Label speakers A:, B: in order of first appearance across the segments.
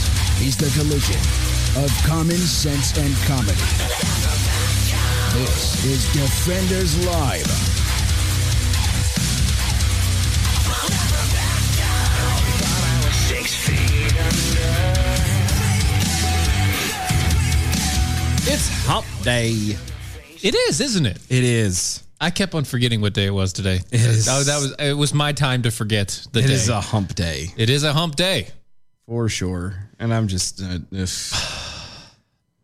A: a collision of common sense and comedy. This is Defenders Live.
B: It's hump day. It is, isn't it?
C: It is.
B: I kept on forgetting what day it was today. It
C: is.
B: That, that was it was my time to forget the
C: It
B: day.
C: is a hump day
B: it is a hump day.
C: for sure. And I'm just, uh, if,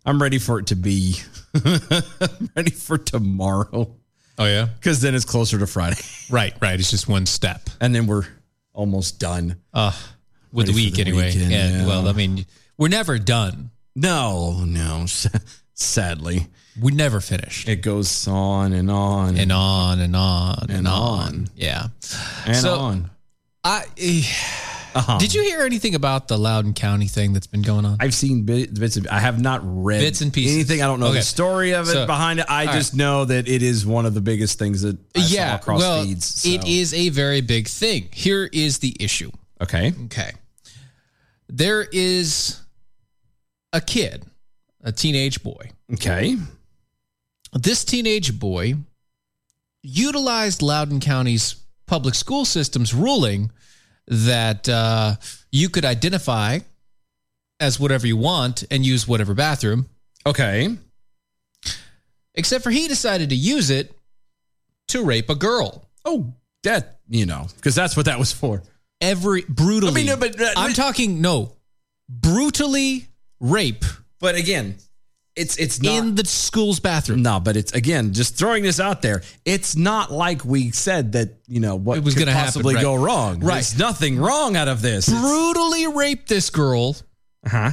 C: I'm ready for it to be. I'm ready for tomorrow
B: Oh yeah.
C: because then it's closer to Friday,
B: Right, right. It's just one step.
C: and then we're almost done.
B: Uh with the
C: Ready for
B: week
C: the
B: anyway.
C: weekend,
B: yeah,
C: yeah.
B: Well, I mean, we're never done.
C: No, no. s- Sadly,
B: We never finish.
C: it goes on and on
B: And on and on and,
C: And
B: on.
C: on.
B: Yeah.
C: and
B: so-
C: on.
B: I eh,
C: Uh-huh.
B: did you hear anything about the Loudoun County thing that's been going on?
C: I've seen bit, bits. Of, I have not read
B: Bits and pieces.
C: Anything. I don't know
B: Okay.
C: the story of it
B: So-
C: behind it. I
B: all
C: just know that it is one of the biggest things that I saw across
B: well,
C: feeds. so-
B: it is a very big thing. Here is the issue.
C: okay.
B: Okay. There is a kid, a teenage boy.
C: Okay.
B: This teenage boy utilized Loudoun County's public school system's ruling that uh, you could identify as whatever you want and use whatever bathroom,
C: Okay.
B: except for he decided to use it to rape a girl.
C: Oh, that you know, because that's what that was for.
B: Every brutally.
C: I mean, no, but- uh,
B: I'm talking no, brutally rape
C: But again, it's it's
B: in the school's bathroom.
C: no, but it's again just throwing this out there. It's not like we said that you know what
B: It was
C: could
B: gonna happen,
C: possibly
B: right.
C: go wrong.
B: Right.
C: There's nothing wrong out of this.
B: brutally raped this girl.
C: Huh?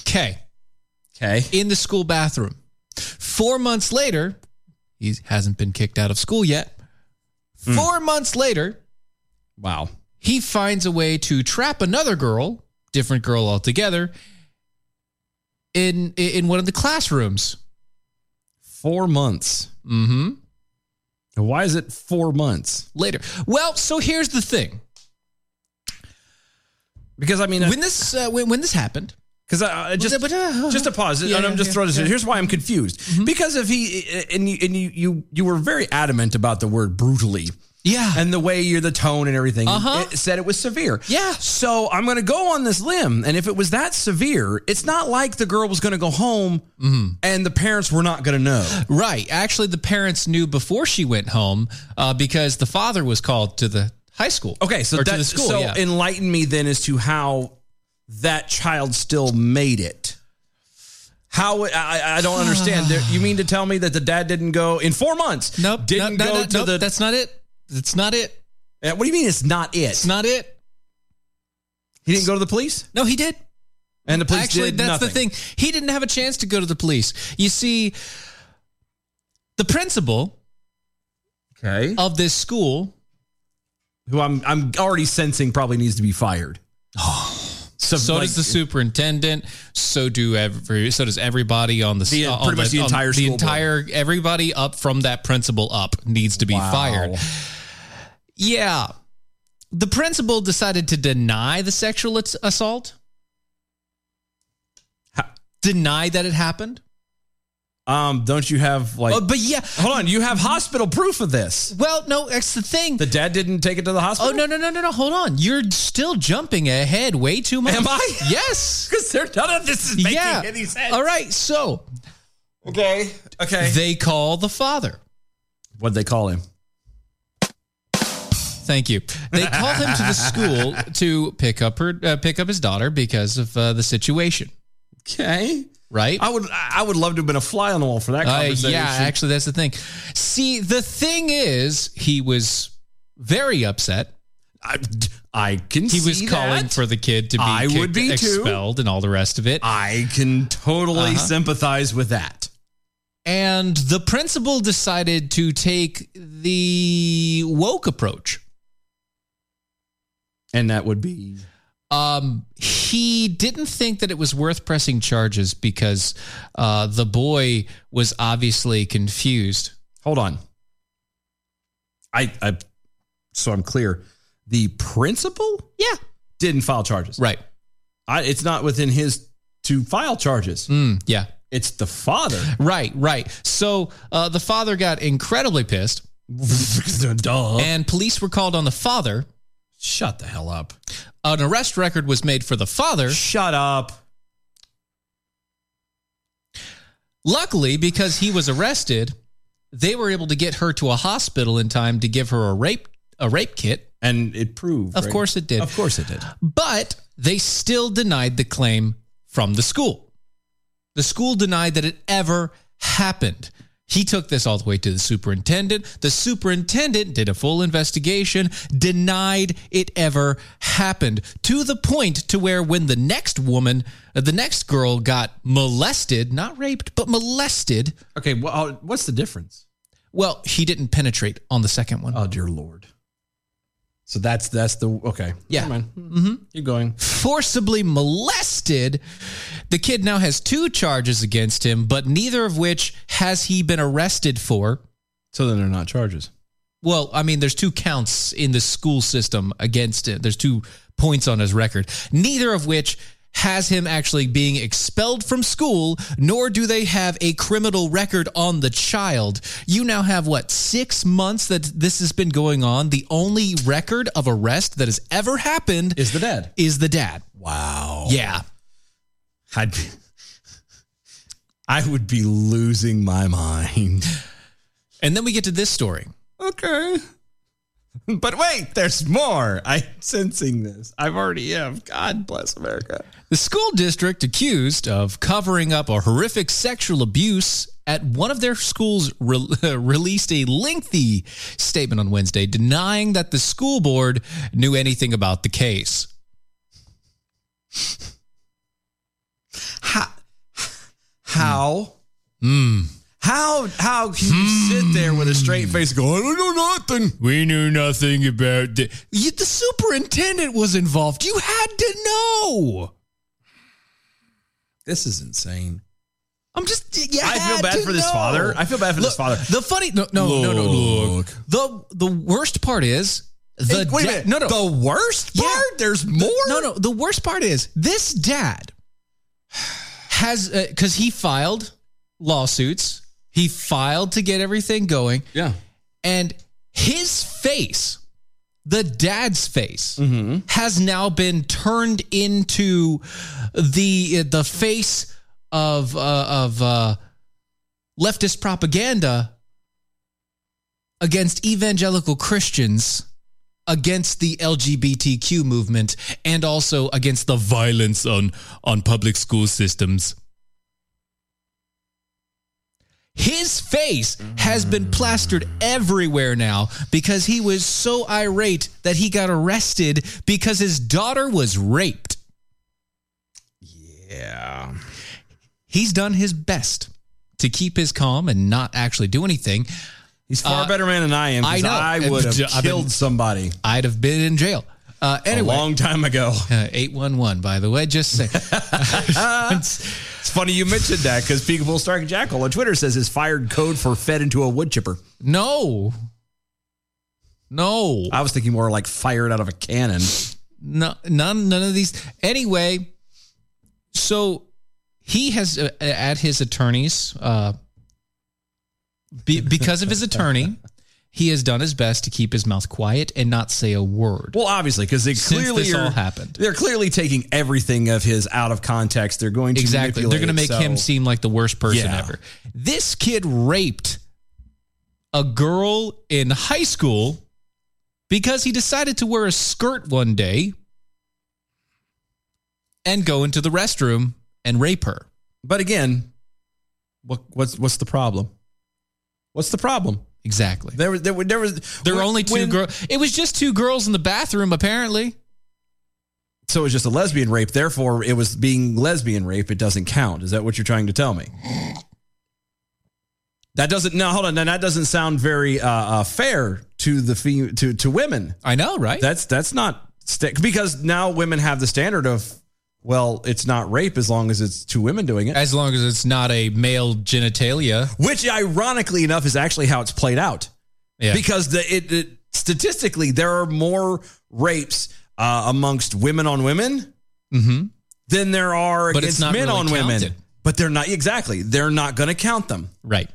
B: Okay,
C: Okay.
B: in the school bathroom. Four months later, he hasn't been kicked out of school yet.
C: Hmm.
B: Four months later,
C: Wow.
B: he finds a way to trap another girl, different girl altogether, in in one of the classrooms.
C: Four months.
B: Mm-hmm.
C: Why is it four months?
B: Later. Well, so here's the thing.
C: Because I mean,
B: When this uh, when, when this happened,
C: Because I, I just
B: that- but, uh,
C: just to pause,
B: yeah,
C: and I'm
B: yeah,
C: just
B: yeah,
C: throwing this.
B: yeah. Mm-hmm.
C: in. Here's why I'm confused. Because if he uh, and you and you you you were very adamant about the word brutally
B: yeah,
C: and the way you're the tone and everything
B: Uh-huh.
C: it said it was severe.
B: Yeah.
C: So I'm going to go on this limb, and if it was that severe, it's not like the girl was going to go home
B: Mm-hmm.
C: and the parents were not going to know.
B: Right. Actually, the parents knew before she went home uh, because the father was called to the high school.
C: Okay, so
B: Or to
C: that
B: the school.
C: so
B: yeah.
C: enlighten me then as to how that child still made it. How I- I, I don't understand. There- you mean to tell me that the dad didn't go in four months?
B: nope.
C: didn't
B: no, no,
C: go
B: no,
C: to
B: nope,
C: the.
B: That's not it. That's not it.
C: Uh, what do you mean? It's not it.
B: It's not it.
C: he didn't go to the police,
B: No, he did.
C: and the police
B: Actually,
C: did
B: that's
C: nothing.
B: the thing. He didn't have a chance to go to the police. You see, the principal
C: Okay,
B: of this school.
C: who I'm I'm already sensing probably needs to be fired. So,
B: So
C: like,
B: does the superintendent. So do every. So does everybody on the
C: The-
B: on
C: pretty much the
B: on
C: entire
B: the
C: school board.
B: entire everybody up from that principal up needs to be
C: Wow.
B: fired. Yeah. The principal decided to deny the sexual ass- assault.
C: Ha-
B: Deny that it happened.
C: Um, don't you have like?
B: oh, but yeah.
C: hold on, you have hospital proof of this.
B: Well, no, that's the thing.
C: The dad didn't take it to the
B: oh,
C: hospital.
B: no, no, no, no, no. Hold on. You're still jumping ahead way too much.
C: Am I?
B: Yes.
C: because none of this is making
B: yeah.
C: any sense.
B: All right. So
C: Okay. Okay.
B: they call the father.
C: What'd they call him?
B: Thank you. They called him to the school to pick up her, uh, pick up his daughter because of uh, the situation,
C: Okay.
B: right?
C: I would I would love to have been a fly on the wall for that
B: Uh,
C: conversation.
B: yeah, actually, that's the thing. See, the thing is, he was very upset.
C: I, I can.
B: He was
C: see
B: calling
C: that.
B: for the kid to be,
C: I would
B: kicked,
C: be too.
B: expelled and all the rest of it.
C: I can totally
B: Uh-huh.
C: sympathize with that.
B: and the principal decided to take the woke approach.
C: And that would be
B: Um, he didn't think that it was worth pressing charges because uh, the boy was obviously confused.
C: hold on. I I so I'm clear. The principal
B: Yeah,
C: didn't file charges.
B: right.
C: I, it's not within his to file charges.
B: Mm, yeah.
C: It's the father.
B: Right, right. So uh, the father got incredibly pissed,
C: Duh.
B: and police were called on the father.
C: Shut the hell up.
B: An arrest record was made for the father.
C: Shut up.
B: Luckily, because he was arrested, they were able to get her to a hospital in time to give her a rape a rape kit.
C: And it proved.
B: Of
C: right?
B: course it did.
C: Of course it did.
B: But they still denied the claim from the school. The school denied that it ever happened. He took this all the way to the superintendent. The superintendent did a full investigation, denied it ever happened to the point to where when the next woman, uh, the next girl got molested, not raped, but molested,
C: Okay. Well, uh, what's the difference?
B: well, he didn't penetrate on the second one.
C: Oh dear lord. So that's that's the okay.
B: Yeah.
C: Never mind. Keep going.
B: forcibly molested. The kid now has two charges against him, but neither of which has he been arrested for.
C: So then they're not charges.
B: Well, I mean, there's two counts in the school system against it. There's two points on his record, neither of which has him actually being expelled from school, nor do they have a criminal record on the child. You now have what, six months that this has been going on? The only record of arrest that has ever happened
C: Is the dad?
B: is the dad.
C: Wow.
B: Yeah.
C: I'd be, I would be losing my mind.
B: And then we get to this story.
C: Okay. But wait, there's more. I'm sensing this. I've already am. God bless America.
B: The school district accused of covering up a horrific sexual abuse at one of their schools re- released a lengthy statement on Wednesday denying that the school board knew anything about the case.
C: How? How? Hmm. How? How can you sit there with a straight face and go, I don't know nothing?
B: We knew nothing about the You, the superintendent was involved. You had to know.
C: This is insane.
B: I'm just. Yeah,
C: I feel bad for this father. I feel bad for this father.
B: The funny. No, no, no, no, no.
C: Look.
B: The the worst part is the
C: Hey, wait a
B: da-
C: minute.
B: no, no.
C: The worst
B: Yeah.
C: part? There's more?
B: No, no. The worst part is this dad has because he filed lawsuits. He filed to get everything going,
C: Yeah.
B: and his face, the dad's face, has now been turned into the uh, the face of uh, of uh, leftist propaganda against evangelical Christians against the LGBTQ movement and also against the violence on on public school systems. His face has been plastered everywhere now because he was so irate that he got arrested because his daughter was raped.
C: Yeah.
B: He's done his best to keep his calm and not actually do anything.
C: He's far
B: Uh,
C: better man than I am. 'cause
B: I know.
C: I would have
B: I've been-
C: killed somebody
B: I'd have been in jail. Uh, anyway,
C: a long time ago.
B: uh, 811, by the way, just say.
C: Ah. It's funny you mentioned that because Peekable Stark Jackal on Twitter says his fired code for fed into a wood chipper.
B: No. No.
C: I was thinking more like fired out of a cannon.
B: No, none none of these. Anyway, so he has uh, at his attorney's uh be, because of his attorney, he has done his best to keep his mouth quiet and not say a word.
C: Well, obviously, because they
B: Since
C: clearly
B: this all
C: are-
B: happened.
C: They're clearly taking everything of his out of context. They're going to
B: Exactly. They're going to make
C: manipulate,
B: him
C: so-
B: seem like the worst person
C: Yeah.
B: ever. This kid raped a girl in high school because he decided to wear a skirt one day and go into the restroom and rape her.
C: But again, what, what's what's the problem? What's the problem?
B: Exactly.
C: There was there, was- there was
B: There were
C: when-
B: only two
C: when-
B: girls. It was just two girls in the bathroom, apparently.
C: So it was just a lesbian rape. Therefore, it was being lesbian rape. It doesn't count. Is that what you're trying to tell me? That doesn't. No, hold on. Now, that doesn't sound very uh, uh, fair to the fem- to to women.
B: I know, right?
C: That's that's not st- because now women have the standard of well, it's not rape as long as it's two women doing it.
B: as long as it's not a male genitalia.
C: Which, ironically enough, is actually how it's played out.
B: Yeah.
C: because the it, it statistically there are more rapes uh, amongst women on women
B: Mhm.
C: than there are
B: But it's
C: against
B: not
C: men
B: really
C: on women.
B: counted.
C: But they're not exactly. They're not going to count them.
B: Right.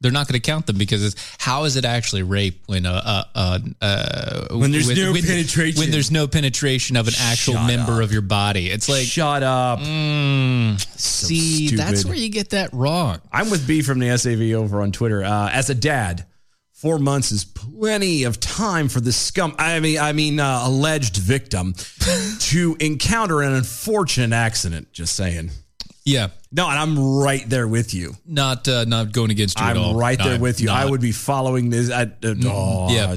B: They're not going to count them because it's how is it actually rape when uh, uh, uh,
C: When there's no penetration.
B: when there's no penetration of an actual
C: Shut
B: member
C: up.
B: of your body it's like
C: Shut up.
B: mm, see that's
C: stupid.
B: where you get that wrong
C: I'm with B from the SAV over on Twitter. Uh, as a dad, four months is plenty of time for this scum. I mean, I mean, uh, alleged victim to encounter an unfortunate accident. Just saying.
B: yeah
C: No, and I'm right there with you.
B: not uh, not going against you at all
C: I'm right there
B: No,
C: with you. I
B: oh, not. Mm,
C: would be following this. I, uh, oh,
B: yeah.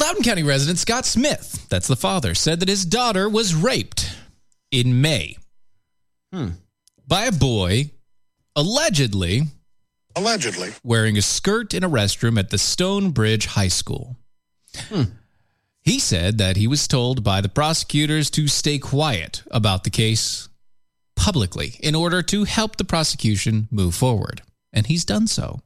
B: Loudoun County resident Scott Smith, that's the father, said that his daughter was raped in May
C: Hmm.
B: by a boy allegedly
D: Allegedly.
B: wearing a skirt in a restroom at the Stonebridge High School.
C: Hmm.
B: He said that he was told by the prosecutors to stay quiet about the case publicly in order to help the prosecution move forward. And he's done so.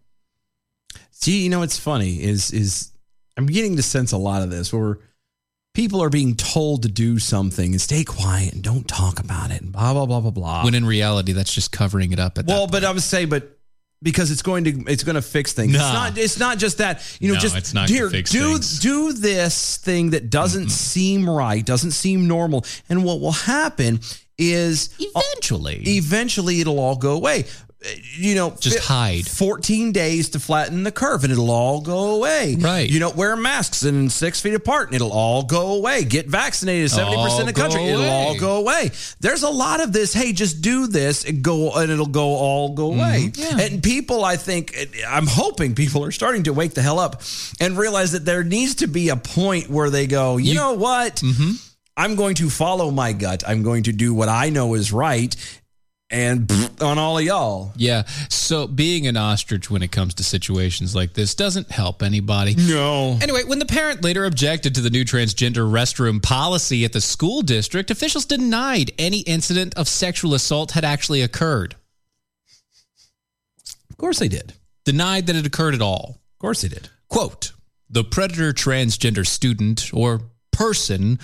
C: See, you know what's funny is is I'm beginning to sense a lot of this where people are being told to do something and stay quiet and don't talk about it and blah blah blah blah blah.
B: when in reality, that's just covering it up at
C: Ah. well,
B: that
C: but I'm saying, but because it's going to it's going to fix things. It's
B: Nah.
C: not it's not just that you know
B: No,
C: just
B: it's not gonna
C: dear,
B: fix
C: do
B: things.
C: do this thing that doesn't seem right, doesn't seem normal, and what will happen is
B: Eventually.
C: Oh, eventually it'll all go away. You know,
B: Just
C: fi-
B: hide.
C: 14 days to flatten the curve and it'll all go away.
B: Right.
C: You know, wear masks and six feet apart and it'll all go away. Get vaccinated 70% of the
B: All go
C: country. It'll all
B: away.
C: go away. There's a lot of this. Hey, just do this and go and it'll go all go away.
B: Yeah.
C: And people, I think, I'm hoping people are starting to wake the hell up and realize that there needs to be a point where they go, you, Mm-hmm.
B: You-
C: know what? I'm going to follow my gut. I'm going to do what I know is right and pfft on all of y'all.
B: Yeah. So being an ostrich when it comes to situations like this doesn't help anybody.
C: No.
B: Anyway, when the parent later objected to the new transgender restroom policy at the school district, officials denied any incident of sexual assault had actually occurred.
C: Of course they did.
B: Denied that it occurred at all.
C: Of course they did.
B: Quote The predator transgender student or person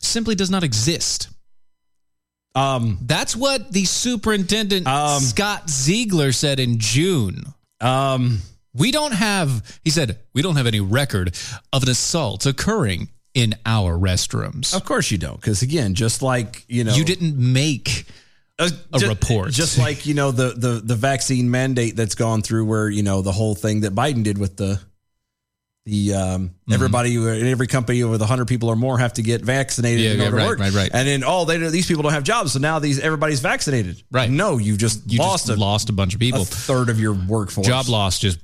B: simply does not exist.
C: Um,
B: That's what the superintendent
C: Um,
B: Scott Ziegler said in June.
C: um,
B: We don't have, he said, we don't have any record of an assault occurring in our restrooms.
C: of course you don't. Cause again, just like, you know,
B: You didn't make,
C: a,
B: a report.
C: Uh, just like, you know, the, the, the vaccine mandate that's gone through where, you know, the whole thing that Biden did with the, the, um,
B: Mm-hmm.
C: everybody who- in every company with hundred people or more have to get vaccinated
B: Yeah,
C: in
B: yeah,
C: order
B: right,
C: to work.
B: right, right.
C: And then, oh, they, these people don't have jobs. So now these, everybody's vaccinated.
B: Right.
C: No, you just
B: you
C: lost
B: just
C: a
B: lost a bunch of people.
C: a third of your workforce.
B: Job loss just.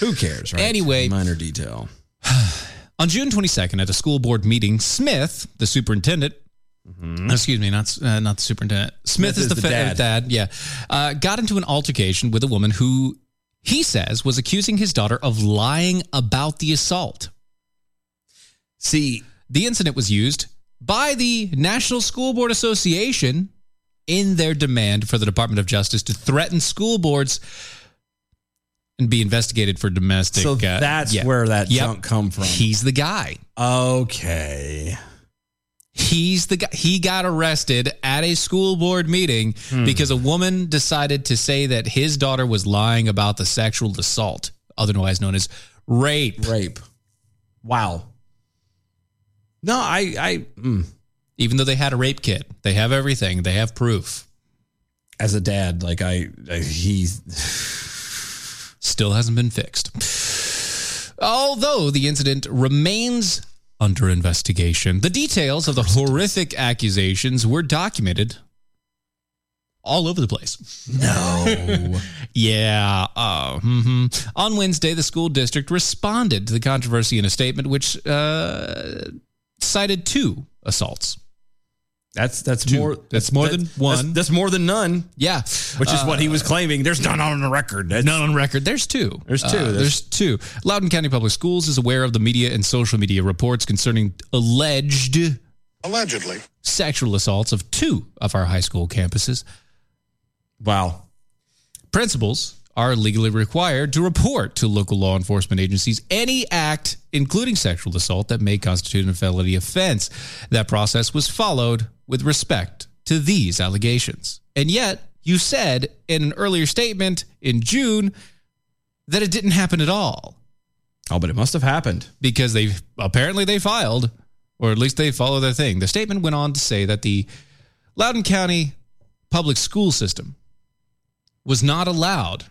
C: Who cares, right?
B: Anyway.
C: minor detail.
B: On June 22nd, at a school board meeting, Smith, the superintendent, excuse me, not uh, not the superintendent, Smith, is, the, fa- dad. yeah, uh, got into an altercation with a woman who he says was accusing his daughter of lying about the assault.
C: See,
B: The incident was used by the National School Board Association in their demand for the Department of Justice to threaten school boards and be investigated for domestic.
C: so
B: uh,
C: that's
B: yeah.
C: where that
B: Yep.
C: junk come from.
B: he's the guy.
C: okay,
B: He's the guy. He got arrested at a school board meeting
C: Hmm.
B: because a woman decided to say that his daughter was lying about the sexual assault, otherwise known as rape.
C: rape. Wow. No, I, I, mm,
B: Even though they had a rape kit, they have everything. They have proof.
C: as a dad, like I, I he's
B: Still hasn't been fixed. Although the incident remains under investigation, the details of the horrific accusations were documented all over the place.
C: no.
B: Yeah. Oh, hmm On Wednesday, the school district responded to the controversy in a statement which uh, cited two assaults.
C: that's that's
B: Two.
C: more.
B: That's more
C: that-
B: than
C: that's-
B: one.
C: That's, more than none,
B: Yeah.
C: which is
B: Uh,
C: what he was claiming. There's none on the record. That's,
B: not on record. There's two.
C: There's two.
B: Uh,
C: There's-
B: there's two. Loudoun County Public Schools is aware of the media and social media reports concerning alleged
D: Allegedly.
B: sexual assaults of two of our high school campuses.
C: Wow.
B: Principals are legally required to report to local law enforcement agencies any act, including sexual assault, that may constitute a felony offense. That process was followed with respect to these allegations. And yet, you said in an earlier statement in June that it didn't happen at all
C: Oh, but it must have happened.
B: because they apparently they filed, or at least they follow their thing. The statement went on to say that the Loudoun County public school system was not allowed.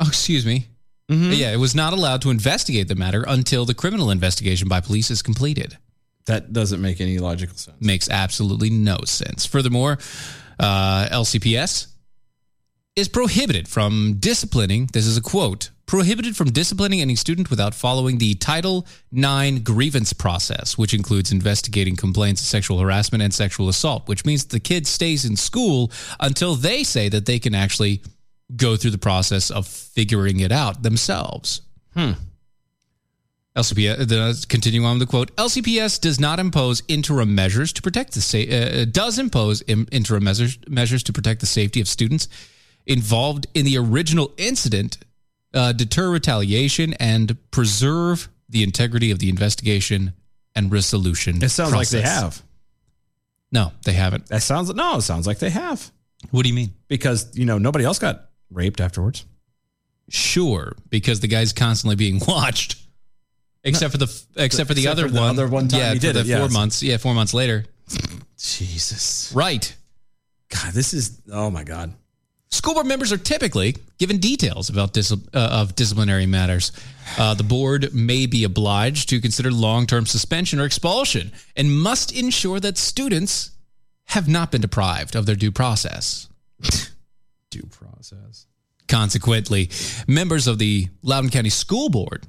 B: Oh, excuse me. Yeah, it was not allowed to investigate the matter until the criminal investigation by police is completed
C: That doesn't make any logical sense.
B: makes absolutely no sense. Furthermore, uh, LCPS is prohibited from disciplining. This is a quote prohibited from disciplining any student without following the Title IX grievance process, which includes investigating complaints of sexual harassment and sexual assault, which means the kid stays in school until they say that they can actually go through the process of figuring it out themselves. LCPS, then let's continue on with uh, the quote. LCPS does not impose interim measures to protect the sa- uh, does impose im- interim measures measures to protect the safety of students involved in the original incident, uh, deter retaliation, and preserve the integrity of the investigation and resolution.
C: It sounds like they
B: process.
C: have.
B: No, they haven't.
C: That sounds no. It sounds like they have
B: What do you mean?
C: because you know nobody else got raped afterwards.
B: Sure, because the guy's constantly being watched. Except for the f- except for the
C: Except
B: other
C: for the
B: one,
C: other one time
B: yeah,
C: he
B: for
C: did
B: the
C: it, yeah.
B: four months, yeah, four months later,
C: Jesus,
B: right.
C: God, this is oh my God.
B: School board members are typically given details about dis- uh, of disciplinary matters. Uh, the board may be obliged to consider long-term suspension or expulsion, and must ensure that students have not been deprived of their due process.
C: Due process.
B: Consequently, members of the Loudoun County School Board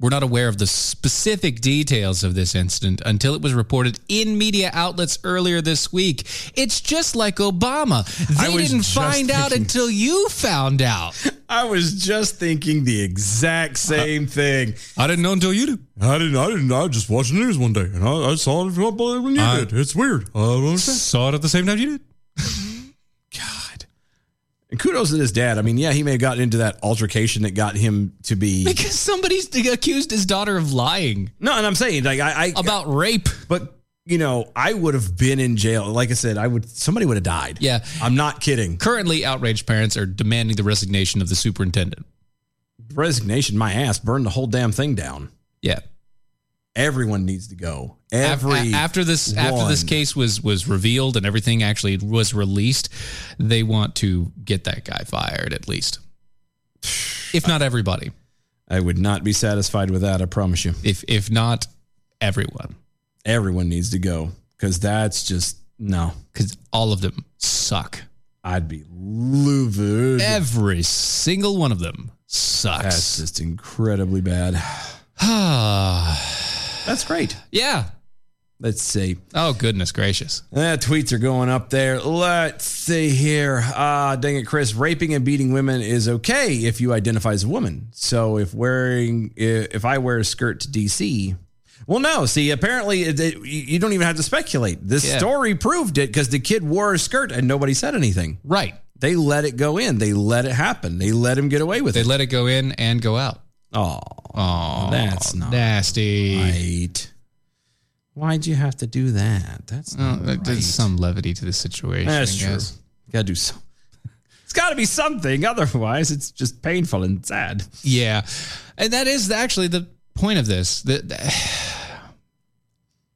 B: were not aware of the specific details of this incident until it was reported in media outlets earlier this week. It's just like Obama.
C: I
B: They
C: was
B: didn't
C: just
B: find out
C: thinking-
B: until you found out.
C: I was just thinking the exact same thing.
B: I didn't know until you did.
C: Uh, I didn't. I didn't. I just watched the news one day and I, I saw it when you
B: I- did.
C: It's weird. I don't understand.
B: Saw it at the same time you did.
C: God. And kudos to his dad. I mean, yeah, he may have gotten into that altercation that got him to be.
B: Because somebody accused his daughter of lying
C: No, and I'm saying like I, I
B: about rape.
C: but you know, I would have been in jail. Like I said, I would. Somebody would have died.
B: Yeah.
C: I'm not kidding.
B: Currently, outraged parents are demanding the resignation of the superintendent.
C: Resignation, my ass, burned the whole damn thing down.
B: Yeah.
C: Everyone needs to go.
B: Af-
C: Every
B: a- after this after this
C: one.
B: case was was revealed and everything actually was released, they want to get that guy fired at least. If not everybody.
C: I would not be satisfied with that. I promise you.
B: If if not everyone.
C: Everyone needs to go because that's just no.
B: Because all of them suck.
C: I'd be livid.
B: Every single one of them sucks. Ah.
C: That's just incredibly bad. That's great.
B: yeah.
C: Let's see.
B: Oh goodness gracious.
C: Uh, tweets are going up there. Let's see here. Ah, dang it, Chris. Raping and beating women is okay if you identify as a woman. So if wearing, if I wear a skirt to DC, well, no. See, apparently it, it- you you don't even have to speculate. This
B: Yeah.
C: story proved it because the kid wore a skirt and nobody said anything.
B: Right.
C: They let it go in. They let it happen. They let him get away with
B: They
C: it.
B: let it go in and go out.
C: Oh,
B: Oh,
C: That's not
B: nasty.
C: right. Why'd you have to do that? That's
B: Oh,
C: not
B: that-
C: right.
B: There's some levity to the situation.
C: That's
B: I
C: true.
B: guess.
C: Gotta do some. It's got to be something, otherwise it's just painful and sad.
B: Yeah, and that is actually the point of this. That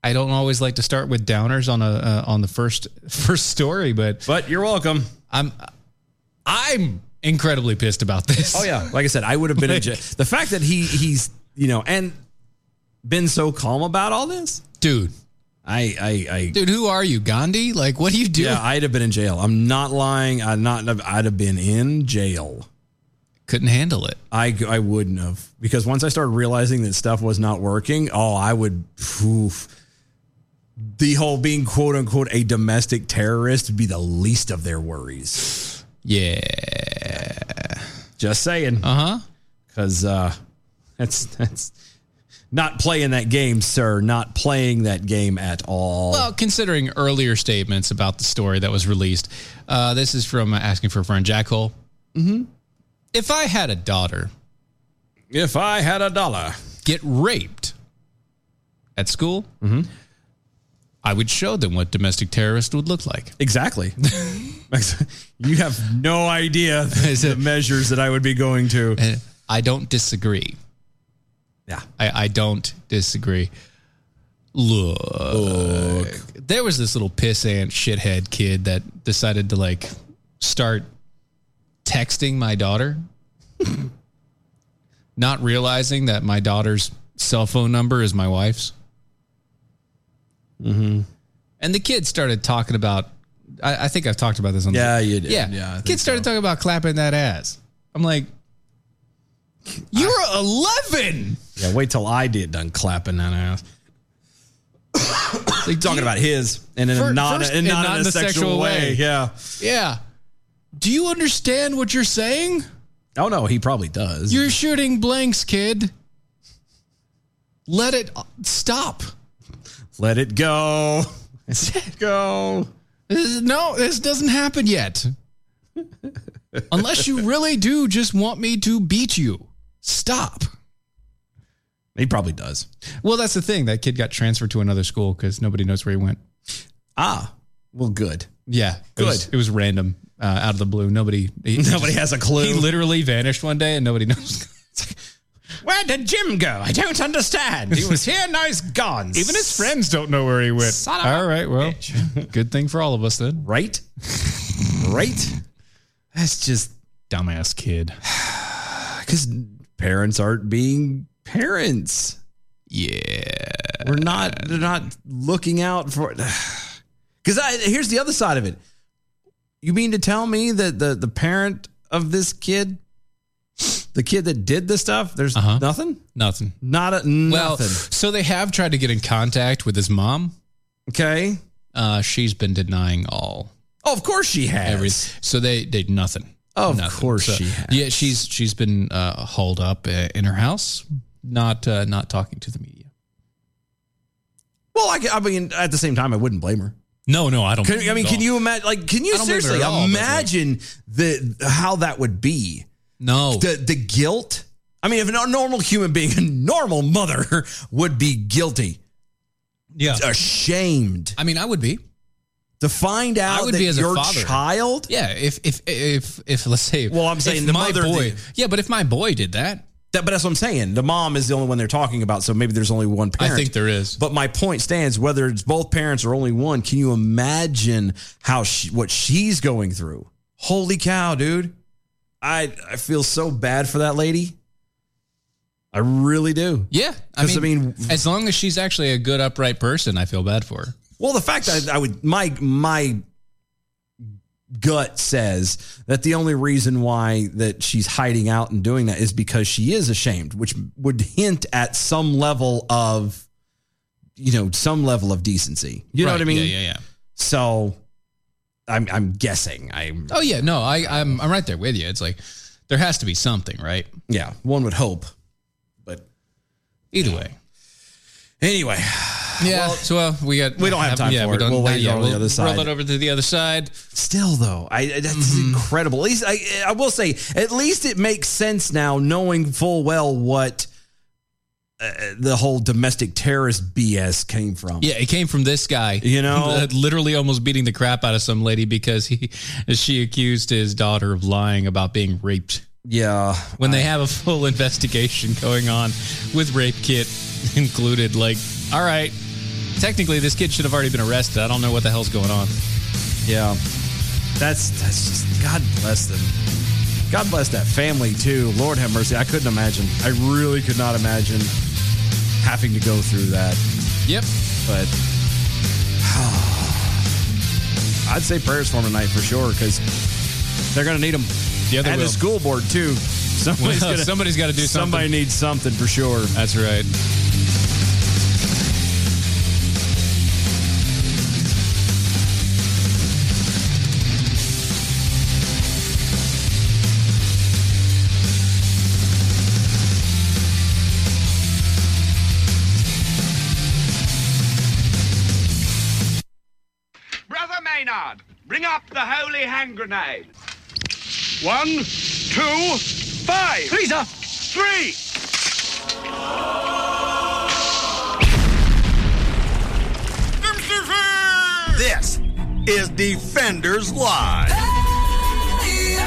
B: I don't always like to start with downers on a uh, on the first first story, but
C: But you're welcome.
B: I'm I'm incredibly pissed about this.
C: Oh yeah, like I said, I would have been in jail. The fact that he he's you know and been so calm about all this,
B: dude,
C: I I I
B: dude, who are you, Gandhi? Like, what do you do?
C: yeah, I'd have been in jail. I'm not lying. I not I'd have been in jail.
B: Couldn't handle it.
C: I I wouldn't have because once I started realizing that stuff was not working, oh, I would. Oof, the whole being quote unquote a domestic terrorist would be the least of their worries.
B: Yeah.
C: Just saying,
B: Uh huh.
C: because uh, that's that's not playing that game, sir. Not playing that game at all.
B: Well, considering earlier statements about the story that was released, uh, this is from asking for a friend Jack Hole. Mm-hmm. If I had a daughter
C: if I had a dollar,
B: get raped at school, I would show them what domestic terrorist would look like.
C: Exactly. you have no idea the measures that I would be going to.
B: And Uh, I don't disagree.
C: Yeah.
B: I, I don't disagree. Look, there was this little pissant shithead kid that decided to like start texting my daughter, not realizing that my daughter's cell phone number is my wife's. Mm-hmm.
C: Mm-hmm.
B: And the kid started talking about. I, I think I've talked about this on. the-
C: Yeah, you did.
B: Yeah,
C: Yeah, I think
B: Kid started
C: so.
B: talking about clapping that ass. I'm like, you're 11.
C: Yeah, wait till I get done clapping that ass.
B: Like,
C: Talking
B: you-
C: about his and in a
B: Fir-
C: non,
B: first,
C: and not, in a sexual, way. Yeah.
B: Yeah. Do you understand what you're saying?
C: Oh no, he probably does.
B: You're shooting blanks, kid. Let it stop.
C: Let it go. go.
B: This- Uh, No, this doesn't happen yet. Unless you really do just want me to beat you. Stop.
C: He probably does.
B: Well, that's the thing. That kid got transferred to another school because nobody knows where he went.
C: Ah, well, good.
B: Yeah. It was,
C: Good.
B: it was random uh, out of the blue. Nobody. He,
C: Nobody has a clue.
B: He literally vanished one day and nobody knows.
C: Where did Jim go? I don't understand. He was here, now he's gone.
B: Even his friends don't know where he went.
C: Son of a
B: All right, well, good thing for all of us then.
C: right, right. That's just
B: Dumbass kid.
C: because parents aren't being parents.
B: Yeah.
C: We're not. They're not looking out for. Because I here's the other side of it. You mean to tell me that the the parent of this kid, the kid that did this stuff, there's
B: Uh-huh.
C: nothing,
B: Nothing.
C: not a
B: Well,
C: nothing.
B: so they have tried to get in contact with his mom.
C: okay.
B: Uh, she's been denying all
C: Oh, of course she has.
B: everything. So they did nothing.
C: Of
B: Nothing.
C: course
B: So-
C: she has.
B: Yeah, she's she's been uh, hauled up uh, in her house, not uh, not talking to the media.
C: Well, I, I mean, at the same time, I wouldn't blame her.
B: No, no, I don't.
C: Can, I mean, can you imagine? Like, can you
B: I don't believe it
C: seriously
B: at all, but, like-
C: imagine the how that would be?
B: No,
C: The the guilt. I mean, if a normal human being, a normal mother, would be guilty,
B: yeah.
C: uh, ashamed
B: I mean, I would be.
C: to find out
B: would
C: that
B: be as a
C: your
B: father.
C: child.
B: Yeah, if if if if let's say.
C: Well, I'm
B: if
C: saying the
B: my
C: mother
B: boy.
C: did.
B: Yeah, but if my boy did that,
C: That, but that's what I'm saying. The mom is the only one they're talking about, so maybe there's only one parent.
B: I think there is.
C: But my point stands: whether it's both parents or only one, can you imagine how she, what she's going through? Holy cow, dude! I I feel so bad for that lady. I really do.
B: Yeah, I
C: 'Cause,
B: mean,
C: I mean-
B: as long as she's actually a good, upright person, I feel bad for her.
C: Well, the fact that I would my my gut says that the only reason why that she's hiding out and doing that is because she is ashamed, which would hint at some level of you know some level of decency. You know
B: Right,
C: what I mean?
B: Yeah, yeah, yeah.
C: So I'm I'm guessing I'm
B: Oh yeah, no, I, I'm I'm right there with you. It's like there has to be something, right?
C: yeah, one would hope. But
B: Either way,
C: anyway,
B: yeah. so well, we got
C: we don't have time
B: yeah,
C: for
B: we
C: it.
B: don't.
C: We'll wait
B: yeah,
C: on the
B: we'll
C: other side.
B: Roll it over to the other side.
C: still though, I I- that's incredible. At least I I will say at least it makes sense now knowing full well what uh, the whole domestic terrorist BS came from.
B: Yeah, it came from this guy.
C: You know?
B: literally almost beating the crap out of some lady because he she accused his daughter of lying about being raped.
C: Yeah.
B: When they have a full investigation going on with rape kit included, like, all right, technically this kid should have already been arrested. I don't know what the hell's going on.
C: Yeah. That's that's just God bless them. God bless that family too. Lord have mercy. I couldn't imagine. I really could not imagine having to go through that.
B: Yep.
C: But I'd say prayers for them tonight for sure because they're going to need them.
B: Yeah, they
C: and
B: will.
C: the school board too. Somebody's
B: Well,
C: gonna,
B: somebody's got to do something.
C: somebody needs something for sure.
B: That's right.
E: Brother Maynard, bring up the holy hand grenade. One, two, five. Lisa! Three!
F: Dum, dum, dum. This is Defenders Live.
G: Here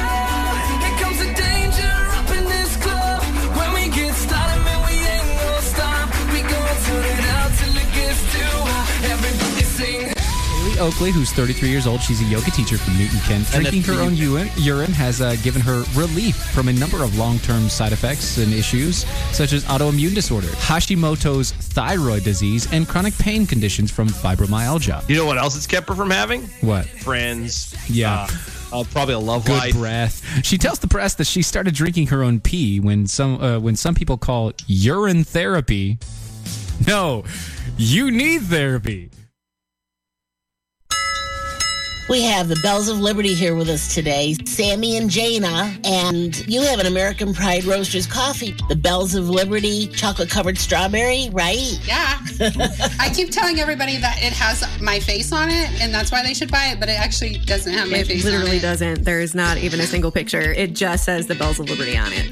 G: comes the danger up in this club. When we get started, man, we ain't gonna stop. We gonna turn it out till it gets too high. Everybody sing.
H: Haley Oakley, who's 33 years old, she's a yoga teacher from Newton, Kent. Drinking her own urine, urine has uh, given her relief from a number of long-term side effects and issues, such as autoimmune disorder, Hashimoto's thyroid disease, and chronic pain conditions from fibromyalgia.
I: You know what else it's kept her from having?
H: What?
I: Friends.
H: Yeah.
I: Uh, uh, probably a love
H: Good
I: life.
H: breath. She tells the press that she started drinking her own pee when some uh, when some people call urine therapy. No, you need therapy.
J: We have the Bells of Liberty here with us today, Sammy and Jana, and you have an American Pride Roasters coffee. The Bells of Liberty, chocolate covered strawberry, right?
K: Yeah. I keep telling everybody that it has my face on it, and that's why they should buy it, but it actually doesn't have my
L: It
K: face on
L: literally
K: it.
L: doesn't. There's not even a single picture. It just says the Bells of Liberty on it.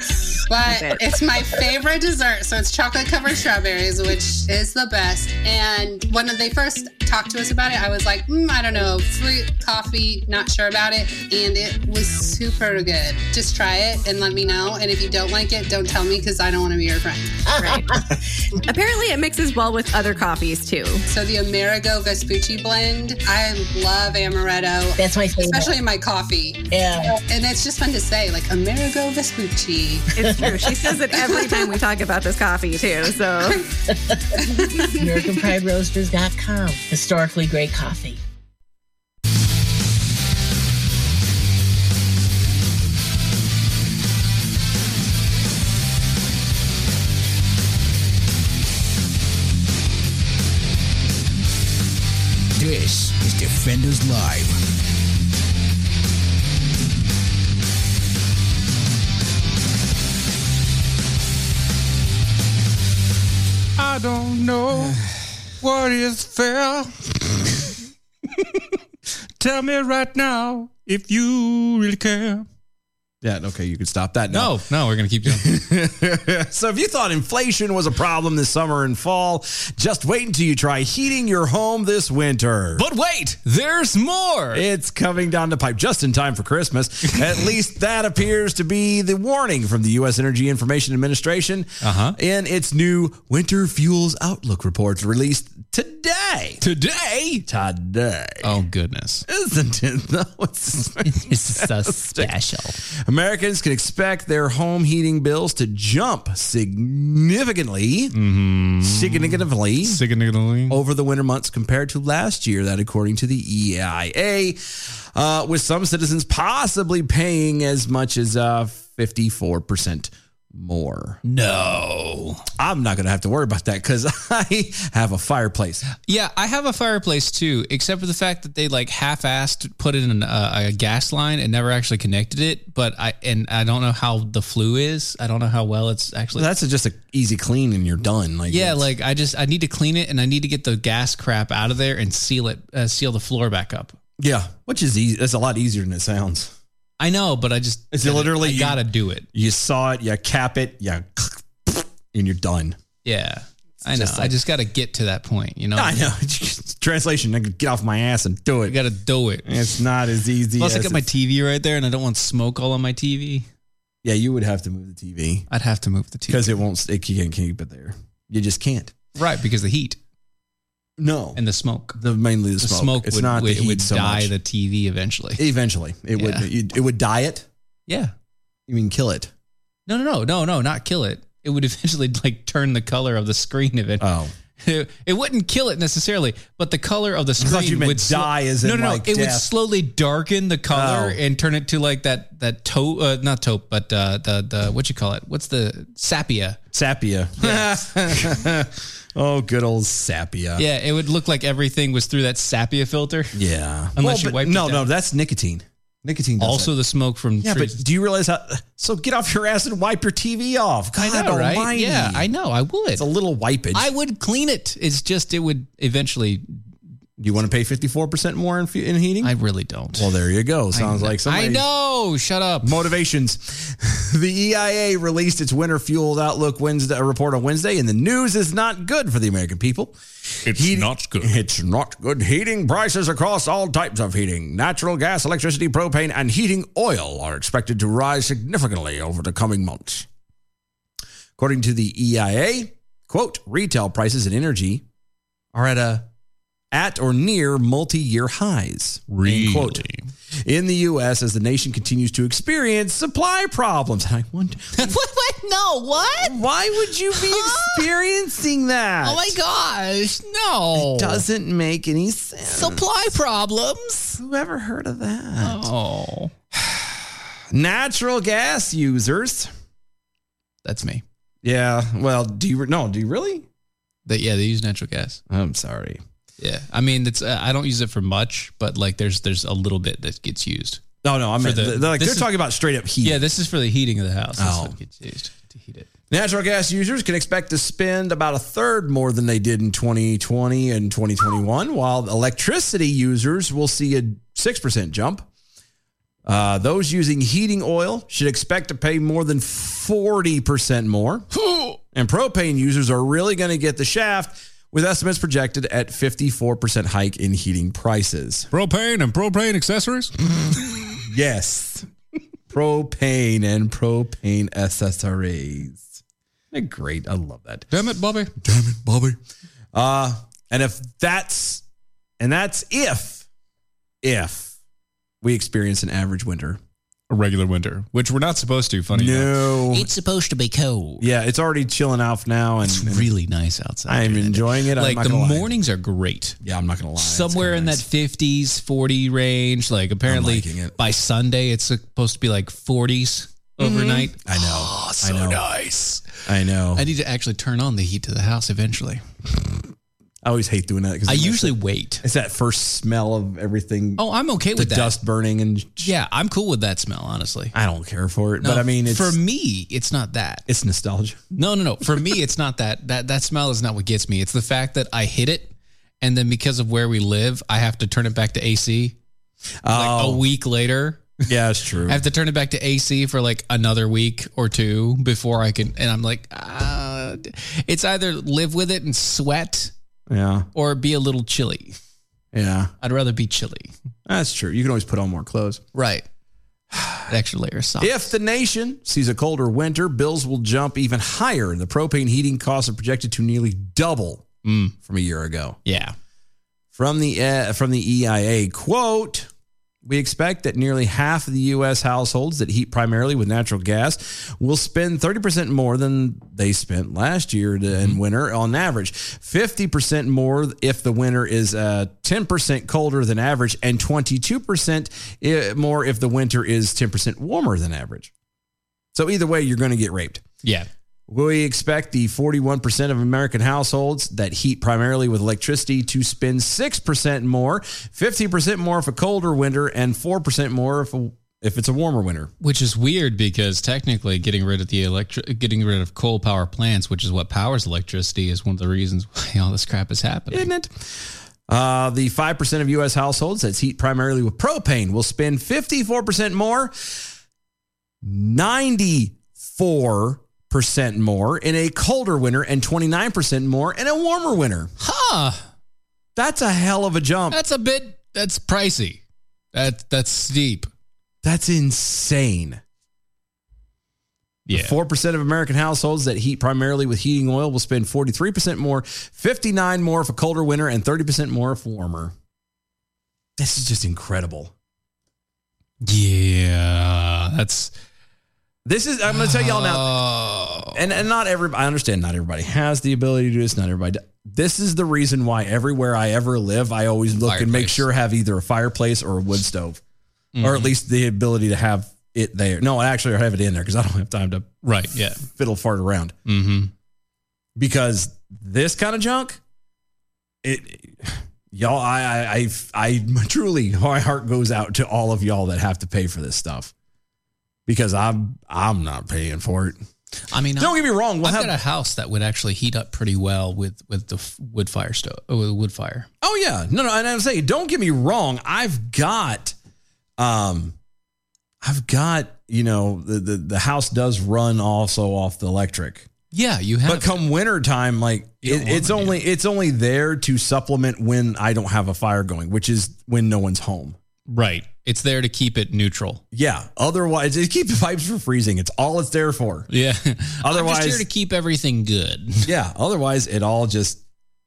K: But it's my favorite dessert. So it's chocolate covered strawberries, which is the best. And when they first talked to us about it, I was like, mm, I don't know, fruit, coffee, not sure about it. And it was super good. Just try it and let me know. And if you don't like it, don't tell me because I don't want to be your friend.
L: Right. Apparently, it mixes well with other coffees too.
K: So the Amerigo Vespucci blend, I love amaretto,
J: That's my favorite.
K: especially in my coffee.
J: yeah.
K: And it's just fun to say, like Amerigo Vespucci.
L: It's true. She says it every time we talk about this coffee too. So
J: AmericanPrideRoasters.com. Historically great coffee.
A: This is Defenders Live.
E: I don't know what is fair. Tell me right now if you really care.
C: Yeah, okay, you can stop that now.
B: No, no, we're gonna keep going.
C: so if you thought inflation was a problem this summer and fall, just wait until you try heating your home this winter.
B: but wait, there's more.
C: It's coming down the pipe just in time for Christmas. At least that appears to be the warning from the U.S. Energy Information Administration
B: Uh-huh.
C: in its new Winter Fuels Outlook report released today.
B: Today.
C: Today.
B: Oh goodness.
C: Isn't it though? It's-
B: so special.
C: Americans can expect their home heating bills to jump significantly, significantly
B: Significantly.
C: over the winter months compared to last year. That, according to the EIA, uh, with some citizens possibly paying as much as uh, 54% more.
B: No.
C: I'm not going to have to worry about that because I have a fireplace.
B: Yeah, I have a fireplace too, except for the fact that they like half-assed put in an, uh, a gas line and never actually connected it. But I and I don't know how the flu is. I don't know how well it's actually.
C: That's a- just an easy clean and you're done. Like
B: yeah,
C: it's-
B: like I just I need to clean it and I need to get the gas crap out of there and seal it, uh, seal the floor back up.
C: yeah, which is easy. That's a lot easier than it sounds.
B: I know, but I just
C: It's literally
B: I
C: you-
B: gotta do it.
C: You saw it, you cap it, you and you're done.
B: Yeah, I know.
C: just
B: I
C: like-
B: just gotta get to that point. You know,
C: I know. Translation, I could get off my ass and do
B: I
C: it.
B: gotta do it.
C: It's not as easy.
B: Plus, I
C: as
B: got my
C: it's-
B: TV right there, and I don't want smoke all on my TV.
C: Yeah, you would have to move the TV
B: I'd have to move the TV,
C: because it won't. It can't keep it there. You just can't.
B: right? Because the heat
C: No,
B: and the smoke.
C: the mainly the
B: the
C: smoke.
B: smoke
C: it's
B: would,
C: not
B: would,
C: the heat
B: would
C: so
B: die
C: much.
B: the TV eventually.
C: Eventually, it would.
B: Yeah.
C: It, it would die it.
B: yeah.
C: You mean kill it?
B: No, no, no, no, no, not kill it. It would eventually like turn the color of the screen of it.
C: Oh,
B: it, it wouldn't kill it necessarily, but the color of the
C: thought
B: screen
C: you meant
B: would sl-
C: die as in,
B: no, no, no.
C: like,
B: it would
C: death.
B: slowly darken the color
C: Oh.
B: and turn it to like that that taupe, uh, not taupe, but uh, the the what you call it? What's the sapia?
C: sapia. oh, good old sapia.
B: Yeah, it would look like everything was through that sapia filter.
C: Yeah.
B: Unless you
C: but
B: wiped it
C: No, no,
B: down.
C: that's nicotine. Nicotine. Does
B: Also,
C: that.
B: the smoke from
C: Yeah,
B: trees.
C: but do you realize how? So get off your ass and wipe your TV off. God
B: I know, right?
C: almighty.
B: Yeah, I know. I would.
C: It's a little wipage.
B: I would clean it. It's just it would eventually
C: Do you want to pay 54% more in, fe- in heating? I
B: really don't.
C: Well, there you go. Sounds
B: kn-
C: like somebody.
B: I know. Shut up.
C: Motivations. The EIA released its winter fueled outlook Wednesday report on Wednesday, and the news is not good for the American people. It's not good. It's not good. Heating prices across all types of heating, natural gas, electricity, propane, and heating oil are expected to rise significantly over the coming months. According to the EIA, quote, retail prices and energy are at a at or near multi-year highs. Really? Quote. In the U.S., as the nation continues to experience supply problems, I wonder
B: what, what? No, what?
C: Why would you be experiencing that?
B: Oh my gosh, no!
C: It doesn't make any sense.
B: Supply problems.
C: Who ever heard of that?
B: Oh,
C: natural gas users.
B: That's me.
C: Yeah. Well, do you no? Do you really?
B: They, yeah, they use natural gas.
C: I'm sorry.
B: Yeah, I mean, it's uh, I don't use it for much, but like there's there's a little bit that gets used.
C: No, no, I
B: For
C: mean,
B: the-
C: they're, like,
B: this
C: they're
B: is-
C: talking about straight up heat.
B: Yeah, this is for the heating of the house. That's
C: Oh.
B: what gets used to heat it.
C: Natural gas users can expect to spend about a third more than they did in 2020 and 2021, while electricity users will see a 6% jump. Uh, those using heating oil should expect to pay more than 40% more. and propane users are really going to get the shaft, with estimates projected at 54% hike in heating prices.
B: Propane and propane accessories?
C: Yes. propane and propane accessories. They're great. I love that.
B: Damn it, Bobby.
C: Damn it, Bobby. Uh, and if that's and that's if if we experience an average winter.
B: A regular winter, which we're not supposed to. Funny.
C: No.
B: It's supposed to be cold.
C: Yeah, it's already chilling off now and
B: It's really nice outside.
C: I'm enjoying it. I'm
B: like
C: not
B: the
C: gonna lie.
B: mornings are great.
C: Yeah, I'm not gonna lie. It's
B: Somewhere in that 50s, 40 range. Like apparently
C: liking it.
B: by Sunday, it's supposed to be like 40s overnight.
C: I know.
B: Oh, so
C: I know.
B: nice.
C: I know.
B: I need to actually turn on the heat to the house eventually.
C: I always hate doing that. 'cause
B: I
C: it's-
B: usually wait.
C: it's that first smell of everything.
B: Oh, I'm okay
C: the
B: with that.
C: dust burning and
B: Yeah, I'm cool with that smell, honestly.
C: I don't care for it.
B: No,
C: but I mean, it's
B: for me, it's not that.
C: it's nostalgia.
B: No, no, no. For me, it's not that. That that smell is not what gets me. It's the fact that I hit it, and then because of where we live, I have to turn it back to AC. Like a
C: Oh.
B: week later,
C: Yeah, it's true.
B: I have to turn it back to AC for like another week or two before I can. And I'm like, uh, it's either live with it and sweat
C: yeah,
B: or be a little chilly.
C: yeah,
B: I'd rather be chilly.
C: that's true. You can always put on more clothes.
B: Right. An extra layer of socks.
C: If the nation sees a colder winter, bills will jump even higher. The propane heating costs are projected to nearly double from a year ago.
B: Yeah.
C: From the uh, from the EIA quote, we expect that nearly half of the U.S. households that heat primarily with natural gas will spend 30% more than they spent last year to- in winter on average, 50% more if the winter is uh, 10% colder than average, and 22% i- more if the winter is 10% warmer than average. So either way, you're going to get raped.
B: Yeah.
C: We expect the 41% of American households that heat primarily with electricity to spend 6% more, 50% more if a colder winter, and 4% more if, a, if it's a warmer winter.
B: Which is weird because technically getting rid of the electric, getting rid of coal power plants, which is what powers electricity, is one of the reasons why all this crap is happening.
C: Isn't it? Uh, the 5% of U.S. households that's heat primarily with propane will spend 54% more, 94% more in a colder winter, and 29% more in a warmer winter.
B: Huh.
C: That's a hell of a jump.
B: That's a bit. That's pricey. That that's steep.
C: That's insane.
B: Yeah.
C: Four percent of American households that heat primarily with heating oil will spend forty-three percent more, fifty-nine more if a colder winter, and thirty percent more if warmer. This is just incredible.
B: yeah. That's.
C: This is I'm going to tell y'all now,
B: Oh.
C: and and not everybody. I understand not everybody has the ability to do this. Not everybody. do- This is the reason why everywhere I ever live, I always look and make
B: Fireplace. Mm-hmm.
C: sure I have either a fireplace or a wood stove, or at least the ability to have it there. No, actually, I have it in there because I don't have time to
B: Right. Yeah.
C: fiddle fart around.
B: Mm-hmm.
C: because this kind of junk, it, y'all, I, I, I, I truly, my heart goes out to all of y'all that have to pay for this stuff because I'm, I'm not paying for it.
B: I mean,
C: Don't get me wrong. We'll
B: I've
C: have-
B: got a house that would actually heat up pretty well with with the f- wood fire stove, uh, with wood fire.
C: Oh yeah, no, no. And I'm saying, don't get me wrong. I've got, um, I've got. You know, the the, the house does run also off the electric.
B: Yeah, you have.
C: But come winter time, like
B: You don't
C: it,
B: want
C: it's
B: it,
C: only it's only there to supplement when I don't have a fire going, which is when no one's home.
B: Right. It's there to keep it neutral.
C: Yeah. Otherwise, it keeps the pipes from freezing. It's all it's there for.
B: Yeah.
C: Otherwise,
B: I'm just here to keep everything good.
C: yeah. Otherwise, it all just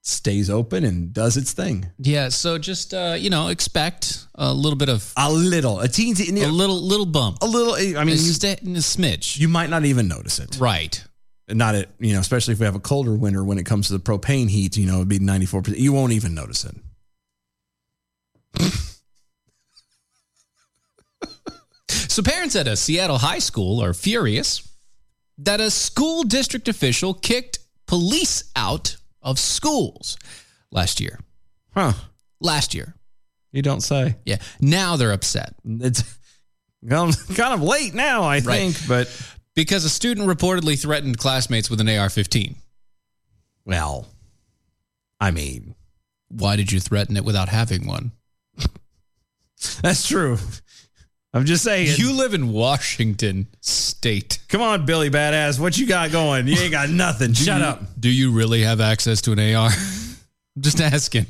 C: stays open and does its thing.
B: Yeah, so just uh, you know, expect a little bit of
C: a little, a teensy,
B: a little little bump,
C: a little. I mean,
B: It's
C: Oh, you-
B: just a, a smidge.
C: You might not even notice it.
B: Right.
C: Not at you know, especially if we have a colder winter when it comes to the propane heat. You know, it'd be ninety four percent. You won't even notice it.
B: So parents at a Seattle high school are furious that a school district official kicked police out of schools last year.
C: Huh.
B: Last year.
C: You don't say.
B: Yeah. Now they're upset.
C: It's kind of late now, I think, but
B: because a student reportedly threatened classmates with an AR-15.
C: Well, I mean,
B: why did you threaten it without having one?
C: That's true. I'm just saying.
B: You live in Washington State.
C: Come on, Billy Badass. What you got going? You ain't got nothing.
B: Do
C: Shut
B: you-
C: up.
B: Do you really have access to an AR? I'm just asking.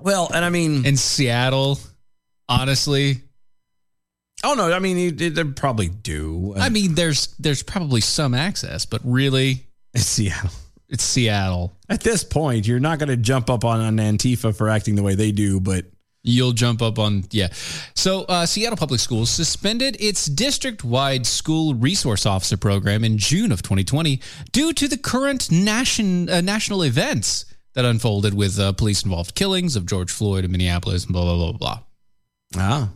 C: Well, and I mean,
B: in Seattle, honestly,
C: Oh no, I mean, it, it, they probably do. Uh,
B: I mean, there's there's probably some access, but really,
C: it's Seattle.
B: It's Seattle.
C: At this point, you're not going to jump up on, on Antifa for acting the way they do, but
B: You'll jump up on yeah. So uh, Seattle Public Schools suspended its district-wide school resource officer program in June of 2020 due to the current nation uh, national events that unfolded with uh, police-involved killings of George Floyd in Minneapolis and blah blah blah blah.
C: Ah.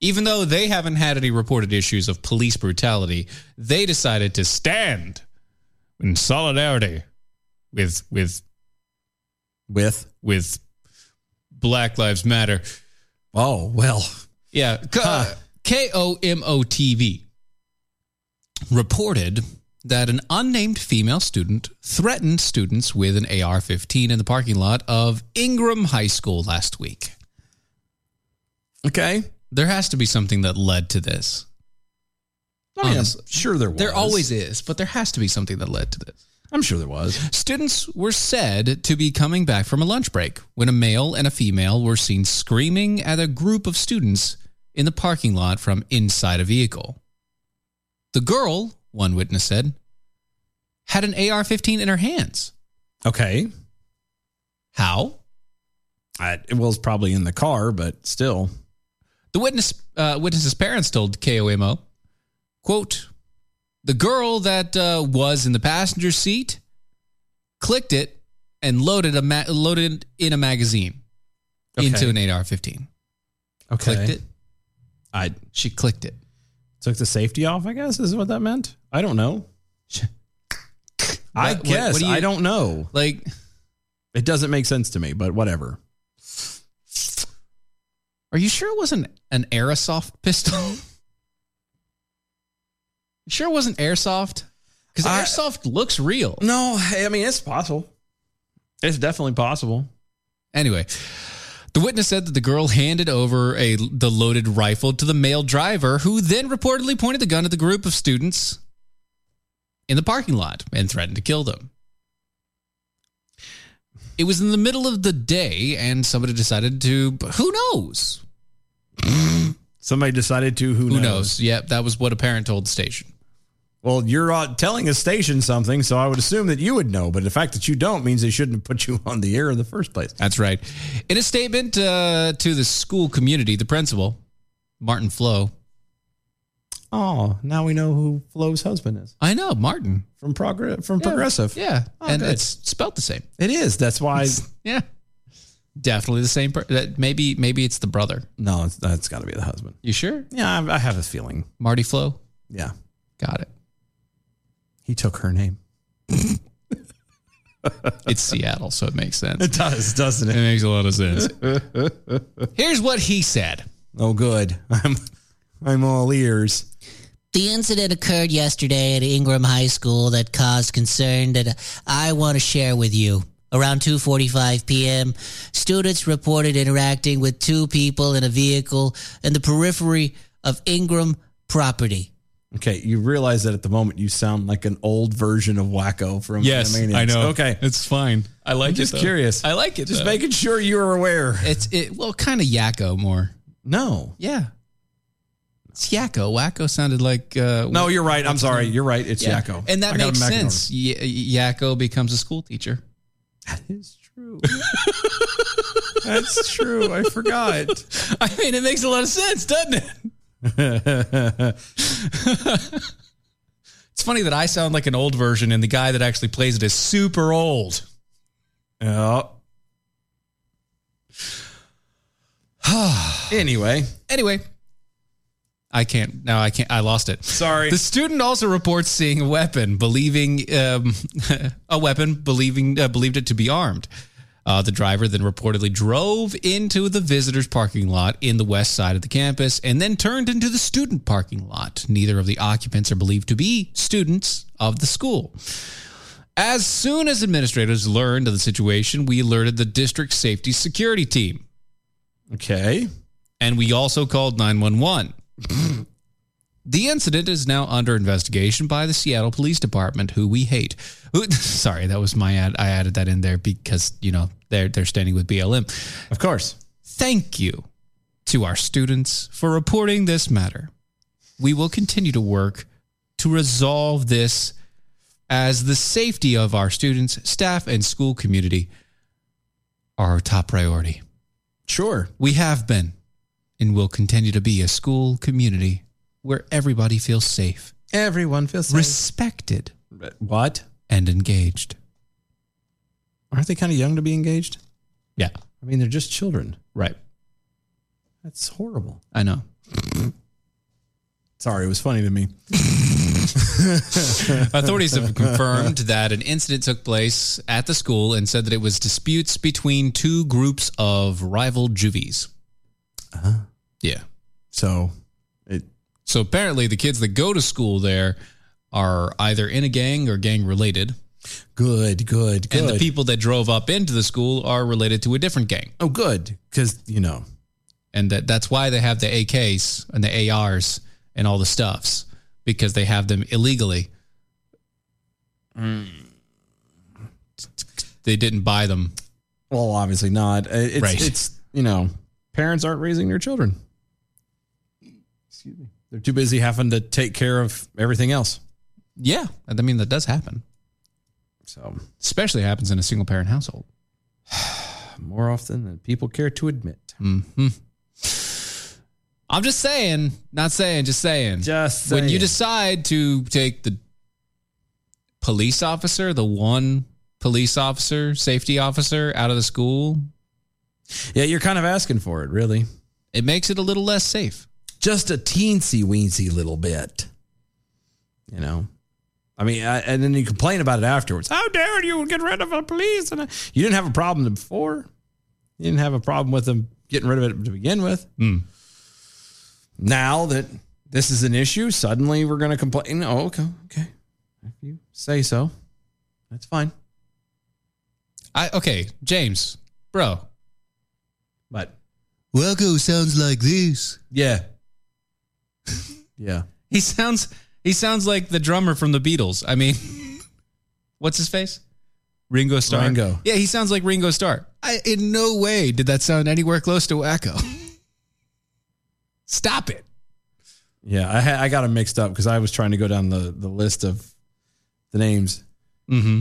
B: Even though they haven't had any reported issues of police brutality, they decided to stand in solidarity with with
C: with
B: with Black Lives Matter.
C: Oh well,
B: yeah. K O M O T V reported that an unnamed female student threatened students with an AR-15 in the parking lot of Ingram High School last week.
C: Okay,
B: there has to be something that led to this.
C: I mean, I'm
B: Honestly.
C: sure there was.
B: There always is, but there has to be something that led to this.
C: I'm sure there was.
B: Students were said to be coming back from a lunch break when a male and a female were seen screaming at a group of students in the parking lot from inside a vehicle. The girl, one witness said, had an AR 15 in her hands.
C: Okay.
B: How?
C: I, well, it's probably in the car, but still.
B: The witness uh, witness's parents told KOMO, "quote The girl that uh, was in the passenger seat clicked it and loaded a ma- loaded in a magazine
C: Okay.
B: into an 8R15.
C: Okay.
B: Clicked it.
C: I
B: she clicked it.
C: Took the safety off. I guess is what that meant. I don't know. I
B: What- what-
C: guess
B: what do you-
C: I don't know.
B: Like
C: it doesn't make sense to me, but whatever.
B: Are you sure it wasn't an airsoft pistol? You sure it wasn't airsoft? Because
C: I-
B: airsoft looks real.
C: No, I mean it's possible. It's definitely possible.
B: Anyway, the witness said that the girl handed over a the loaded rifle to the male driver, who then reportedly pointed the gun at the group of students in the parking lot and threatened to kill them. It was in the middle of the day, and somebody decided to. Who knows?
C: Somebody decided to. Who,
B: Who knows?
C: knows?
B: Yep, that was what a parent told the station.
C: Well, you're uh, telling a station something, so I would assume that you would know. But the fact that you don't means they shouldn't have put you on the air in the first place.
B: That's right. In a statement uh, to the school community, the principal, Martin Flo,
C: Oh, now we know who Flo's husband is
B: I know Martin
C: from Progress from
B: Yeah,
C: Progressive.
B: yeah,
C: Oh,
B: and
C: good.
B: it's spelled the same.
C: It is. That's why.
B: Yeah. Definitely the same person. That maybe maybe it's the brother.
C: no, it's, that's got to be the husband.
B: You sure?
C: Yeah, I, I have a feeling.
B: Marty Flo?
C: Yeah,
B: Got it.
C: he took her name.
B: It's Seattle, so it makes sense.
C: It does, doesn't
B: It
C: it?
B: makes a lot of sense. Here's what he said.
C: Oh, good. I'm I'm all ears.
M: The incident occurred yesterday at Ingram High School that caused concern that I want to share with you. Around 2:45 p.m., students reported interacting with two people in a vehicle in the periphery of Ingram property.
C: Okay, you realize that at the moment you sound like an old version of Wacko from
B: Yes, I know. uh,
C: Okay,
B: it's fine. I like
C: I'm just
B: it. though.
C: curious.
B: I like it.
C: Just
B: though.
C: making sure you are aware.
B: It's it. Well, kind of Yakko more.
C: No.
B: Yeah. It's Yakko. Wacko sounded like. Uh,
C: No, you're right. I'm sorry. You're right. It's Yakko.
B: And
C: I
B: that
C: got
B: makes
C: him back in
B: sense. Y- Yakko becomes a school teacher.
C: That's true. I forgot.
B: I mean, it makes a lot of sense, doesn't it? It's funny that I sound like an old version, and the guy that actually plays it is super old.
C: Oh. anyway.
B: Anyway. I can't. Now I can't. I lost it.
C: Sorry.
B: The student also reports seeing a weapon, believing um, a weapon, believing uh, believed it to be armed. Uh, the driver then reportedly drove into the visitors' parking lot in the west side of the campus, and then turned into the student parking lot. Neither of the occupants are believed to be students of the school. As soon as administrators learned of the situation, we alerted the district safety security team.
C: Okay.
B: And we also called 911. the incident is now under investigation by the Seattle Police Department, who we hate. Who, sorry, that was my ad. I added that in there because, you know, they're, they're standing with BLM.
C: Of course.
B: Thank you to our students for reporting this matter. We will continue to work to resolve this as the safety of our students, staff, and school community are our top priority.
C: Sure.
B: We have been and will continue to be a school community where everybody feels safe,
C: Everyone feels
B: respected,
C: what?
B: and engaged.
C: Aren't they kind of young to be engaged?
B: Yeah.
C: I mean, they're just children.
B: Right.
C: That's horrible.
B: I know.
C: Sorry, it was funny to me.
B: Authorities have confirmed that an incident took place at the school and said that it was disputes between two groups of rival juvies.
C: Uh-huh.
B: Yeah.
C: So it
B: So apparently the kids that go to school there are either in a gang or gang related.
C: Good, good, good.
B: And the people that drove up into the school are related to a different gang.
C: Oh, good, because you know,
B: and that that's why they have the AKs and the ARs and all the stuffs because they have them illegally.
C: Mm.
B: They didn't buy them.
C: well, obviously not. Uh, It's
B: Right.
C: it's you know, parents aren't raising their children. Excuse me. They're too busy having to take care of everything else.
B: Yeah, I mean that does happen.
C: So
B: especially happens in a single parent household.
C: More often than people care to admit.
B: hmm I'm just saying, not saying, just saying.
C: Just
B: when you
C: saying.
B: decide to take the police officer, the one police officer, safety officer out of the school,
C: Yeah, you're kind of asking for it, really.
B: It makes it a little less safe.
C: Just a teensy weensy little bit. You know? I mean, I, and then you complain about it afterwards. How dare you get rid of the police? And I, you didn't have a problem before. You didn't have a problem with them getting rid of it to begin with. Now that this is an issue, suddenly we're going to complain. Oh, okay, okay. If you say so, that's fine.
B: I okay, James, bro.
C: But
M: Wacko sounds like this.
C: yeah, yeah.
B: He sounds he sounds like the drummer from the Beatles. I mean, what's his face? Ringo Starr.
C: Ringo.
B: Yeah, he sounds like Ringo Starr. I, in no way did that sound anywhere close to Wacko. Stop it.
C: Yeah, I ha- I got them mixed up because I was trying to go down the, the list of the names.
B: Mm-hmm.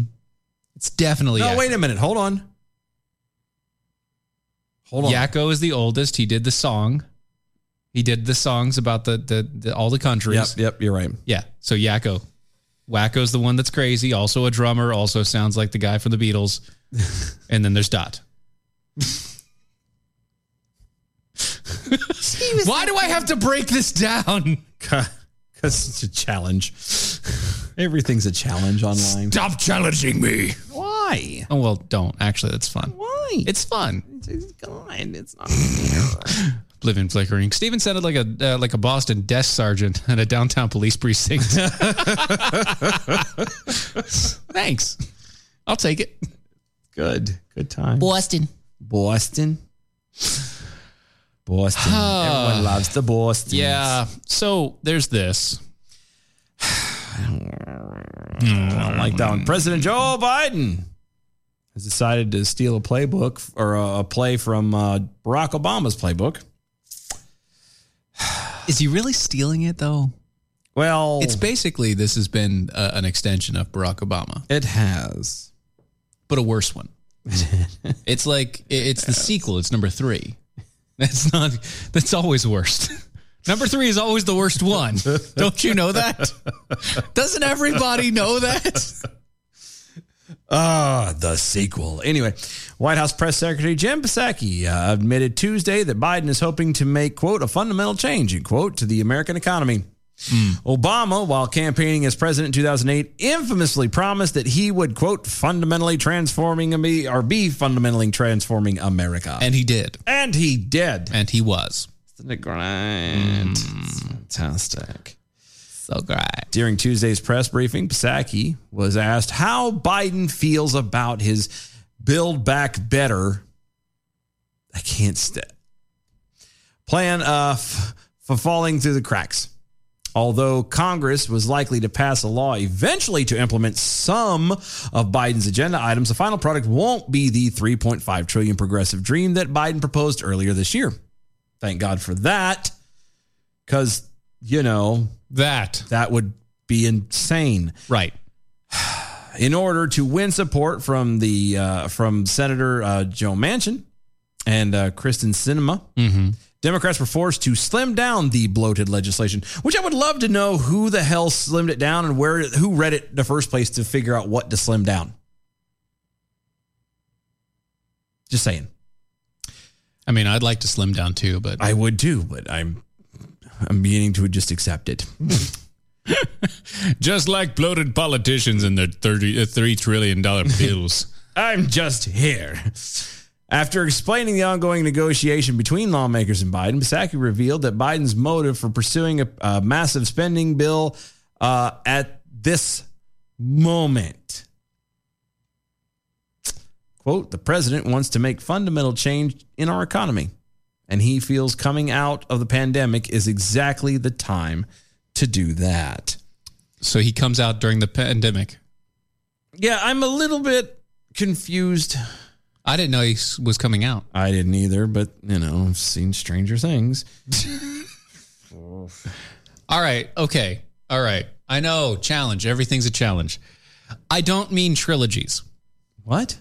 B: It's definitely.
C: No,
B: Yakko.
C: wait a minute. Hold on. Hold on.
B: Yakko is the oldest. He did the song. He did the songs about the the, the all the
C: Yep,
B: countries.
C: yep, you're right.
B: Yeah. So Yakko. Wacko's the one that's crazy, also a drummer, also sounds like the guy from the Beatles. and then there's Dot. Why do I have to break this down?
C: Because it's a challenge. Everything's a challenge online.
B: Stop challenging me.
C: Why?
B: Oh well, don't. Actually, that's fun.
C: Why?
B: It's fun.
C: It's, it's gone. It's not.
B: Living flickering. Steven sounded like a uh, like a Boston desk sergeant at a downtown police precinct. Thanks. I'll take it.
C: Good. Good time.
M: Boston.
C: Boston. Boston. Everyone loves the Boston.
B: Yeah. So there's this.
C: I don't like
B: Mm-hmm.
C: that one. President Joe Biden has decided to steal a playbook or a, a play from uh, Barack Obama's playbook.
B: Is he really stealing it though?
C: Well,
B: it's basically this has been uh, an extension of Barack Obama.
C: It has,
B: but a worse one. it's like it- it's the sequel. It's number three. That's not. That's always worst. number three is always the worst one. Don't you know that? Doesn't everybody know that?
C: Ah, the sequel. Anyway, White House Press Secretary Jen Psaki uh, admitted Tuesday that Biden is hoping to make, quote, a fundamental change, in quote, to the American economy. Obama, while campaigning as president in 2008, infamously promised that he would, quote, fundamentally transforming Ame- or be fundamentally transforming America.
B: And he did.
C: And he did.
B: And he was.
C: Isn't it great? It's Fantastic.
B: So great.
C: During Tuesday's press briefing, Psaki was asked how Biden feels about his Build Back Better. I can't st- plan uh, f- for falling through the cracks. Although Congress was likely to pass a law eventually to implement some of Biden's agenda items, the final product won't be the 3.5 trillion progressive dream that Biden proposed earlier this year. Thank God for that, because you know
B: that
C: that would be insane,
B: right?
C: In order to win support from the uh, from Senator uh, Joe Manchin and uh, Kristen Cinema.
B: Mm-hmm.
C: Democrats were forced to slim down the bloated legislation, which I would love to know who the hell slimmed it down and where who read it in the first place to figure out what to slim down. Just saying.
B: I mean, I'd like to slim down too, but
C: I would too, but I'm I'm beginning to just accept it.
B: just like bloated politicians and their 30, uh, $3 trillion bills.
C: I'm just here. After explaining the ongoing negotiation between lawmakers and Biden, Psaki revealed that Biden's motive for pursuing a, a massive spending bill uh, at this moment. Quote, the president wants to make fundamental change in our economy, and he feels coming out of the pandemic is exactly the time to do that.
B: So he comes out during the pandemic.
C: Yeah, I'm a little bit confused.
B: I didn't know he s- was coming out.
C: I didn't either, but you know, I've seen stranger things.
B: All right. Okay. All right. I know. Challenge. Everything's a challenge. I don't mean trilogies.
C: What?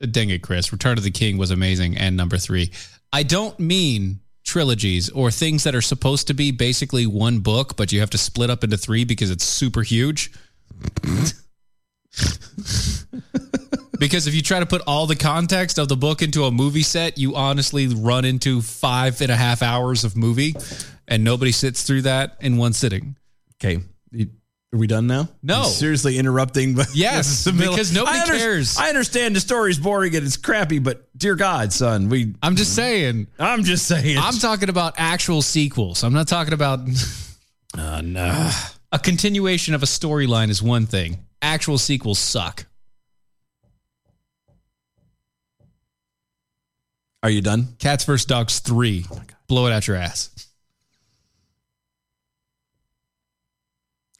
B: Dang it, Chris. Return of the King was amazing and number three. I don't mean trilogies or things that are supposed to be basically one book, but you have to split up into three because it's super huge. because if you try to put all the context of the book into a movie set, you honestly run into five and a half hours of movie, and nobody sits through that in one sitting.
C: Okay. You- Are we done now?
B: No.
C: I'm seriously interrupting. But
B: Yes,
C: this is the middle-
B: because nobody
C: I under-
B: cares.
C: I understand the story's boring and it's crappy, but dear God, son, we.
B: I'm just saying.
C: I'm just saying.
B: I'm talking about actual sequels. I'm not talking about
C: Oh, no.
B: a continuation of a storyline is one thing. Actual sequels suck.
C: Are you done?
B: Cats vs. Dogs 3.
C: Oh
B: Blow it out your ass.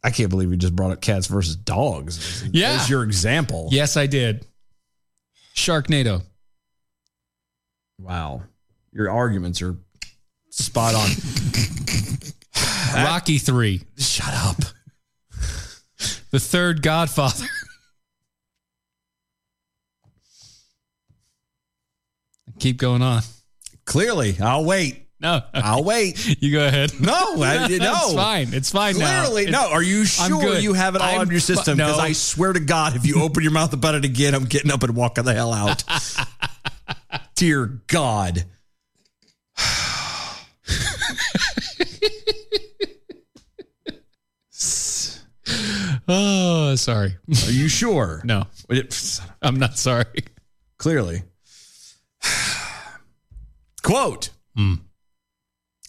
C: I can't believe we just brought up cats versus dogs.
B: Yeah.
C: As your example.
B: Yes, I did. Sharknado.
C: Wow. Your arguments are spot on.
B: Rocky 3.
C: Shut up.
B: The third Godfather. Keep going on.
C: Clearly, I'll wait.
B: No,
C: I'll wait.
B: you go ahead.
C: No, I, no.
B: it's fine. It's fine now.
C: Clearly,
B: It's-
C: no. Are you
B: I'm
C: sure
B: good.
C: you have it all
B: I'm
C: under your
B: fu-
C: system? Because
B: no.
C: I swear to God, if you open your mouth about it again, I'm getting up and walking the hell out. Dear God.
B: Oh, sorry.
C: Are you sure?
B: No,
C: It-
B: I'm not sorry. Hmm.
C: Clearly. Quote And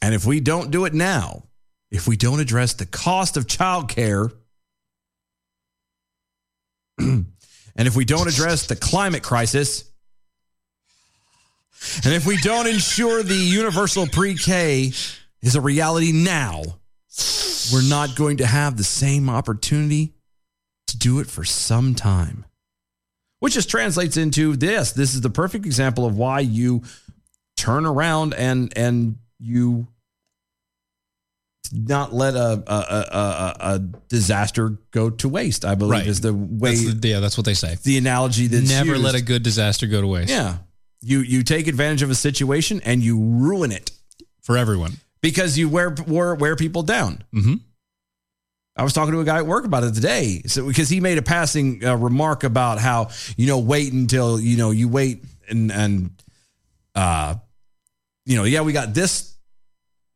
C: if we don't do it now, if we don't address the cost of childcare, and if we don't address the climate crisis, and if we don't ensure the universal pre K is a reality now, we're not going to have the same opportunity to do it for some time which just translates into this. This is the perfect example of why you turn around and and you not let a a, a, a- a disaster go to waste. I believe
B: Right.
C: is the way.
B: That's the- yeah, that's what they say.
C: The analogy that's
B: Never
C: used.
B: let a good disaster go to waste.
C: Yeah. You you take advantage of a situation and you ruin it
B: for everyone
C: because you wear wear, wear people down.
B: Mm-hmm.
C: I was talking to a guy at work about it today, so because he made a passing uh, remark about how you know wait until you know you wait and and uh you know yeah we got this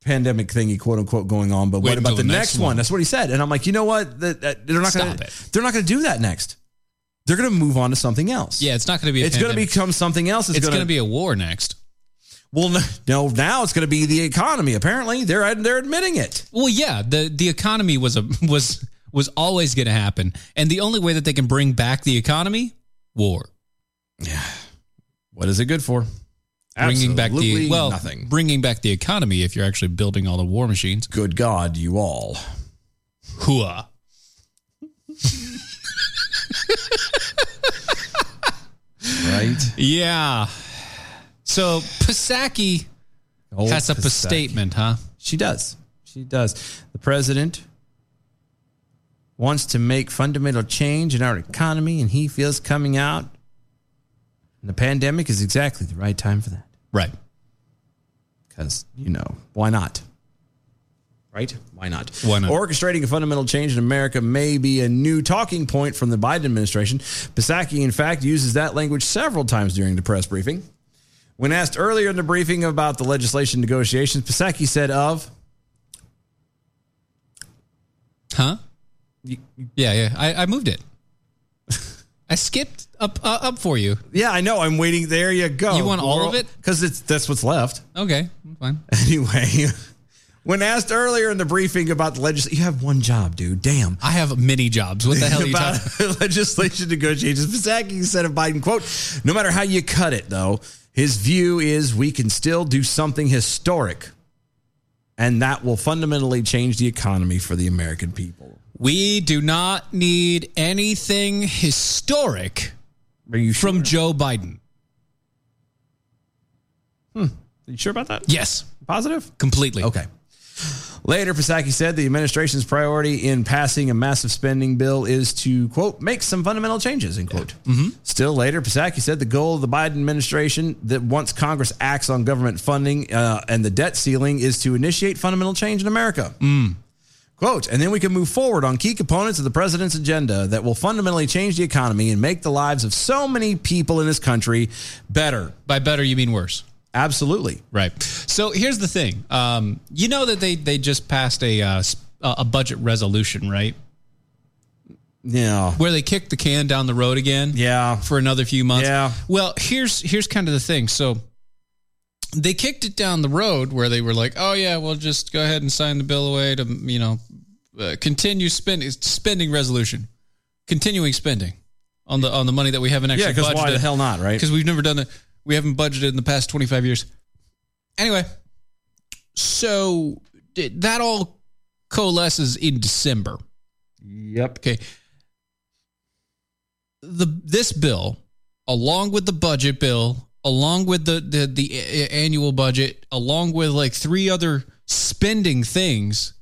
C: pandemic thingy quote unquote going on, but
B: Wait
C: what about
B: until
C: the,
B: the
C: next,
B: next
C: one?
B: one.
C: That's what he said, and I'm like you know what that, that- they're not going
B: Stop
C: to
B: it.
C: they're not going to do that next. They're going to move on to something else.
B: Yeah, it's not going to be. A
C: it's going to
B: pandemic.
C: become something else.
B: It's
C: gonna-
B: going to be a war next.
C: well no, no now it's going to be the economy. Apparently they're they're admitting it.
B: Well, yeah, the the economy was a was was always going to happen, and the only way that they can bring back the economy, war.
C: What is it good for?
B: Bringing back the
C: Absolutely
B: well,
C: nothing.
B: bringing back the economy. If you're actually building all the war machines,
C: good God, you all,
B: hooah!
C: right?
B: Yeah. So Psaki
C: Old
B: has up a
C: Psaki.
B: statement, huh?
C: She does. She does. The president wants to make fundamental change in our economy, and he feels coming out and the pandemic is exactly the right time for that.
B: Right.
C: Because, you know, why not? Right? Why not?
B: Why not?
C: Orchestrating a fundamental change in America may be a new talking point from the Biden administration. Psaki, in fact, uses that language several times during the press briefing. When asked earlier in the briefing about the legislation negotiations, Psaki said of
B: Huh? Yeah, yeah. I, I moved it. I skipped up uh, up for you.
C: Yeah, I know. I'm waiting. There you go.
B: You want all of it?
C: Because it's that's what's left.
B: Okay, fine.
C: Anyway, when asked earlier in the briefing about the legislation, you have one job, dude. Damn.
B: I have many jobs. What the hell are you
C: about
B: talking?
C: legislation negotiations. Psaki said of Biden, quote, no matter how you cut it, though, his view is we can still do something historic. And that will fundamentally change the economy for the American people.
B: We do not need anything historic from Joe Biden.
C: You sure about that?
B: Yes.
C: Positive?
B: Completely.
C: Okay. Later, Psaki said the administration's priority in passing a massive spending bill is to, quote, make some fundamental changes, end quote. Still later, Psaki said the goal of the Biden administration that once Congress acts on government funding uh, and the debt ceiling is to initiate fundamental change in America. Quote, and then we can move forward on key components of the president's agenda that will fundamentally change the economy and make the lives of so many people in this country better.
B: By better, you mean worse.
C: Absolutely.
B: Right. So here's the thing. Um, you know that they they just passed a uh, s- a a budget resolution, right?
C: Yeah.
B: Where they kicked the can down the road again.
C: Yeah.
B: For another few months.
C: Yeah.
B: Well, here's here's kind of the thing. So they kicked it down the road where they were like, "Oh yeah, well just go ahead and sign the bill away to you know uh, continue spending spending resolution, continuing spending on the on the money that we haven't actually
C: Yeah, 'cause why
B: budgeted."
C: the hell not, right?
B: Because we've never done it. We haven't budgeted in the past twenty five years. Anyway, so d- that all coalesces in December.
C: Yep.
B: Okay. The this bill, along with the budget bill, along with the the the a- annual budget, along with like three other spending things,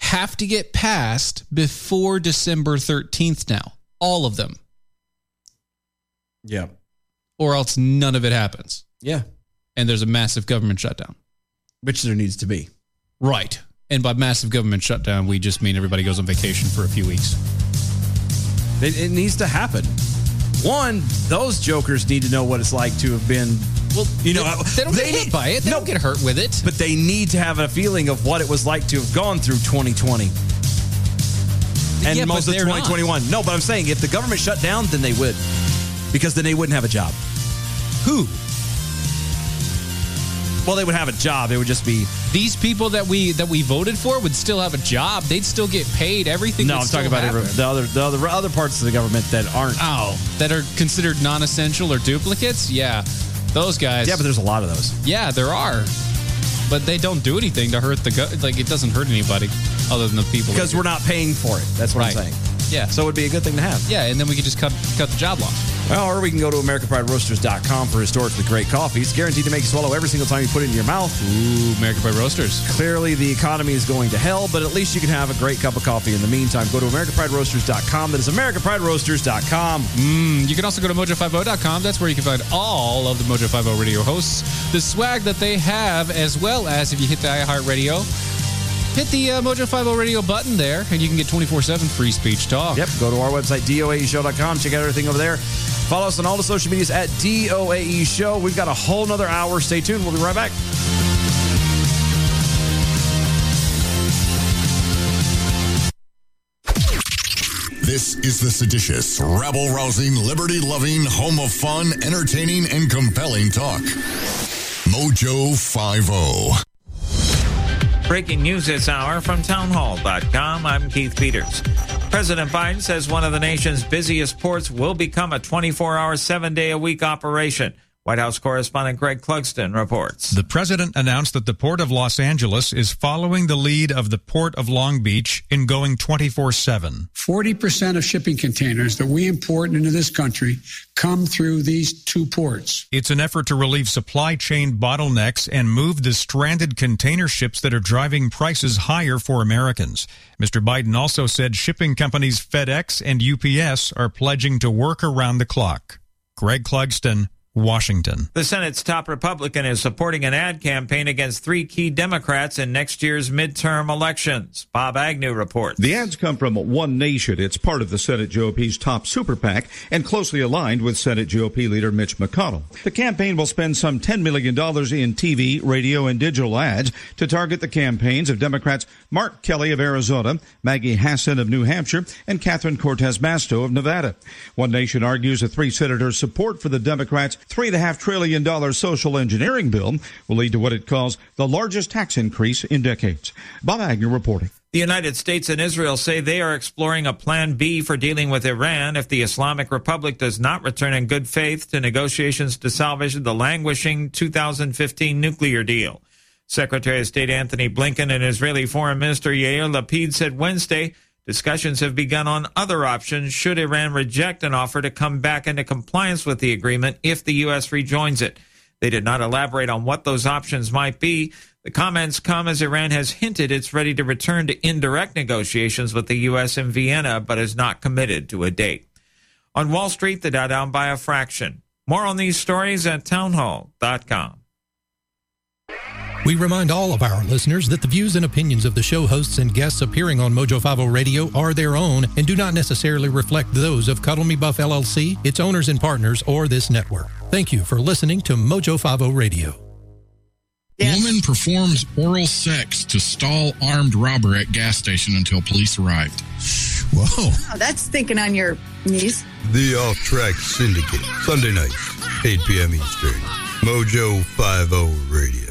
B: have to get passed before December thirteenth. Now, all of them,
C: Yeah.
B: or else none of it happens.
C: Yeah.
B: and there's a massive government shutdown.
C: Which there needs to be.
B: Right. And by massive government shutdown, we just mean everybody goes on vacation for a few weeks.
C: It, it needs to happen. One, those jokers need to know what it's like to have been. Well, you know, uh,
B: they- they don't get hit by it. They don't get hurt with it.
C: But they need to have a feeling of what it was like to have gone through 2020 and
B: Yeah, but
C: most of
B: they're not.
C: 2021. No, but I'm saying if the government shut down, then they would, because then they wouldn't have a job.
B: Who?
C: Well, they would have a job. It would just be
B: these people that we that we voted for would still have a job. They'd still get paid. Everything.
C: No,
B: would
C: I'm
B: still
C: talking about
B: happen.
C: every, the other the other other parts of the government that aren't.
B: Oh, that are considered non-essential or duplicates. Yeah, those guys.
C: Yeah, but there's a lot of those.
B: Yeah, there are, but they don't do anything to hurt the go- like. It doesn't hurt anybody other than the people that
C: because
B: do.
C: we're not paying for it. That's what I'm
B: Right.
C: saying.
B: Yeah.
C: So it would be a good thing to have.
B: Yeah, and then we could just cut cut the job loss.
C: Well, or we can go to AmericanPrideRoasters.com for historically great coffee. It's guaranteed to make you swallow every single time you put it in your mouth.
B: Ooh, American Pride Roasters.
C: Clearly, the economy is going to hell, but at least you can have a great cup of coffee in the meantime. Go to AmericanPrideRoasters.com. That is AmericanPrideRoasters.com.
B: Mm, you can also go to mojo50.com. That's where you can find all of the Mojo 50 radio hosts, the swag that they have, as well as if you hit the iHeartRadio, hit the uh, Mojo 50 radio button there, and you can get 24 7 free speech talk.
C: Yep. Go to our website, DOAEshow.com. Check out everything over there. Follow us on all the social medias at DOAE E Show. We've got a whole nother hour. Stay tuned. We'll be right back.
N: This is the seditious, rabble rousing, liberty loving, home of fun, entertaining, and compelling talk. Mojo oh. 50.
O: Breaking news this hour from townhall.com. I'm Keith Peters. President Biden says one of the nation's busiest ports will become a 24 hour, seven day a week operation. White House correspondent Greg Clugston reports.
P: The president announced that the Port of Los Angeles is following the lead of the Port of Long Beach in going 24 7.
Q: 40% of shipping containers that we import into this country come through these two ports.
P: It's an effort to relieve supply chain bottlenecks and move the stranded container ships that are driving prices higher for Americans. Mr. Biden also said shipping companies FedEx and UPS are pledging to work around the clock. Greg Clugston, Washington.
O: The Senate's top Republican is supporting an ad campaign against three key Democrats in next year's midterm elections. Bob Agnew reports.
R: The ads come from One Nation. It's part of the Senate GOP's top super PAC and closely aligned with Senate GOP leader Mitch McConnell. The campaign will spend some $10 million in TV, radio, and digital ads to target the campaigns of Democrats Mark Kelly of Arizona, Maggie Hassan of New Hampshire, and Catherine Cortez Masto of Nevada. One Nation argues the three senators' support for the Democrats' $3.5 trillion social engineering bill will lead to what it calls the largest tax increase in decades. Bob Agnew reporting.
O: The United States and Israel say they are exploring a plan B for dealing with Iran if the Islamic Republic does not return in good faith to negotiations to salvage the languishing 2015 nuclear deal. Secretary of State Anthony Blinken and Israeli Foreign Minister Yair Lapid said Wednesday discussions have begun on other options should Iran reject an offer to come back into compliance with the agreement if the U.S. rejoins it. They did not elaborate on what those options might be. The comments come as Iran has hinted it's ready to return to indirect negotiations with the U.S. in Vienna, but is not committed to a date. On Wall Street, the Dow down by a fraction. More on these stories at townhall.com.
S: We remind all of our listeners that the views and opinions of the show hosts and guests appearing on Mojo 50 Radio are their own and do not necessarily reflect those of Cuddle Me Buff LLC, its owners and partners, or this network. Thank you for listening to Mojo 50 Radio.
T: Woman performs oral sex to stall armed robber at gas station until police arrived. Whoa.
U: Oh, that's thinking on your knees.
V: The Off Track Syndicate, Sunday nights, 8 p.m. Eastern. Mojo 50 Radio.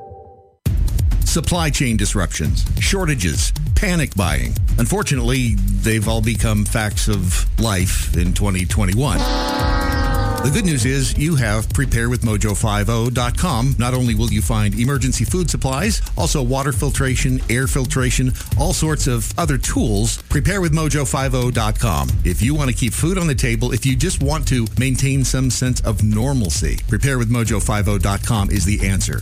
W: Supply chain disruptions, shortages, panic buying. Unfortunately, they've all become facts of life in 2021. The good news is you have preparewithmojo50.com. Not only will you find emergency food supplies, also water filtration, air filtration, all sorts of other tools. Preparewithmojo50.com. If you want to keep food on the table, if you just want to maintain some sense of normalcy, preparewithmojo50.com is the answer.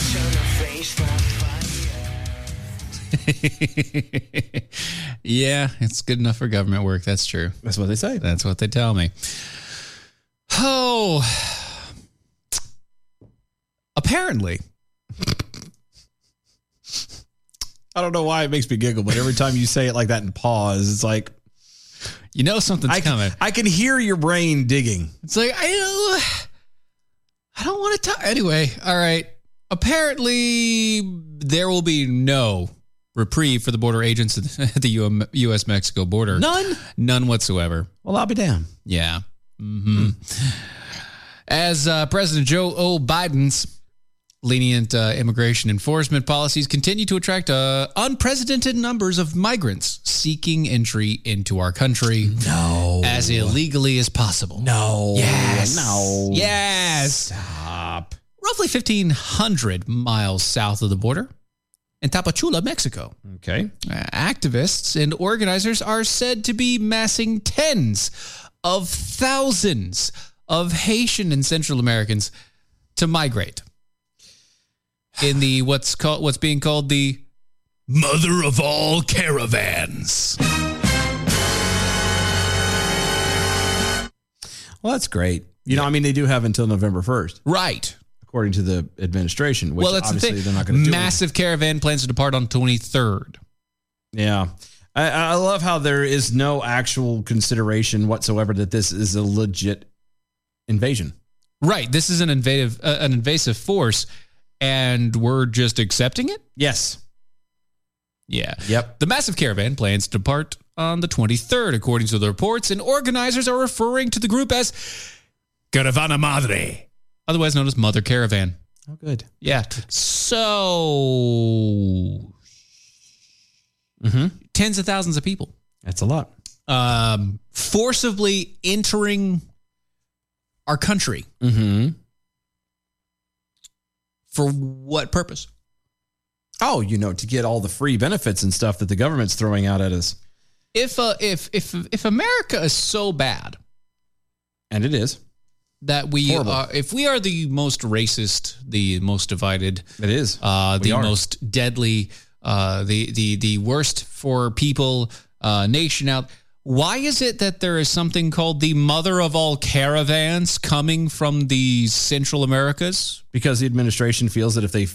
B: yeah, it's good enough for government work. That's true.
C: That's what they say.
B: That's what they tell me. Oh, apparently.
C: I don't know why it makes me giggle, but every time you say it like that and pause, it's like
B: you know something's
C: I,
B: coming.
C: I can hear your brain digging.
B: It's like I uh, I don't want to talk. Anyway, all right. Apparently, there will be no reprieve for the border agents at the U.S. Mexico border.
C: None?
B: None whatsoever.
C: Well, I'll be damned.
B: Yeah. hmm As uh, President Joe O. Biden's lenient uh, immigration enforcement policies continue to attract uh, unprecedented numbers of migrants seeking entry into our country.
C: No.
B: As illegally as possible.
C: No.
B: Yes.
C: No.
B: Yes.
C: Stop.
B: Roughly 1,500 miles south of the border in Tapachula, Mexico.
C: Okay.
B: Uh, activists and organizers are said to be massing tens of thousands of Haitian and Central Americans to migrate in the what's called what's being called the mother of all caravans.
C: Well, that's great. You know, I mean, they do have until November 1st,
B: Right.
C: according to the administration, which
B: well, that's the
C: obviously
B: thing.
C: they're not going to do.
B: Massive caravan plans to depart on 23rd.
C: Yeah. I, I love how there is no actual consideration whatsoever that this is a legit invasion.
B: Right. This is an invasive uh, an invasive force and we're just accepting it?
C: Yes.
B: Yeah.
C: Yep.
B: The massive caravan plans to depart on the 23rd, according to the reports, and organizers are referring to the group as Caravana Madre, otherwise known as Mother Caravan.
C: Oh, good.
B: Yeah. So,
C: Mm-hmm.
B: tens of thousands of people
C: That's a lot.
B: um, forcibly entering our country.
C: Mm-hmm.
B: For what purpose?
C: Oh, you know, to get all the free benefits and stuff that the government's throwing out at us.
B: If uh, if if if America is so bad
C: And it is.
B: that we
C: Horrible.
B: are, if we are the most racist, the most divided,
C: It is.
B: uh,
C: We
B: the
C: are.
B: most deadly, uh, the the the worst for people uh, nation out. Why is it that there is something called the mother of all caravans coming from the Central Americas?
C: because the administration feels that if they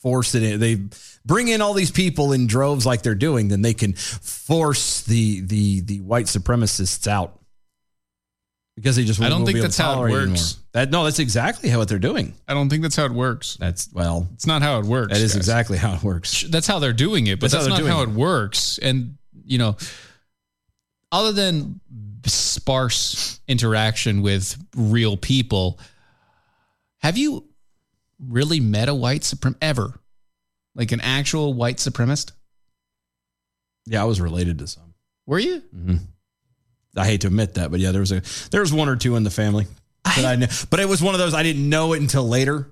C: force it in, they bring in all these people in droves like they're doing, then they can force the the the white supremacists out because they just
B: I don't
C: won't
B: think
C: be able
B: that's
C: to
B: how it
C: tolerate
B: works.
C: anymore. That no, that's exactly how what they're doing.
B: I don't think that's how it works.
C: That's well,
B: It's not how it works.
C: that is
B: guys.
C: exactly how it works.
B: that's how they're doing it, but
C: That's
B: that's,
C: how they're
B: not how it
C: doing
B: works. And you know, other than sparse interaction with real people, have you really met a white suprem ever, like an actual white supremacist?
C: Yeah, I was related to some.
B: Were you?
C: I hate to admit that, but yeah, there was a there was one or two in the family that I, knew, but it was one of those I didn't know it until later.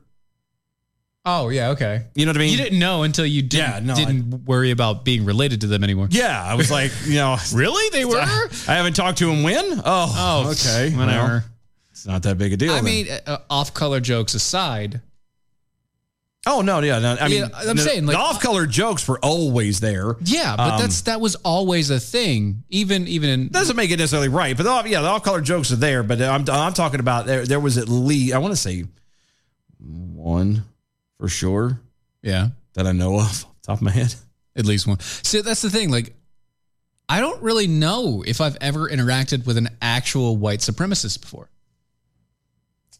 B: Oh yeah, okay.
C: You know what I mean?
B: You didn't know until you didn't,
C: Mm. Yeah, no, I-
B: didn't worry about being related to them anymore.
C: Yeah, I was like, you know,
B: Really, they were.
C: I, I haven't talked to him when. Oh,
B: Oh,
C: okay, well,
B: Whatever.
C: it's not that big a deal.
B: I
C: then.
B: mean, uh, off-color jokes aside,
C: Oh no, yeah, no, I mean,
B: Yeah, I'm
C: the-
B: saying, like-
C: the off-color jokes were always there.
B: Yeah, but
C: Um,
B: that's that was always a thing. Even even in
C: Doesn't make it necessarily right, but the, off- yeah, the off-color jokes are there. But I'm I'm talking about there. There was at least I want to say one for sure
B: yeah.
C: that I know of, off the top of my head.
B: at least one. So that's the thing. Like, I don't really know if I've ever interacted with an actual white supremacist before.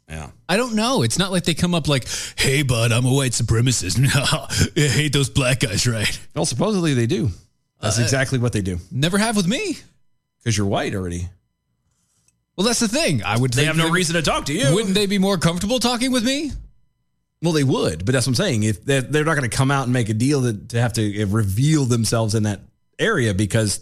C: Yeah.
B: I don't know. It's not like they come up like, "Hey, bud, I'm a white supremacist. I hate those black guys." Right?
C: Well, supposedly they do. That's
B: Uh,
C: exactly what they do.
B: Never have with me
C: because you're white already.
B: Well, that's the thing. I would.
C: They
B: think
C: have no
B: that-
C: reason to talk to you.
B: Wouldn't they be more comfortable talking with me?
C: Well, they would, but that's what I'm saying. If they're, they're not going to come out and make a deal that, to have to uh, reveal themselves in that area because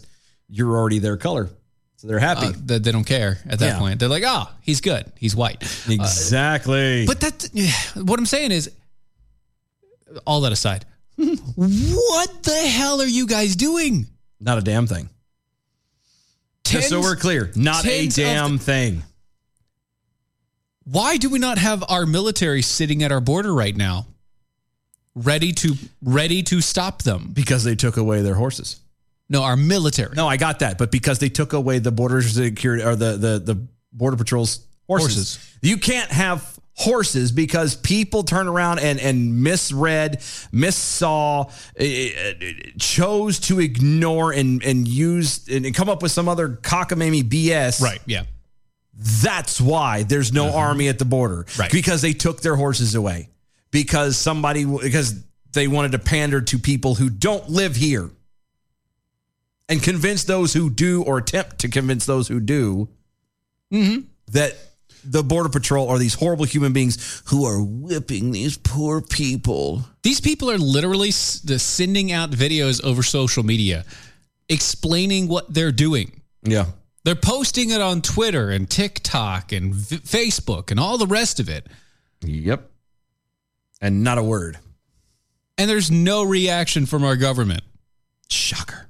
C: you're already their color, so they're happy.
B: Uh, that they don't care at that
C: Yeah.
B: point. They're like, "Ah, he's good. He's white." Uh,
C: exactly.
B: but that, what I'm saying is, all that aside, what the hell are you guys doing?
C: Not a damn thing. Just so
B: Tens-
C: we're clear, not a
B: tens of
C: damn thing.
B: Why do we not have our military sitting at our border right now, ready to ready to stop them?
C: Because they took away their horses.
B: No, our military.
C: No, I got that, but because they took away the border security or the the the border patrol's horses,
B: Horses.
C: you can't have horses because people turn around and and misread, missaw, eh, eh, chose to ignore and and use and come up with some other cockamamie BS.
B: Right. Yeah.
C: That's why there's no army at the border.
B: Right.
C: Because they took their horses away. Because somebody because they wanted to pander to people who don't live here. And convince those who do or attempt to convince those who do Mm-hmm. that the border patrol are these horrible human beings who are whipping these poor people.
B: These people are literally s- the sending out videos over social media explaining what they're doing.
C: Yeah.
B: They're posting it on Twitter and TikTok and v- Facebook and all the rest of it.
C: Yep. And not a word.
B: And there's no reaction from our government.
C: Shocker.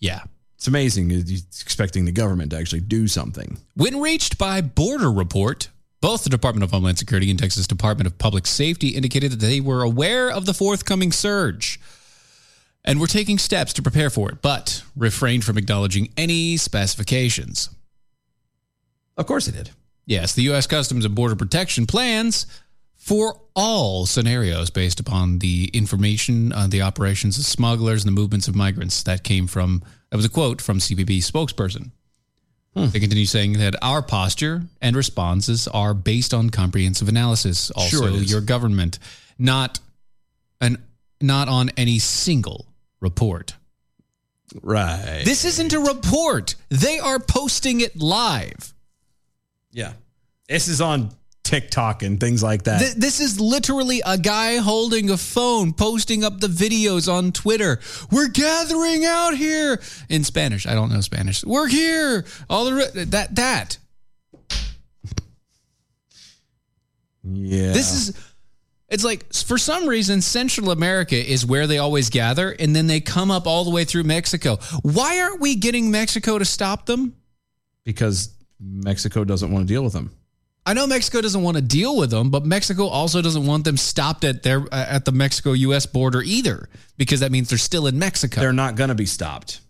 B: Yeah.
C: It's amazing. You're expecting the government to actually do something.
B: When reached by Border Report, both the Department of Homeland Security and Texas Department of Public Safety indicated that they were aware of the forthcoming surge and were taking steps to prepare for it, but refrained from acknowledging any specifications.
C: Of course it did.
B: Yes, the U.S. Customs and Border Protection plans for all scenarios based upon the information on the operations of smugglers and the movements of migrants. That came from, that was a quote from CBP spokesperson. They continue saying that our posture and responses are based on comprehensive analysis, also
C: Sure it is.
B: your government, not an not on any single report.
C: Right.
B: This isn't a report. They are posting it live.
C: Yeah. This is on TikTok and things like that.
B: Th- this is literally a guy holding a phone, posting up the videos on Twitter. We're gathering out here in Spanish. I don't know Spanish. We're here. All the re- that that.
C: yeah.
B: This is. It's like for some reason Central America is where they always gather, and then they come up all the way through Mexico. Why aren't we getting Mexico to stop them?
C: because Mexico doesn't want to deal with them.
B: I know Mexico doesn't want to deal with them, but Mexico also doesn't want them stopped at their uh, at the Mexico U.S. border either, because that means they're still in Mexico.
C: They're not going to be stopped.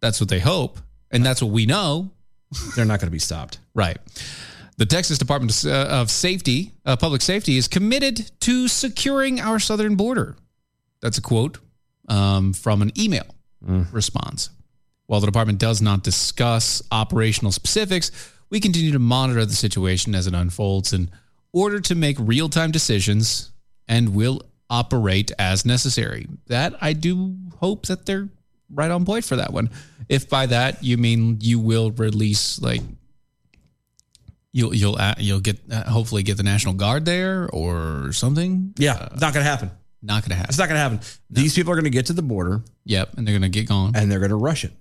B: That's what they hope, and that's what we know.
C: They're not going to be stopped.
B: Right. The Texas Department of, uh, of Safety, uh, Public Safety, is committed to securing our southern border. That's a quote um, from an email response. While the department does not discuss operational specifics, we continue to monitor the situation as it unfolds in order to make real time decisions and will operate as necessary. That I do hope that they're right on point for that one. If by that you mean you will release like you'll you'll uh, you'll get uh, hopefully get the National Guard there or something.
C: Yeah, not going to happen.
B: Not gonna happen.
C: It's not going to happen. These people are going to get to the border
B: Yep, and they're gonna get gone,
C: and they're going to rush it.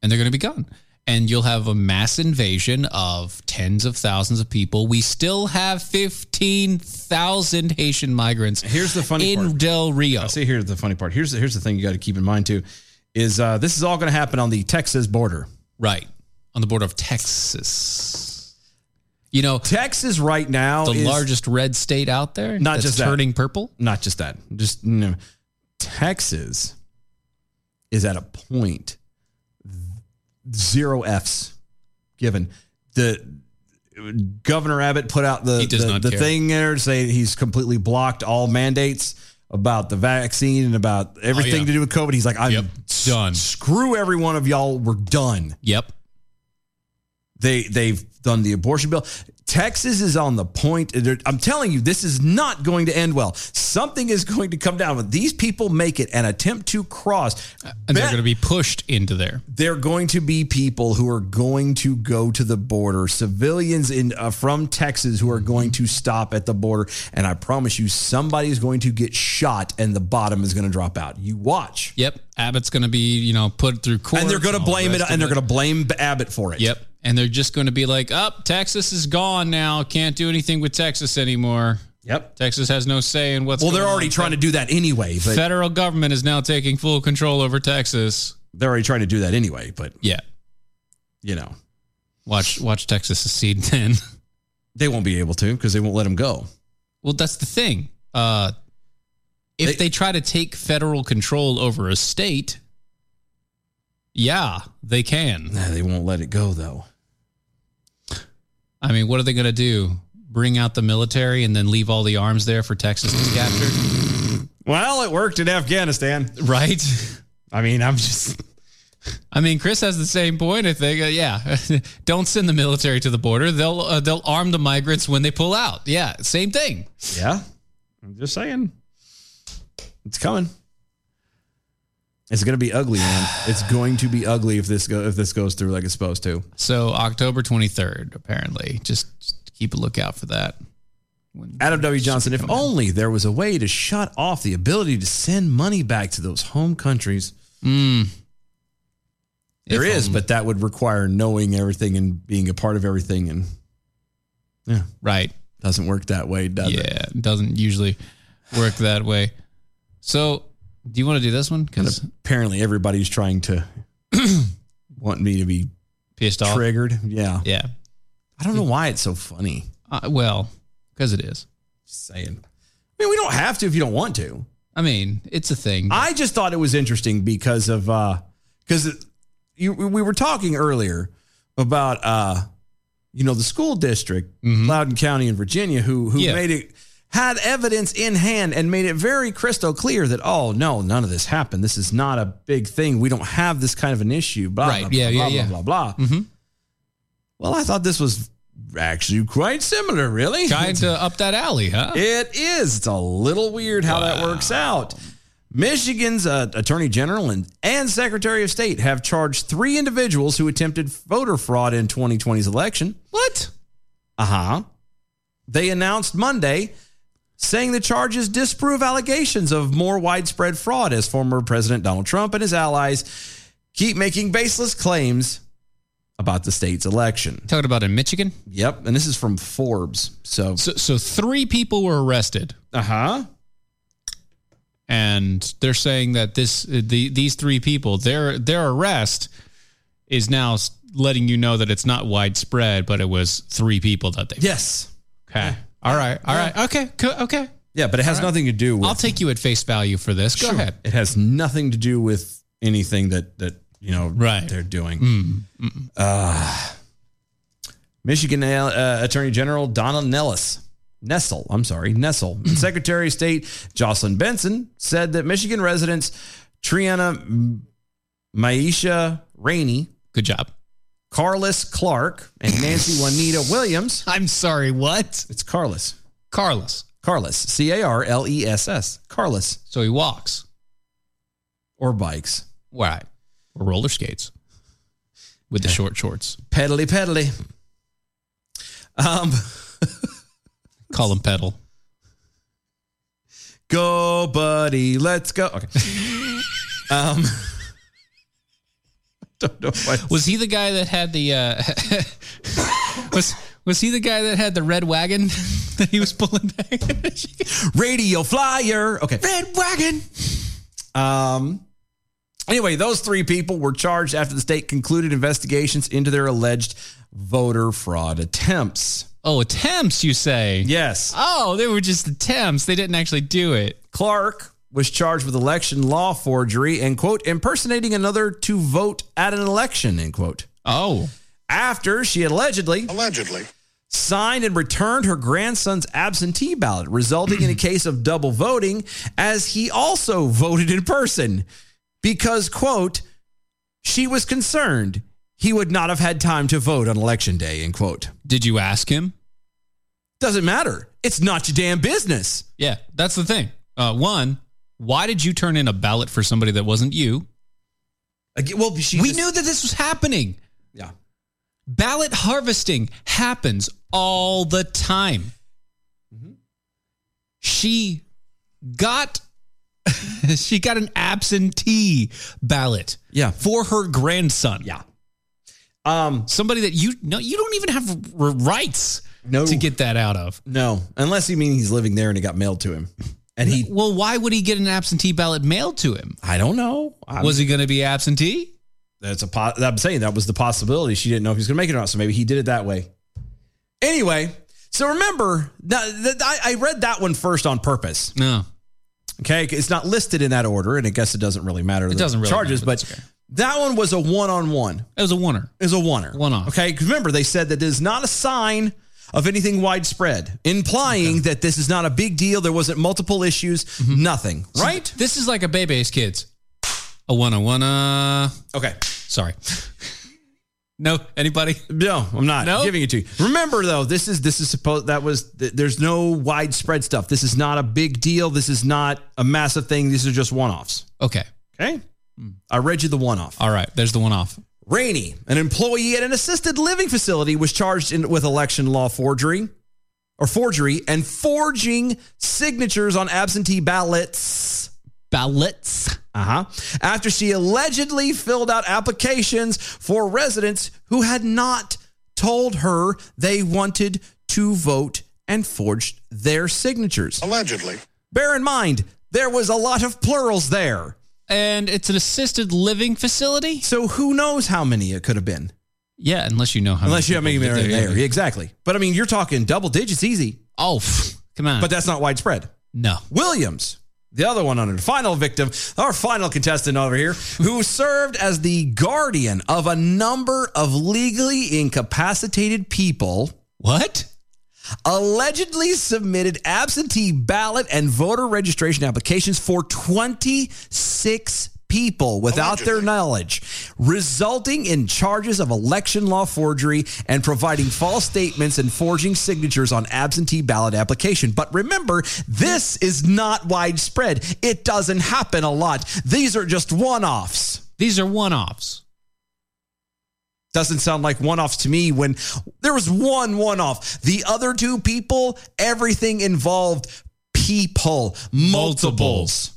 B: and they're gonna be gone, and you'll have a mass invasion of tens of thousands of people. We still have fifteen thousand Haitian migrants.
C: Here's the funny
B: in
C: part.
B: Del Rio.
C: I see here's the funny part. Here's the, here's the thing you got to keep in mind too is uh, this is all going to happen on the Texas border.
B: Right. On the border of Texas. You know,
C: Texas right now
B: the
C: is-
B: largest red state out there.
C: Not
B: that's
C: just that.
B: turning purple.
C: not just that. Just no. Texas is at a point zero F's given. The Governor Abbott put out the
B: He does
C: the,
B: not
C: the
B: care.
C: thing there to say he's completely blocked all mandates. about the vaccine and about
B: Oh,
C: everything
D: yeah.
C: to do with COVID. He's like, I'm
D: done.
C: Screw every one of y'all. We're done.
B: Yep.
C: They they've done the abortion bill. Texas is on the point. They're- I'm telling you, this is not going to end well. Something is going to come down. When these people make it an attempt to cross,
B: And they're going to be pushed into there.
C: they're going to be people who are going to go to the border, civilians in uh, from Texas who are going to stop at the border, and I promise you, somebody is going to get shot, and the bottom is going to drop out. You watch,
B: Yep. Abbott's going to be, you know, put through court.
C: and they're going to
B: all the
C: blame it,
B: rest of
C: and they're going to blame Abbott for it.
B: Yep. And they're just going to be like, up, Texas is gone now. Can't do anything with Texas anymore.
C: Yep.
B: Texas has no say in what's
C: well, they're
B: going
C: already
B: on.
C: trying to do that anyway. But
B: Federal government is now taking full control over Texas.
C: They're already trying to do that anyway, but
B: yeah,
C: you know,
B: watch watch Texas secede. Then
C: they won't be able to because they won't let them go.
B: Well, that's the thing. Uh, if they, try to take federal control over a state, yeah, they can.
C: they won't let it go though.
B: I mean, what are they going to do? Bring out the military and then leave all the arms there for Texas to capture?
C: Well, it worked in Afghanistan,
B: right?
C: I mean, I'm just.
B: I mean, Chris has the same point. I think, uh, yeah, don't send the military to the border. They'll uh, they'll arm the migrants when they pull out. Yeah, same thing.
C: Yeah, I'm just saying, it's coming. It's gonna be ugly, man. It's going to be ugly if this go if this goes through like it's supposed to.
B: So October twenty third, apparently. Just, just keep a lookout for that.
C: Adam W. Johnson, if only there was a way to shut off the ability to send money back to those home countries.
B: Hmm.
C: There is, but that would require knowing everything and being a part of everything, and yeah,
B: right.
C: Doesn't work that way, does
B: yeah,
C: it?
B: it doesn't usually work that way. So, do you want to do this one?
C: And
B: Because
C: apparently everybody's trying to want me to be
B: pissed off,
C: triggered. Yeah,
B: yeah.
C: Oh. I don't know why it's so funny.
B: Uh, well, because it is.
C: Just saying. I mean, we don't have to if you don't want to.
B: I mean, it's a thing.
C: I just thought it was interesting because of uh because you we were talking earlier about uh you know the school district
B: Mm-hmm.
C: Loudoun County in Virginia who who
D: Yeah.
C: made it had evidence in hand and made it very crystal clear that oh no none of this happened this is not a big thing we don't have this kind of an issue blah
B: Right.
C: blah,
B: Yeah, yeah,
C: blah, blah,
B: yeah. Mm-hmm.
C: blah blah blah well I thought this was actually quite similar really
B: Kind of up that alley, huh?
C: It is. It's a little weird how that works out. Michigan's uh, Attorney General and, and Secretary of State have charged three individuals who attempted voter fraud in 2020's election.
B: What?
C: Uh huh. They announced Monday saying the charges disprove allegations of more widespread fraud as former President Donald Trump and his allies keep making baseless claims about the state's election.
B: Talking about in Michigan?
C: Yep. And this is from Forbes. So,
B: so, so three people were arrested.
C: Uh huh.
B: And they're saying that this uh, the these three people their their arrest is now s- letting you know that it's not widespread, but it was three people that they.
C: Yes.
B: Okay. All right. All right. Okay. co- Okay.
C: Yeah, but it has
B: All right.
C: nothing to do with.
B: I'll take you at face value for this. Go
C: Sure.
B: ahead.
C: It has nothing to do with anything that that you know
B: Right.
C: they're doing.
B: Mm.
C: Uh, Michigan uh, Attorney General Donna Nellis. Nessel, I'm sorry, Nessel. and Secretary of State Jocelyn Benson said that Michigan residents Triana M- Maisha Rainey,
B: good job,
C: Carlos Clark, and Nancy Juanita Williams.
B: I'm sorry, what?
C: It's Carlos.
B: Carlos.
C: Carlos. C A R L E S S. Carlos.
B: So he walks
C: or bikes.
B: Right. Or roller skates with the short shorts.
C: Pedally, pedally. Um,
B: Call him pedal.
C: go, buddy, let's go. Okay. um, don't know what.
B: Was he the guy that had the uh was was he the guy that had the red wagon that he was pulling back?
C: Radio flyer. Okay.
B: Red wagon.
C: Um, anyway, those three people were charged after the state concluded investigations into their alleged voter fraud attempts.
B: Oh, attempts, you say?
C: Yes.
B: Oh, they were just attempts. They didn't actually do it.
C: Clark was charged with election law forgery and, quote, impersonating another to vote at an election, end quote.
B: Oh.
C: After she allegedly
T: Allegedly.
C: signed and returned her grandson's absentee ballot, resulting in a case of double voting as he also voted in person because, quote, she was concerned he would not have had time to vote on election day, end quote.
B: Did you ask him?
C: Doesn't matter. It's not your damn business.
B: Yeah, that's the thing. Uh, one, why did you turn in a ballot for somebody that wasn't you?
C: well,
B: we knew that this was happening.
C: Yeah.
B: Ballot harvesting happens all the time. She got she got an absentee ballot.
C: Yeah.
B: For her grandson.
C: Yeah. Um
B: somebody that you no you don't even have r- rights
C: no.
B: to get that out of.
C: No, unless you mean he's living there and it got mailed to him. And he
B: Well, why would he get an absentee ballot mailed to him?
C: I don't know.
B: Was he going to be absentee?
C: That's a po- I'm saying that was the possibility. She didn't know if he was going to make it or not, so maybe he did it that way. Anyway, so remember that, that I, I read that one first on purpose.
B: No.
C: Okay, it's not listed in that order, and I guess it doesn't really matter.
B: It doesn't really
C: charges,
B: matter, but
C: but that one was a one-on-one.
B: It was a winner.
C: It was a oneer.
B: One off.
C: Okay, 'cause remember they said that this is not a sign of anything widespread, implying that this is not a big deal. There wasn't multiple issues, nothing.
B: Mm-hmm. So
C: Right?
B: this is like a baby's kids. A one, a one, uh.
C: Okay.
B: Sorry. no, anybody?
C: No, I'm not
B: No?
C: giving it to you. Remember though, this is this is supposed that was th- there's no widespread stuff. This is not a big deal. This is not a massive thing. These are just one-offs.
B: Okay.
C: Okay? I read you the one-off.
B: All right. There's the one off.
C: Rainey, an employee at an assisted living facility, was charged in, with election law forgery or forgery and forging signatures on absentee ballots.
B: Ballots.
C: Uh huh. After she allegedly filled out applications for residents who had not told her they wanted to vote and forged their signatures.
T: Allegedly.
C: Bear in mind, there was a lot of plurals there.
B: And it's an assisted living facility?
C: So who knows how many it could have been?
B: Yeah, unless you know how.
C: Unless you have
B: many
C: many
B: people
C: there,
B: did it.
C: there. exactly. But I mean, you're talking double digits easy.
B: Oh, pff, come on.
C: But that's not widespread.
B: No.
C: Williams, the other one on it, final victim, our final contestant over here, who served as the guardian of a number of legally incapacitated people.
B: What?
C: Allegedly submitted absentee ballot and voter registration applications for 26 people without their knowledge, resulting in charges of election law forgery and providing false statements and forging signatures on absentee ballot application. But remember, this is not widespread. It doesn't happen a lot. These are just one offs.
B: These are one offs.
C: Doesn't sound like one offs to me when there was one one off. The other two people, everything involved people, multiples.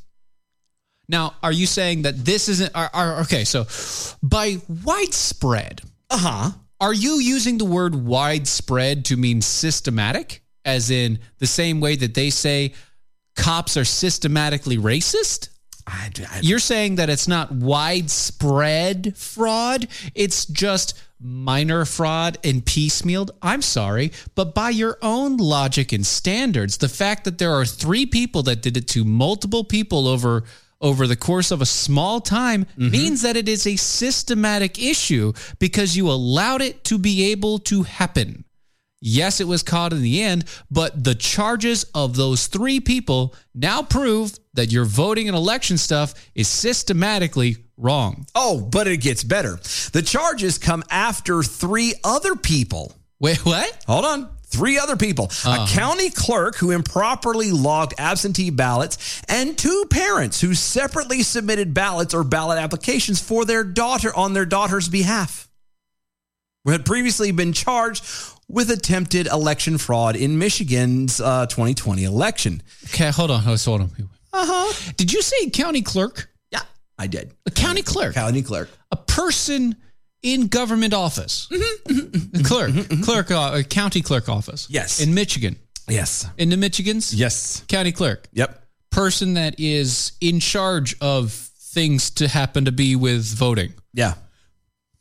B: Now, are you saying that this isn't? Are, are, okay, so by widespread,
C: uh huh.
B: Are you using the word widespread to mean systematic, as in the same way that they say cops are systematically racist? You're saying that it's not widespread fraud; it's just minor fraud and piecemealed. I'm sorry, but by your own logic and standards, the fact that there are three people that did it to multiple people over over the course of a small time means that it is a systematic issue because you allowed it to be able to happen. Yes, it was caught in the end, but the charges of those three people now prove that your voting and election stuff is systematically wrong.
C: Oh, but it gets better. The charges come after three other people.
B: Wait, what?
C: Hold on. Three other people a county clerk who improperly logged absentee ballots, and two parents who separately submitted ballots or ballot applications for their daughter on their daughter's behalf, who had previously been charged with attempted election fraud in Michigan's uh, 2020 election.
B: Okay, hold on. Hold on. Uh-huh. Did you say county clerk?
C: Yeah, I did.
B: A county clerk.
C: County clerk.
B: A person in government office. A clerk. Clerk uh, a county clerk office.
C: Yes.
B: In Michigan.
C: Yes.
B: In the Michigan's?
C: Yes.
B: County clerk.
C: Yep.
B: Person that is in charge of things to happen to be with voting.
C: Yeah.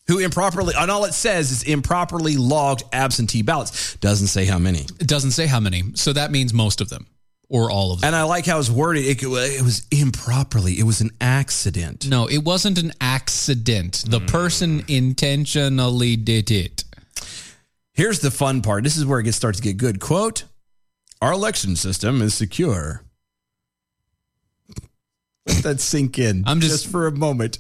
C: Who improperly, and all it says is improperly logged absentee ballots. Doesn't say how many.
B: It doesn't say how many. So that means most of them or all of them.
C: And I like how it's worded. It, it was improperly. It was an accident.
B: No, it wasn't Hmm. an accident. The person intentionally did it.
C: Here's the fun part. This is where it gets, starts to get good. Quote, our election system is secure. Let that sink in. I'm just, for a moment.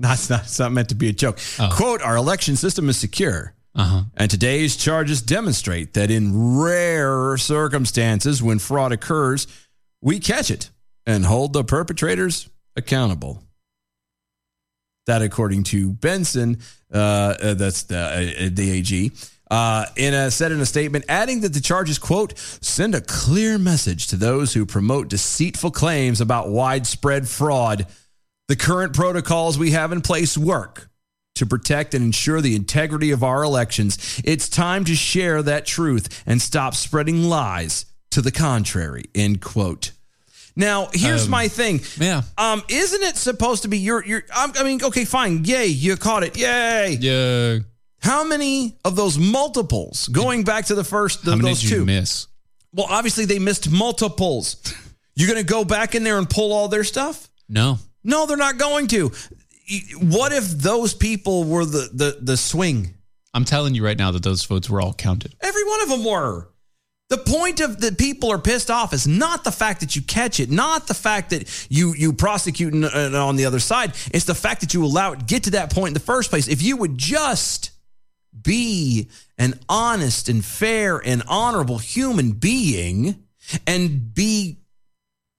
C: That's not, it's not meant to be a joke. Quote, our election system is secure.
B: Uh-huh.
C: And today's charges demonstrate that in rare circumstances when fraud occurs, we catch it and hold the perpetrators accountable. That, according to Benson, uh, uh, that's the, uh, the AG, uh, in a, said in a statement, adding that the charges, quote, send a clear message to those who promote deceitful claims about widespread fraud. The current protocols we have in place work to protect and ensure the integrity of our elections. It's time to share that truth and stop spreading lies to the contrary, end quote. Now, here's
B: Um,
C: my thing.
B: Yeah.
C: Um, isn't it supposed to be your your? I'm- I mean, okay, fine. Yay, you caught it. Yay.
B: Yeah.
C: How many of those multiples going back to the first? The,
B: How many
C: those
B: did you
C: two
B: miss?
C: Well, obviously they missed multiples. You're going to go back in there and pull all their stuff?
B: No.
C: No, they're not going to. What if those people were the the the swing?
B: I'm telling you right now that those votes were all counted.
C: Every one of them were. The point of the people are pissed off is not the fact that you catch it, not the fact that you you prosecute n- uh, on the other side. It's the fact that you allow it get to that point in the first place. If you would just be an honest and fair and honorable human being and be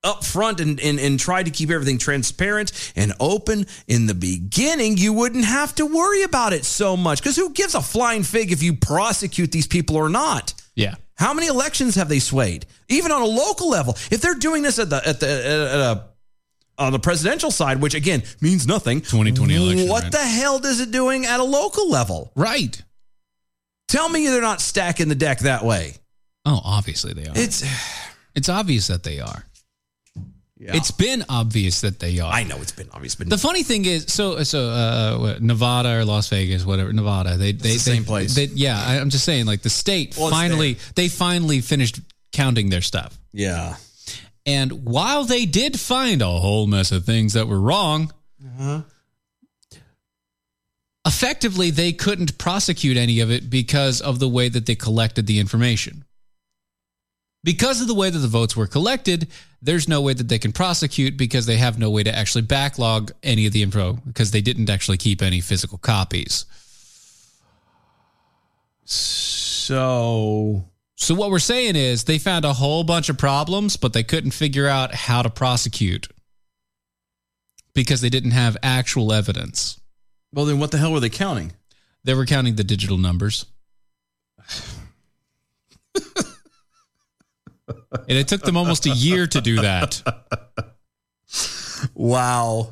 C: upfront and, and and try to keep everything transparent and open in the beginning you wouldn't have to worry about it so much because who gives a flying fig if you prosecute these people or not
B: Yeah.
C: how many elections have they swayed? Even on a local level, if they're doing this at the at the at a, on the presidential side, which again means nothing.
B: 2020 election,
C: What
B: right.
C: the hell is it doing at a local level?
B: Right.
C: Tell me they're not stacking the deck that way.
B: Oh, obviously they are.
C: It's
B: it's obvious that they are. It's been obvious that they are. I
C: know it's been obvious, but
B: the funny thing is, so so uh, what, Nevada or Las Vegas, whatever Nevada, they they
C: the
B: they-
C: same place.
B: they- yeah, I, I'm just saying, like the state
C: Well, it's
B: finally they finally finished counting their stuff.
C: Yeah,
B: and while they did find a whole mess of things that were wrong, effectively they couldn't prosecute any of it because of the way that they collected the information. Because of the way that the votes were collected, there's no way that they can prosecute because they have no way to actually backlog any of the info because they didn't actually keep any physical copies.
C: So,
B: so what we're saying is they found a whole bunch of problems, but they couldn't figure out how to prosecute because they didn't have actual evidence.
C: Well, then what the hell were they counting?
B: They were counting the digital numbers. and it took them almost a year to do that.
C: Wow.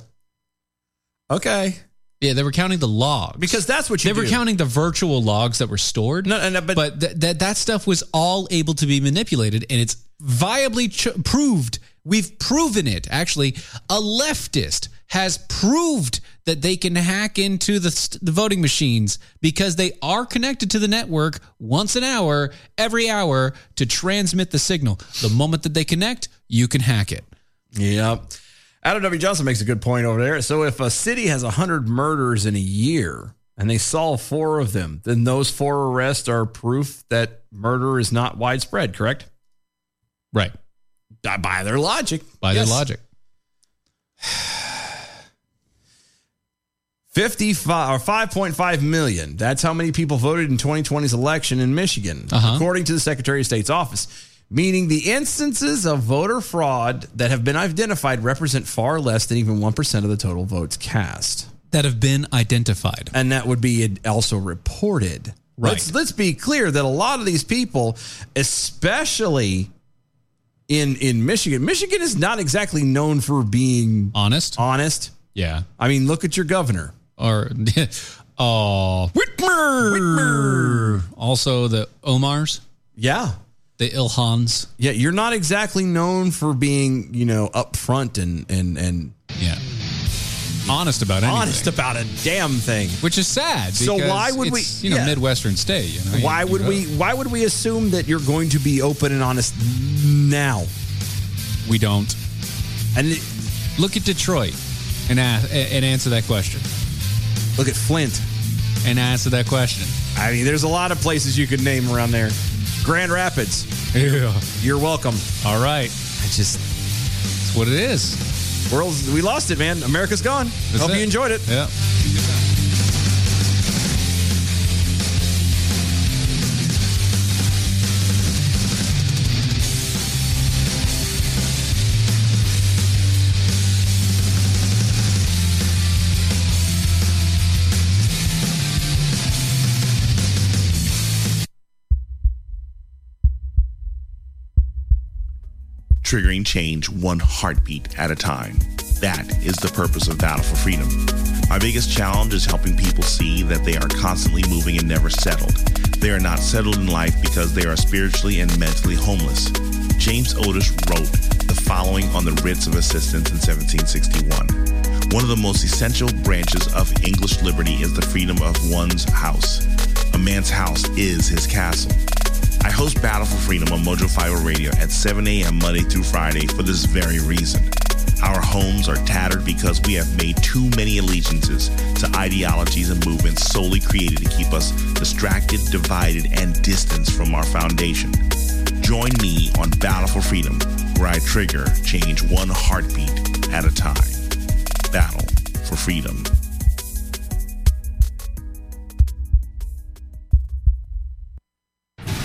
C: Okay.
B: Yeah, they were counting the logs
C: because that's what you
B: They were
C: do.
B: counting the virtual logs that were stored. No,
C: no uh, but
B: but th- that that stuff was all able to be manipulated, and it's viably ch- proved. We've proven it. Actually, a leftist has proved that they can hack into the st- the voting machines because they are connected to the network once an hour, every hour to transmit the signal. The moment that they connect, you can hack it.
C: Yep. Adam W. Johnson makes a good point over there. So if a city has 100 murders in a year and they solve four of them, then those four arrests are proof that murder is not widespread, correct?
B: Right.
C: By their logic.
B: By their
C: Yes.
B: logic.
C: 55 or 5.5 million. That's how many people voted in 2020's election in Michigan,
B: Uh-huh.
C: according to the Secretary of State's office. Meaning the instances of voter fraud that have been identified represent far less than even 1% of the total votes cast.
B: That have been identified.
C: And that would be ad- also reported.
B: Right.
C: Let's, let's be clear that a lot of these people, especially in in Michigan, Michigan is not exactly known for being
B: honest.
C: Honest.
B: Yeah.
C: I mean, look at your governor.
B: Or oh, Whitmer. Also the Omars.
C: Yeah.
B: The Ilhans.
C: Yeah, you're not exactly known for being, you know, upfront and and and
B: yeah, honest about anything.
C: honest about a damn thing,
B: which is sad.
C: So
B: because
C: why would we?
B: it's, You know,
C: yeah.
B: Midwestern state. You know,
C: why
B: You-
C: would
B: you
C: we? Why would we assume that you're going to be open and honest now?
B: We don't.
C: And
B: look at Detroit and ask, and answer that question.
C: Look at Flint
B: and answer that question.
C: I mean, there's a lot of places you could name around there. Grand Rapids.
B: Yeah.
C: You're welcome.
B: All right.
C: I just.
B: It's what it is.
C: World's, we lost it, man. America's gone.
B: That's
C: Hope
B: it.
C: you enjoyed it.
B: Yeah.
D: triggering change one heartbeat at a time. That is the purpose of Battle for Freedom. Our biggest challenge is helping people see that they are constantly moving and never settled. They are not settled in life because they are spiritually and mentally homeless. James Otis wrote the following on the writs of assistance in 1761. One of the most essential branches of English liberty is the freedom of one's house. A man's house is his castle. I host Battle for Freedom on Mojo Fiber Radio at 7 a.m. Monday through Friday for this very reason. Our homes are tattered because we have made too many allegiances to ideologies and movements solely created to keep us distracted, divided, and distanced from our foundation. Join me on Battle for Freedom, where I trigger change one heartbeat at a time. Battle for Freedom.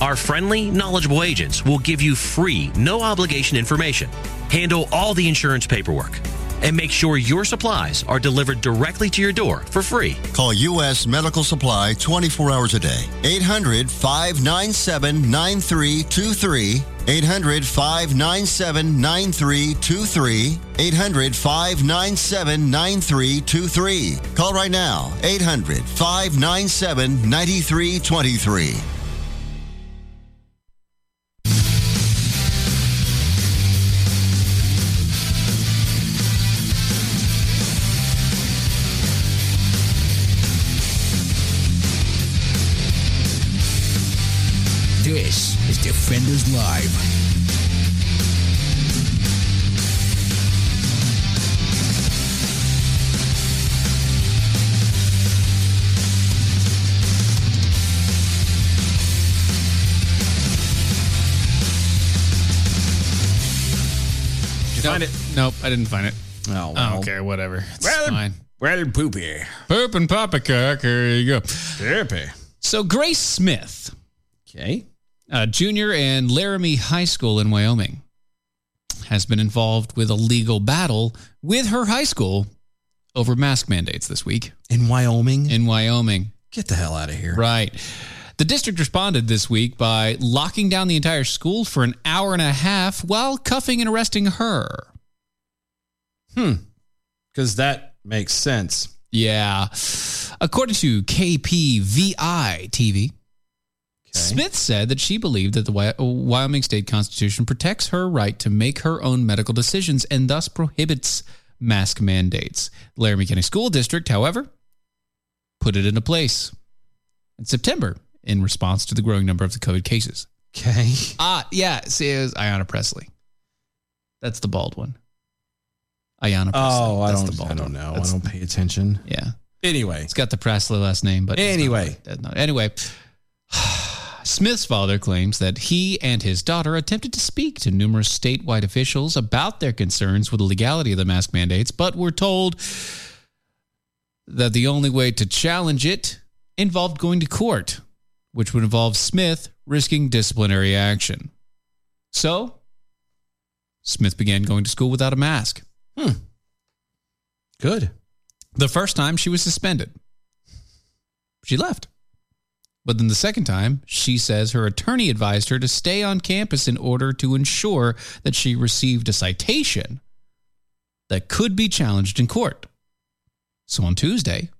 F: Our friendly, knowledgeable agents will give you free, no obligation information, handle all the insurance paperwork, and make sure your supplies are delivered directly to your door for free.
G: Call U.S. Medical Supply 24 hours a day. 800 597 9323. 800 597 9323. 800 597 9323. Call right now. 800 597 9323.
A: This is Defenders Live.
B: Did you find it? Nope, I didn't find it. Oh,
C: well.
B: okay, whatever. It's
C: Well,
B: fine.
C: Well, poopy.
B: Poop and poppycock. Here you go.
C: Poopy.
B: So Grace Smith, okay, a junior in Laramie High School in Wyoming, has been involved with a legal battle with her high school over mask mandates this week
C: in Wyoming.
B: In Wyoming,
C: get the hell out of here.
B: Right. The district responded this week by locking down the entire school for an hour and a half while cuffing and arresting her.
C: Hmm. Because that makes sense.
B: Yeah. According to KPVI TV, Smith said that she believed that the Wy- Wyoming state constitution protects her right to make her own medical decisions and thus prohibits mask mandates. Laramie County School District, however, put it into place in September in response to the growing number of the COVID cases.
C: Okay.
B: Ah, yeah. See, it was Ayanna Presley. That's the bald one. Ayanna Presley.
C: Oh, I
B: That's
C: don't-
B: the bald
C: I don't
B: one.
C: know. I
B: That's-
C: don't pay attention.
B: Yeah.
C: Anyway, it's
B: got the Presley last name, but it's not
C: Anyway.
B: like that. No, anyway. Smith's father claims that he and his daughter attempted to speak to numerous statewide officials about their concerns with the legality of the mask mandates, but were told that the only way to challenge it involved going to court, which would involve Smith risking disciplinary action. So, Smith began going to school without a mask.
C: Hmm. Good.
B: The first time she was suspended, she left. But then the second time, she says her attorney advised her to stay on campus in order to ensure that she received a citation that could be challenged in court. So on Tuesday,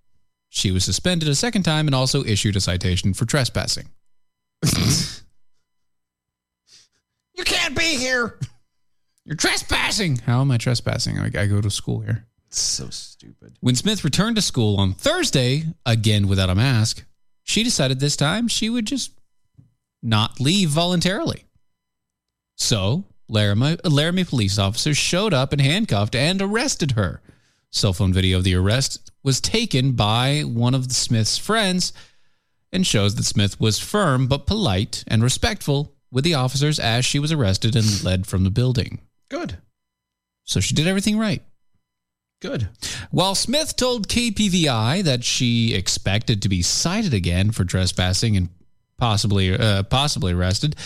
B: she was suspended a second time and also issued a citation for trespassing. you can't be here. You're trespassing. How am I trespassing? I, I go to school here.
C: It's so stupid.
B: When Smith returned to school on Thursday, again without a mask, she decided this time she would just not leave voluntarily. So, Laramie, uh, Laramie police officers showed up and handcuffed and arrested her. Cell phone video of the arrest was taken by one of the Smith's friends and shows that Smith was firm but polite and respectful with the officers as she was arrested and led from the building.
C: Good.
B: So she did everything right.
C: Good.
B: While Smith told KPVI that she expected to be cited again for trespassing and possibly uh, possibly arrested,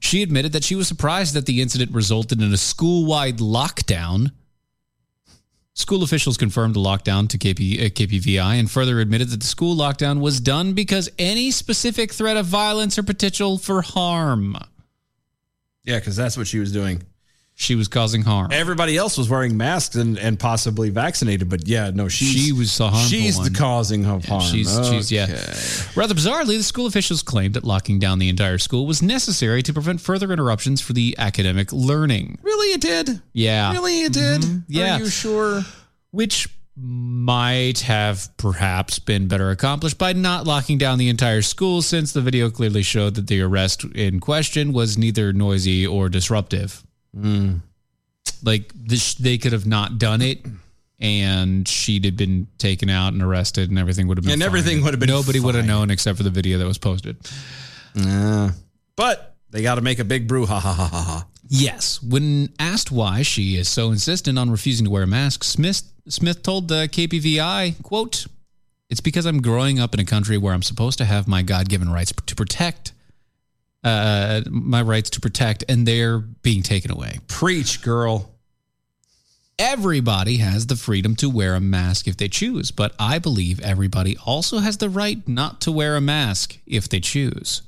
B: she admitted that she was surprised that the incident resulted in a school-wide lockdown. School officials confirmed the lockdown to KP, uh, KPVI and further admitted that the school lockdown was done because any specific threat of violence or potential for harm.
C: Yeah, because that's what she was doing.
B: She was causing harm.
C: Everybody else was wearing masks and, and possibly vaccinated, but yeah, no, she's,
B: She was the harmful
C: She's
B: one.
C: the causing of harm.
B: She's, she's yeah. Rather bizarrely, the school officials claimed that locking down the entire school was necessary to prevent further interruptions for the academic learning.
C: Really, it did.
B: Yeah.
C: Really, it did.
B: Mm-hmm. Yeah.
C: Are you sure?
B: Which might have perhaps been better accomplished by not locking down the entire school since the video clearly showed that the arrest in question was neither noisy or disruptive.
C: Hmm.
B: Like this, they could have not done it and she'd have been taken out and arrested and everything would have been
C: And
B: fine.
C: everything would have been
B: Nobody would have
C: fine.
B: known except for the video that was posted.
C: But they got to make a big brew. Ha ha ha ha ha.
B: Yes. When asked why she is so insistent on refusing to wear a mask, Smith Smith told the KPVI, quote, It's because I'm growing up in a country where I'm supposed to have my God given rights to protect uh, my rights to protect, and they're being taken away.
C: Preach, girl.
B: Everybody has the freedom to wear a mask if they choose, but I believe everybody also has the right not to wear a mask if they choose.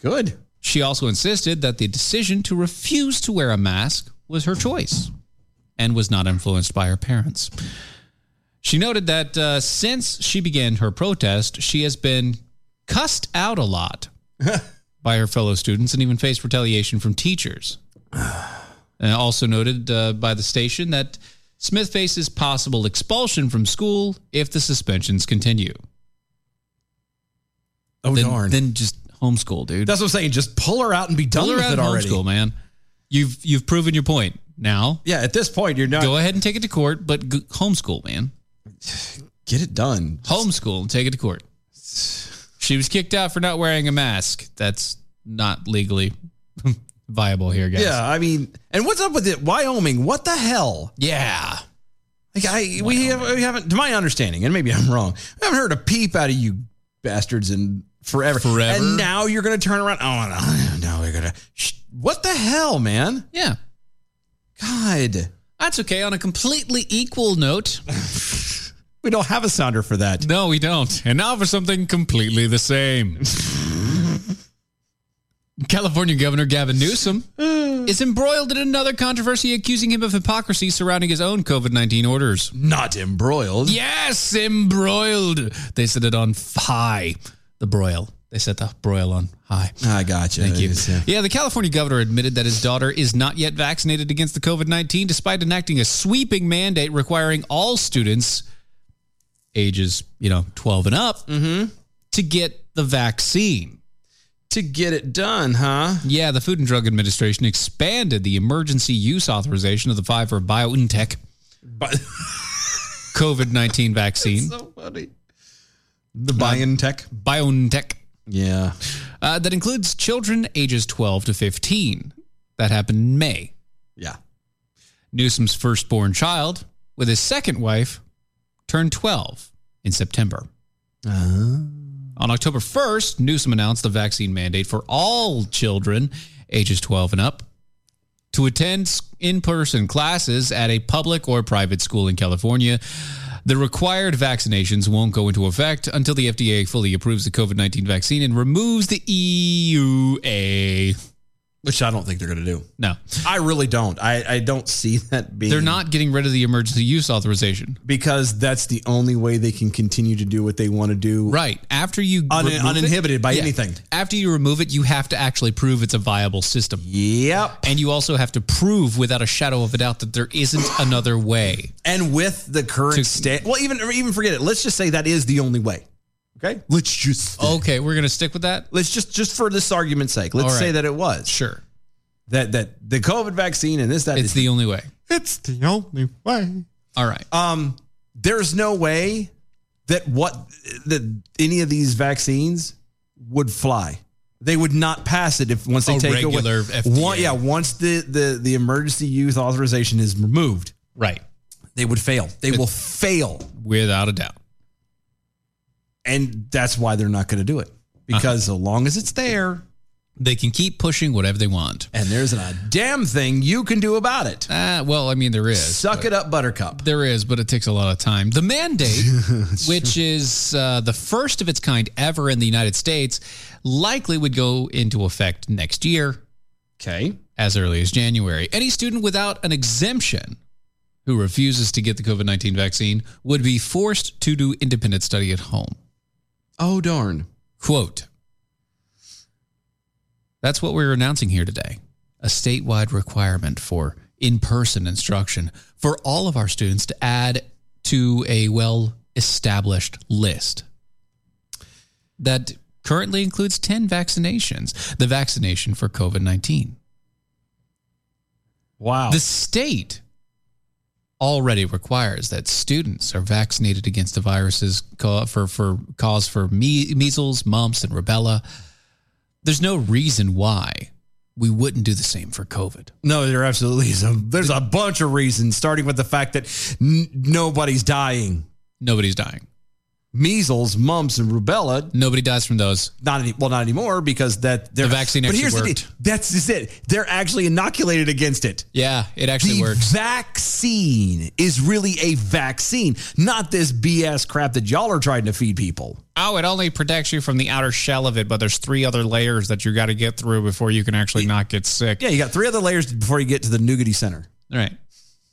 C: Good.
B: She also insisted that the decision to refuse to wear a mask was her choice and was not influenced by her parents. She noted that uh, since she began her protest, she has been cussed out a lot by her fellow students and even faced retaliation from teachers. And also noted uh, by the station that Smith faces possible expulsion from school if the suspensions continue.
C: Oh,
B: then,
C: darn.
B: Then just homeschool, dude.
C: That's what I'm saying. Just pull her out and be done
B: Pull her
C: with
B: out
C: it
B: of
C: already.
B: homeschool, man. You've you've proven your point. Now,
C: Yeah, at this point, you're not.
B: go ahead and take it to court, but g- homeschool, man.
C: Get it done.
B: Homeschool and take it to court. She was kicked out for not wearing a mask. That's not legally viable here, guys.
C: Yeah, I mean, and what's up with it? Wyoming, what the hell?
B: Yeah.
C: Like I, we, have, we haven't, to my understanding, and maybe I'm wrong, I haven't heard a peep out of you bastards in forever.
B: Forever?
C: And now you're going to turn around. Oh, no, no, we're going to. What the hell, man?
B: Yeah.
C: God.
B: That's okay. On a completely equal note,
C: We don't have a sounder for that.
B: no, we don't. And now for something completely the same. California Governor Gavin Newsom is embroiled in another controversy accusing him of hypocrisy surrounding his own COVID 19 orders.
C: Not embroiled.
B: Yes, embroiled. They set it on high. The broil. They set the broil on high.
C: I gotcha.
B: Thank you.
C: It's, uh,
B: Yeah, the California governor admitted that his daughter is not yet vaccinated against the COVID 19 despite enacting a sweeping mandate requiring all students ages, you know, 12 and up to get the vaccine.
C: To get it done, huh?
B: Yeah, the Food and Drug Administration expanded the emergency use authorization of the Pfizer BioNTech
C: But
B: COVID 19 vaccine.
C: so funny. The buy-in tech.
B: BioNTech.
C: Yeah.
B: Uh, that includes children ages 12 to 15. That happened in May.
C: Yeah.
B: Newsom's firstborn child, with his second wife, turned 12 in September. On October 1st, Newsom announced the vaccine mandate for all children ages 12 and up to attend in person classes at a public or private school in California. The required vaccinations won't go into effect until the E FDA fully approves the COVID 19 vaccine and removes the EUA.
C: Which I don't think they're going to do.
B: No,
C: I really don't. I, I don't see that being.
B: They're not getting rid of the emergency use authorization
C: because that's the only way they can continue to do what they want to do.
B: Right after you
C: Un-
B: remove it-
C: uninhibited by
B: Yeah.
C: anything.
B: After you remove it, you have to actually prove it's a viable system.
C: Yep.
B: And you also have to prove, without a shadow of a doubt, that there isn't another way.
C: And with the current state, well, even even forget it. Let's just say that is the only way. Okay. Let's just.
B: Okay, we're going to stick with that.
C: Let's just just for this argument's sake. Let's
B: All right.
C: say that it was
B: sure
C: that that the COVID vaccine and this that
B: It's the only way.
C: It's the only way.
B: All right.
C: Um, there's no way that what that any of these vaccines would fly. They would not pass it if once they
B: A
C: take
B: regular
C: away.
B: FDA.
C: One, yeah, once the the the emergency use authorization is removed,
B: right?
C: They would fail. They will fail
B: without a doubt.
C: And that's why they're not going to do it because
B: Uh-huh.
C: so long as it's there,
B: they can keep pushing whatever they want.
C: And there's not a damn thing you can do about it.
B: Uh, well, I mean, there is.
C: Suck it up, Buttercup.
B: There is, but it takes a lot of time. The mandate, which is uh, the first of its kind ever in the United States, likely would go into effect next year.
C: Okay.
B: As early as January. Any student without an exemption who refuses to get the COVID 19 vaccine would be forced to do independent study at home.
C: Oh, darn.
B: Quote That's what we're announcing here today a statewide requirement for in person instruction for all of our students to add to a well established list that currently includes 10 vaccinations, the vaccination for COVID 19.
C: Wow.
B: The state already requires that students are vaccinated against the viruses ca- for for cause for me, measles, mumps, and rubella. There's no reason why we wouldn't do the same for COVID.
C: No, there absolutely is. A, there's a bunch of reasons, starting with the fact that n- nobody's dying.
B: Nobody's dying.
C: Measles, mumps, and rubella.
B: Nobody dies from those.
C: Not any, well, not anymore because that they're,
B: The vaccine
C: But
B: actually
C: here's the
B: worked.
C: thing: that's just it. They're actually inoculated against it.
B: Yeah, it actually
C: the
B: works.
C: vaccine is really a vaccine, not this BS crap that y'all are trying to feed people.
B: Oh, it only protects you from the outer shell of it, but there's three other layers that you got to get through before you can actually not get sick.
C: Yeah, you got three other layers before you get to the nougaty center.
B: Right.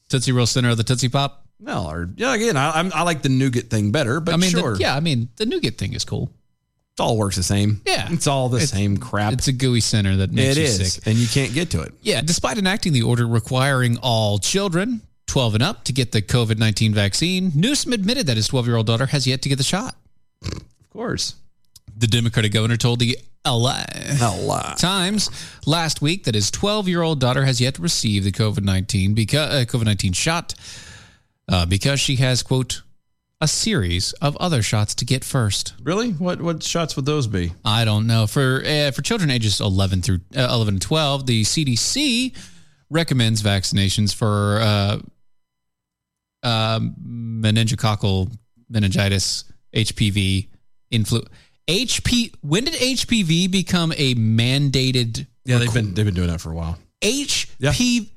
B: Tootsie Roll Center of the Tootsie Pop.
C: No, or yeah, again, I, I'm, I like the nougat thing better, but
B: I mean, the-
C: sure,
B: yeah, I mean, the nougat thing is cool.
C: it all works the same.
B: Yeah.
C: it's all the
B: It's-
C: same crap.
B: It's a gooey center that makes
C: It
B: you
C: is,
B: sick.
C: and you can't get to it.
B: Yeah, despite enacting the order requiring all children 12 and up to get the COVID 19 vaccine, Newsom admitted that his 12 year old daughter has yet to get the shot.
C: Of course.
B: The Democratic governor told the LA, Times last week that his 12 year old daughter has yet to receive the COVID 19 because uh, COVID 19 shot uh, because she has, quote, a series of other shots to get first.
C: Really? What what shots would those be?
B: I don't know. For uh, for children ages 11 through uh, 11 and 12, the CDC recommends vaccinations for uh, uh, meningococcal meningitis, HPV, influ. HP. When did HPV become a mandated?
C: Yeah, they've been they've been doing that for a while.
B: HPV.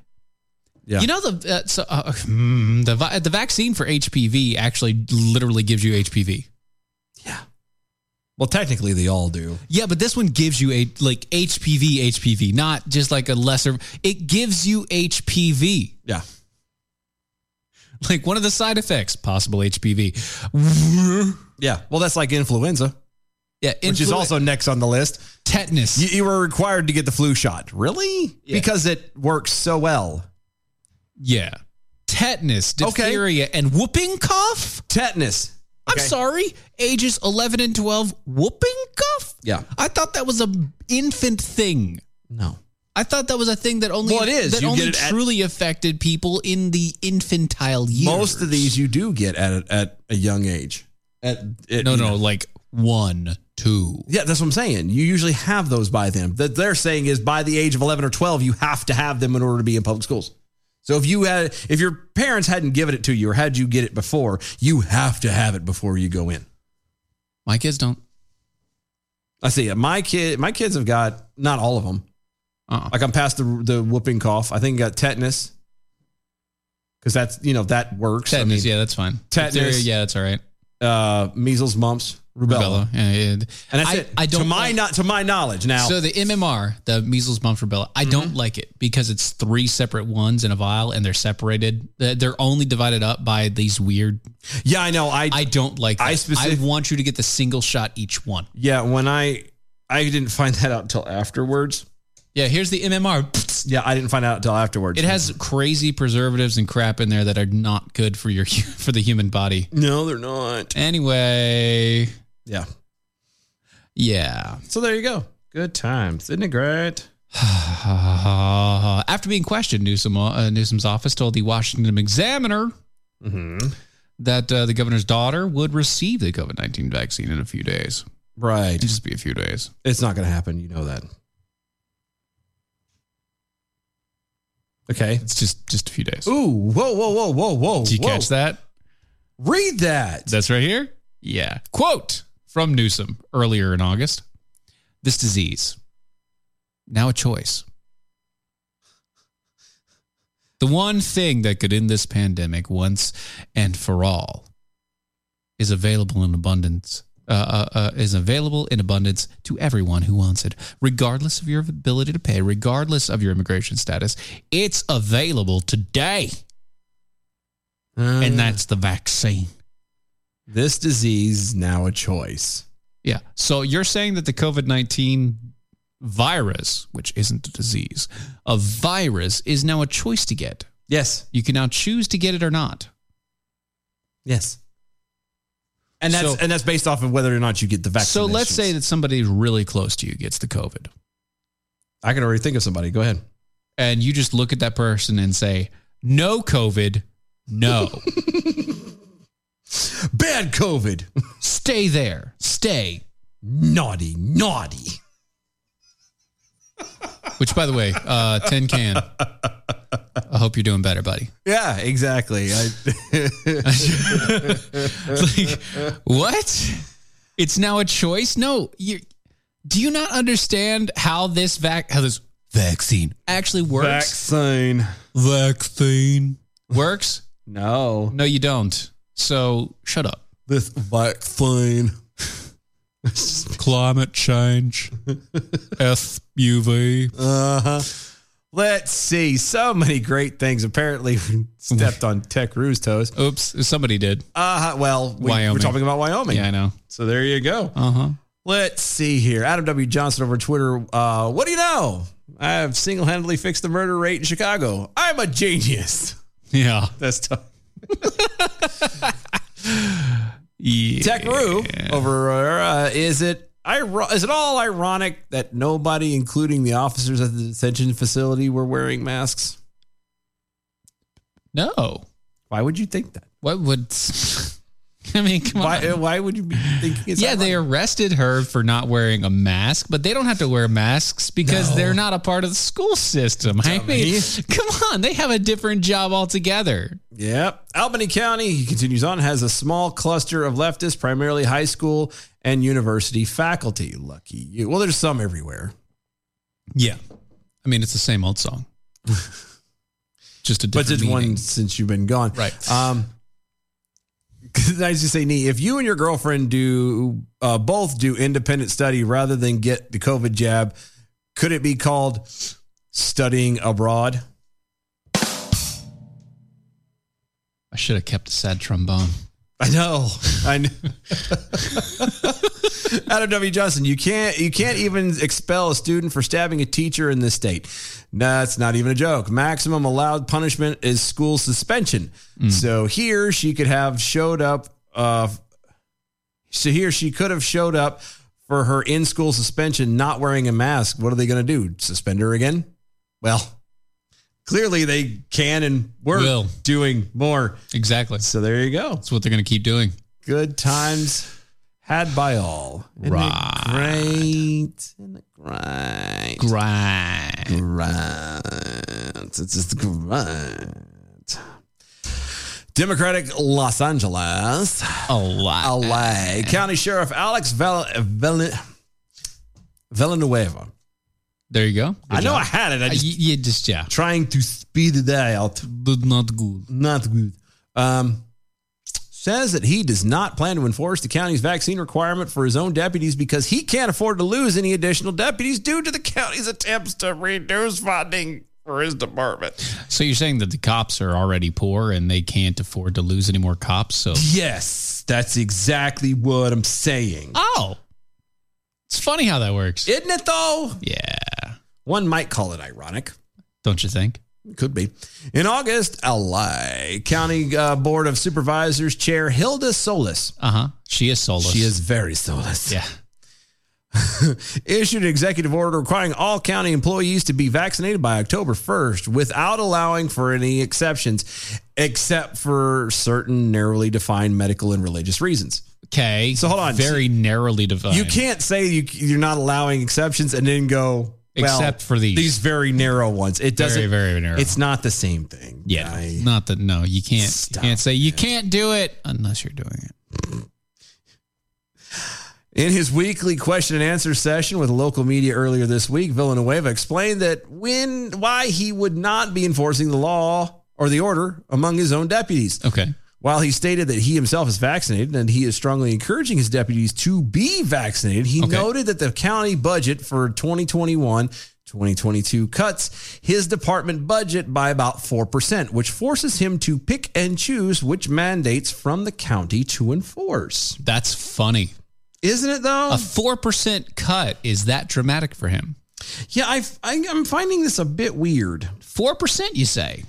C: Yeah.
B: You know the uh, so, uh, hmm, the vi- the vaccine for HPV actually literally gives you HPV.
C: Well, technically they all do.
B: Yeah, but this one gives you a like HPV, HPV, not just like a lesser. It gives you HPV.
C: Yeah.
B: Like one of the side effects, possible HPV.
C: Yeah. Well, that's like influenza.
B: Yeah,
C: which is
B: influ-
C: also next on the list.
B: Tetanus.
C: You, you were required to get the flu shot. Really? Because it works so well.
B: Yeah. Tetanus,
C: Okay.
B: diphtheria, and whooping cough.
C: Tetanus.
B: I'm sorry, ages 11 and 12, whooping cough.
C: Yeah.
B: I thought that was a infant thing.
C: No.
B: I thought that was a thing that only
C: Well, it is.
B: that
C: You
B: only
C: get it at-
B: truly affected people in the infantile years.
C: Most of these you do get at a, at a young age. At it,
B: no,
C: you
B: no,
C: know.
B: like one, two.
C: Yeah, that's what I'm saying. You usually have those by then. That they're saying is by the age of 11 or 12, you have to have them in order to be in public schools. So if you had, if your parents hadn't given it to you or had you get it before, you have to have it before you go in.
B: My kids don't.
C: I see. it. My kid, my kids have got not all of them. Like I'm past the the whooping cough. I think I got tetanus because that's you know that works. I
B: Tetanus,
C: mean,
B: yeah, that's fine.
C: Tetanus.
B: Diphtheria, yeah, that's all right.
C: uh, measles, mumps,
B: Rubella,
C: rubella.
B: And
C: that's
B: I-
C: it.
B: I don't
C: to my
B: like-
C: not to my knowledge Mm-hmm. now.
B: So the MMR, the measles, mumps, rubella, I don't like it because it's three separate ones in a vial and they're separated. They're they're only divided up by these weird.
C: Yeah, I know. I
B: I don't like. That.
C: I
B: I
C: specific-
B: I want you to get the single shot each one.
C: yeah, when I I didn't find that out until afterwards.
B: Yeah, here's the MMR.
C: Yeah, I didn't find out until afterwards.
B: It has crazy preservatives and crap in there that are not good for your for the human body.
C: No, they're not.
B: Anyway,
C: Yeah.
B: yeah.
C: So there you go. Good times, isn't it great?
B: Uh, after being questioned, Newsom uh, Newsom's office told the Washington Examiner
C: Mm-hmm.
B: that uh, the governor's daughter would receive the COVID nineteen vaccine in a few days.
C: Right, It'd
B: just be a few days.
C: It's not going to happen. You know that. Okay,
B: it's just just a few days.
C: Ooh, whoa, whoa, whoa, whoa, whoa!
B: Did you
C: whoa.
B: catch that?
C: Read that.
B: That's right here. Yeah. Quote from Newsom earlier in August: This disease now a choice. The one thing that could end this pandemic once and for all is available in abundance. Uh, uh, uh, is available in abundance to everyone who wants it, regardless of your ability to pay, regardless of your immigration status. It's available today, and that's the vaccine.
C: Uh, This disease is now a choice.
B: Yeah. So you're saying that the COVID 19 virus, which isn't a disease, a virus is now a choice to get.
C: Yes.
B: You can now choose to get it or not.
C: Yes. And that's
B: So-
C: and that's based off of whether or not you get the vaccine.
B: So let's say that somebody really close to you gets the COVID.
C: I can already think of somebody. Go ahead.
B: And you just look at that person and say, no COVID, no.
C: Bad COVID.
B: Stay there. Stay.
C: Naughty, naughty.
B: Which, by the way, uh, 10 can. I hope you're doing better, buddy.
C: Yeah, exactly. I,
B: It's like, what? It's now a choice? No, you do you not understand how this vac how this vaccine actually works?
C: Vaccine.
B: Vaccine works?
C: No.
B: No, you don't. So shut up.
C: This vaccine.
B: Climate change. SUV.
C: Uh-huh. Let's see. So many great things. Apparently, we stepped on Tech Ruse toes.
B: Oops, somebody did.
C: Uh, well, we, we're
B: Wyoming.
C: talking about Wyoming.
B: Yeah, I know.
C: So there you go.
B: Uh-huh.
C: Let's see here. Adam W. Johnson over Twitter. Uh, what do you know? I have single handedly fixed the murder rate in Chicago. I'm a genius.
B: Yeah.
C: That's tough.
B: yeah.
C: Tech Rue over uh, is it iro- is it all ironic that nobody, including the officers at the detention facility, were wearing masks?
B: No.
C: Why would you think that?
B: What would I mean, come
C: Why, uh,
B: on.
C: why would you be thinking it's
B: yeah,
C: ironic?
B: they arrested her for not wearing a mask, but they don't have to wear masks because they're not a part of the school system. I mean, come on, they have a different job altogether.
C: Yep. Albany County, he continues on, has a small cluster of leftists, primarily high school and university faculty. Lucky you. Well, there's some everywhere.
B: Yeah, I mean, it's the same old song, just a
C: But
B: different.
C: it's
B: meaning.
C: one since you've been gone. Right. Um, nice to say, Nee, if you and your girlfriend do uh, both do independent study rather than get the COVID jab, could it be called studying abroad?
B: I should have kept a sad trombone.
C: I know. I know. Adam W. Johnson, you can't you can't even expel a student for stabbing a teacher in this state. That's not even a joke. Maximum allowed punishment is school suspension. So here she could have showed up. Uh, so here she could have showed up for her in school suspension, not wearing a mask. What are they going to do? Suspend her again? Well, clearly they can and were
B: Will.
C: doing more.
B: Exactly.
C: So there you go.
B: That's what they're going to keep doing.
C: Good times had by all. Isn't it
B: Right.
C: Great. Isn't it Great.
B: Grind.
C: Great. It's just great. Democratic Los Angeles.
B: LA. Uh,
C: LA. County Sheriff Alex Val- Val- Villanueva.
B: There you go.
C: I
B: Good
C: know
B: job.
C: I had it. I
B: Uh,
C: just
B: y- you just yeah.
C: trying to speed it out.
B: But not good.
C: Not good. Um, says that he does not plan to enforce the county's vaccine requirement for his own deputies because he can't afford to lose any additional deputies due to the county's attempts to reduce funding for his department.
B: So you're saying that the cops are already poor and they can't afford to lose any more cops? So
C: yes, that's exactly what I'm saying.
B: Oh, it's funny how that works,
C: isn't it? Though,
B: yeah,
C: one might call it ironic,
B: don't you think?
C: Could be. In August, LA County uh, Board of Supervisors Chair Hilda Solis.
B: Uh huh. She is soulless.
C: She is very soulless.
B: Yeah.
C: issued an executive order requiring all county employees to be vaccinated by October 1st without allowing for any exceptions, except for certain narrowly defined medical and religious reasons.
B: Okay.
C: So hold on.
B: Very narrowly defined.
C: You can't say you, you're not allowing exceptions and then go, well,
B: Except for these.
C: these very narrow ones. It doesn't.
B: Very, very narrow.
C: It's not the same thing.
B: Yeah.
C: I-
B: not that. No, you can't. You
C: Stop
B: can't say you can't do it unless you're doing it.
C: In his weekly question and answer session with local media earlier this week, Villanueva explained that when why he would not be enforcing the law or the order among his own deputies.
B: Okay.
C: While he stated that he himself is vaccinated and he is strongly encouraging his deputies to be vaccinated, he noted that the county budget for 2021 2022 cuts his department budget by about 4%, which forces him to pick and choose which mandates from the county to enforce.
B: That's funny.
C: Isn't it though?
B: A four percent cut is that dramatic for him?
C: Yeah, I, I I'm finding this a bit weird.
B: Four percent, you say?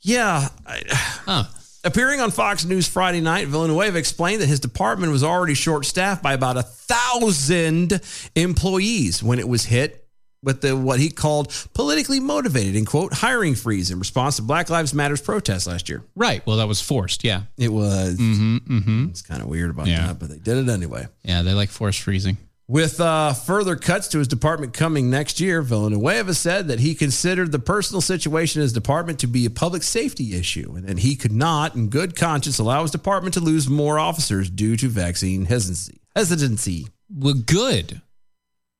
C: Yeah. I- Appearing on Fox News Friday night, Villanueva explained that his department was already short-staffed by about a thousand employees when it was hit with the what he called politically motivated and quote hiring freeze in response to Black Lives Matters protests last year.
B: Right. Well, that was forced. Yeah.
C: It was
B: Mm-hmm. Mm-hmm.
C: it's kind of weird about
B: Yeah.
C: that, but they did it anyway.
B: Yeah. They like forced freezing.
C: With uh, further cuts to his department coming next year, Villanueva said that he considered the personal situation in his department to be a public safety issue and that he could not, in good conscience, allow his department to lose more officers due to vaccine hesitancy. hesitancy.
B: Well, good.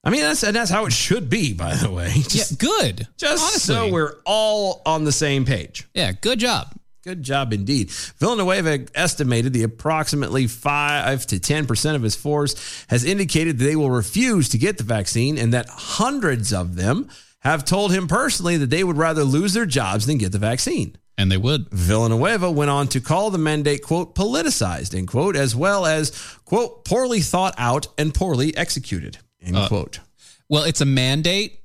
C: I mean, that's, and that's how it should be, by the way. Just,
B: yeah. Good.
C: just so
B: Honestly.
C: we're all on the same page.
B: Yeah. Good job.
C: Good job indeed. Villanueva estimated the approximately 5 to 10% of his force has indicated they will refuse to get the vaccine and that hundreds of them have told him personally that they would rather lose their jobs than get the vaccine.
B: And they would.
C: Villanueva went on to call the mandate, quote, politicized, end quote, as well as, quote, poorly thought out and poorly executed, end
B: Uh,
C: quote.
B: Well, it's a mandate,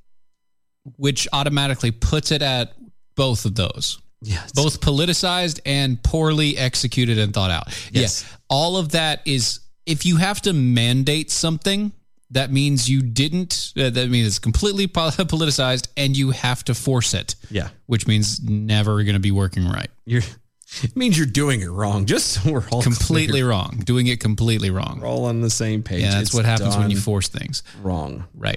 B: which automatically puts it at both of those.
C: Yes.
B: Both politicized and poorly executed and thought out. Yes. All of that is, if you have to mandate something, that means you didn't, uh, that means it's completely pol- politicized and you have to force it,
C: Yeah.
B: which means never going to be working right.
C: You're, it means you're doing it wrong, just so we're all
B: completely
C: clear.
B: wrong. Doing it completely wrong.
C: We're all on the same page.
B: Yeah, that's
C: It's
B: what happens when you
C: done
B: force things.
C: wrong.
B: Right.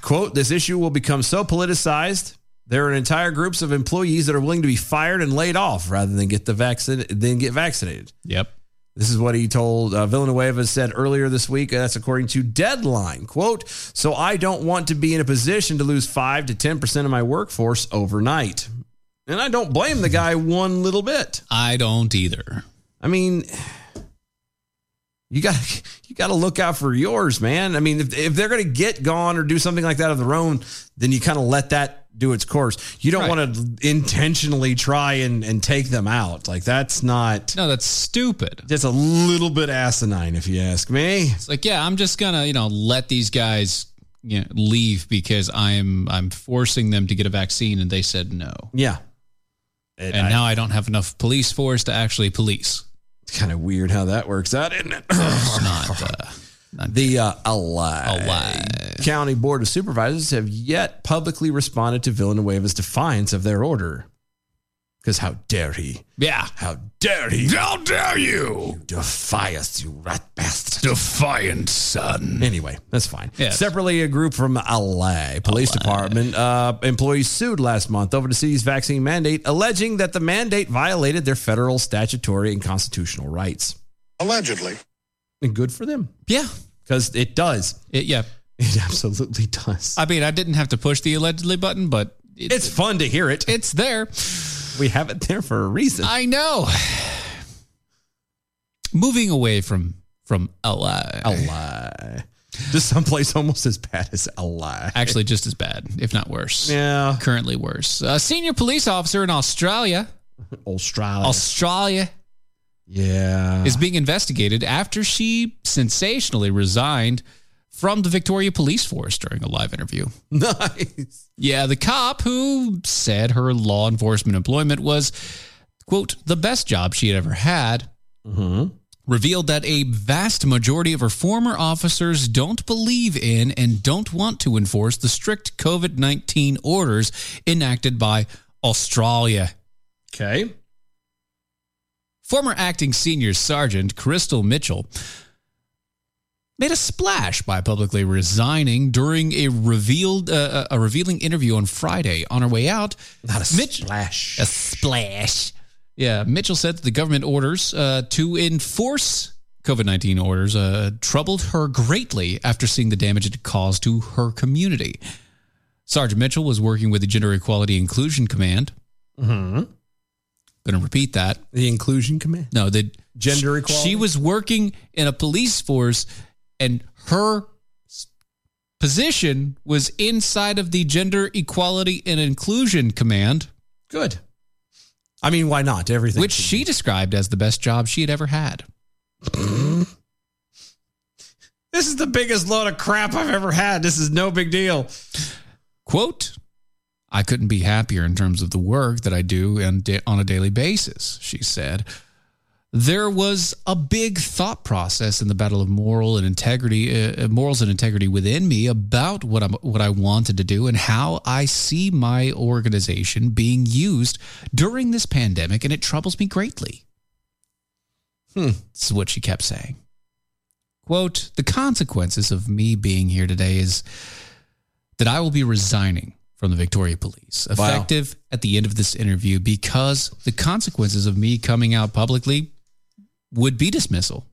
C: quote this issue will become so politicized there are entire groups of employees that are willing to be fired and laid off rather than get the vaccine than get vaccinated
B: Yep.
C: this is what he told uh, Villanueva said earlier this week. and That's according to Deadline. Quote, so I don't want to be in a position to lose 5 to 10% of my workforce overnight. And I don't blame the guy one little bit.
B: I don't either.
C: I mean, you got you got to look out for yours, man. I mean, if, if they're going to get gone or do something like that of their own, then you kind of let that do its course. You don't
B: Right.
C: want to intentionally try and and take them out. Like that's not
B: No, that's stupid.
C: that's a little bit asinine, if you ask me.
B: It's like, yeah, I'm just gonna, you know, let these guys you know, leave because I'm I'm forcing them to get a vaccine, and they said no.
C: Yeah,
B: And, now I don't have enough police force to actually police.
C: it's kind of weird how that works out, isn't it?
B: It's not. Uh,
C: The uh, Ally
B: Ally.
C: County Board of Supervisors have yet publicly responded to Villanueva's defiance of their order. Because how dare he?
B: yeah.
C: How dare he?
T: How dare you!
C: Defy us, you rat bastard.
T: Defiant son.
C: Anyway, that's fine.
B: Yes.
C: Separately, a group from LA Police Department uh, employees sued last month over the city's vaccine mandate, alleging that the mandate violated their federal statutory and constitutional rights.
T: Allegedly.
C: And good for them,
B: Yeah.
C: because it does.
B: It, yeah.
C: It absolutely does.
B: I mean, I didn't have to push the allegedly button, but it,
C: It's fun to hear it.
B: it's there.
C: We have it there for a reason.
B: I know. Moving away from from LI.
C: LI. Just someplace almost as bad as LI.
B: Actually, just as bad, if not worse.
C: Yeah.
B: Currently worse. A senior police officer in Australia.
C: Australia.
B: Australia
C: Yeah.
B: is being investigated after she sensationally resigned from the Victoria Police Force during a live interview.
C: Nice.
B: Yeah, the cop who said her law enforcement employment was, quote, the best job she had ever had, revealed that a vast majority of her former officers don't believe in and don't want to enforce the strict COVID 19 orders enacted by Australia.
C: Okay.
B: Former acting senior sergeant Crystal Mitchell made a splash by publicly resigning during a revealed uh, a revealing interview on Friday. On her way out, not a
C: splash,
B: a splash. Yeah, Mitchell said that the government orders uh, to enforce COVID nineteen orders uh, troubled her greatly after seeing the damage it caused to her community. Sergeant Mitchell was working with the Gender Equality Inclusion Command.
C: Mm-hmm.
B: Going to repeat that.
C: The Inclusion Command.
B: No, the
C: Gender
B: she-
C: equality?
B: She was working in a police force, and her s- position was inside of the Gender Equality and Inclusion Command,
C: Good. I mean, why not? Everything.
B: which she described as the best job she had ever had.
C: This is the biggest load of crap I've ever had. This is no big deal.
B: Quote. I couldn't be happier in terms of the work that I do and da- on a daily basis, she said. There was a big thought process in the battle of moral and integrity, uh, morals and integrity within me about what I what I wanted to do and how I see my organization being used during this pandemic, and it troubles me greatly.
C: Hmm.
B: This is what she kept saying. Quote, the consequences of me being here today is that I will be resigning from the Victoria Police,
C: Wow.
B: effective at the end of this interview, because the consequences of me coming out publicly would be dismissal.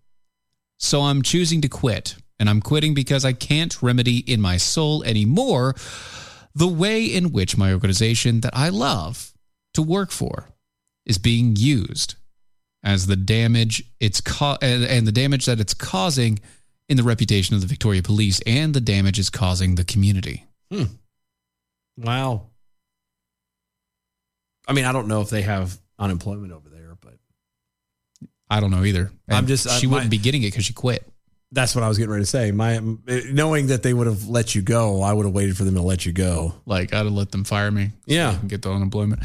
B: So I'm choosing to quit, and I'm quitting because I can't remedy in my soul anymore the way in which my organization that I love to work for is being used as the damage it's co- and, and the damage that it's causing in the reputation of the Victoria Police and the damage it's causing the community.
C: Wow. I mean, I don't know if they have unemployment over there, but
B: I don't know either.
C: I'm
B: And
C: just- I-
B: she
C: my-
B: wouldn't be getting it because she quit.
C: that's what I was getting ready to say. My knowing that they would have let you go, I would have waited for them to let you go.
B: Like I'd have let them fire me.
C: Yeah.
B: I can get the unemployment.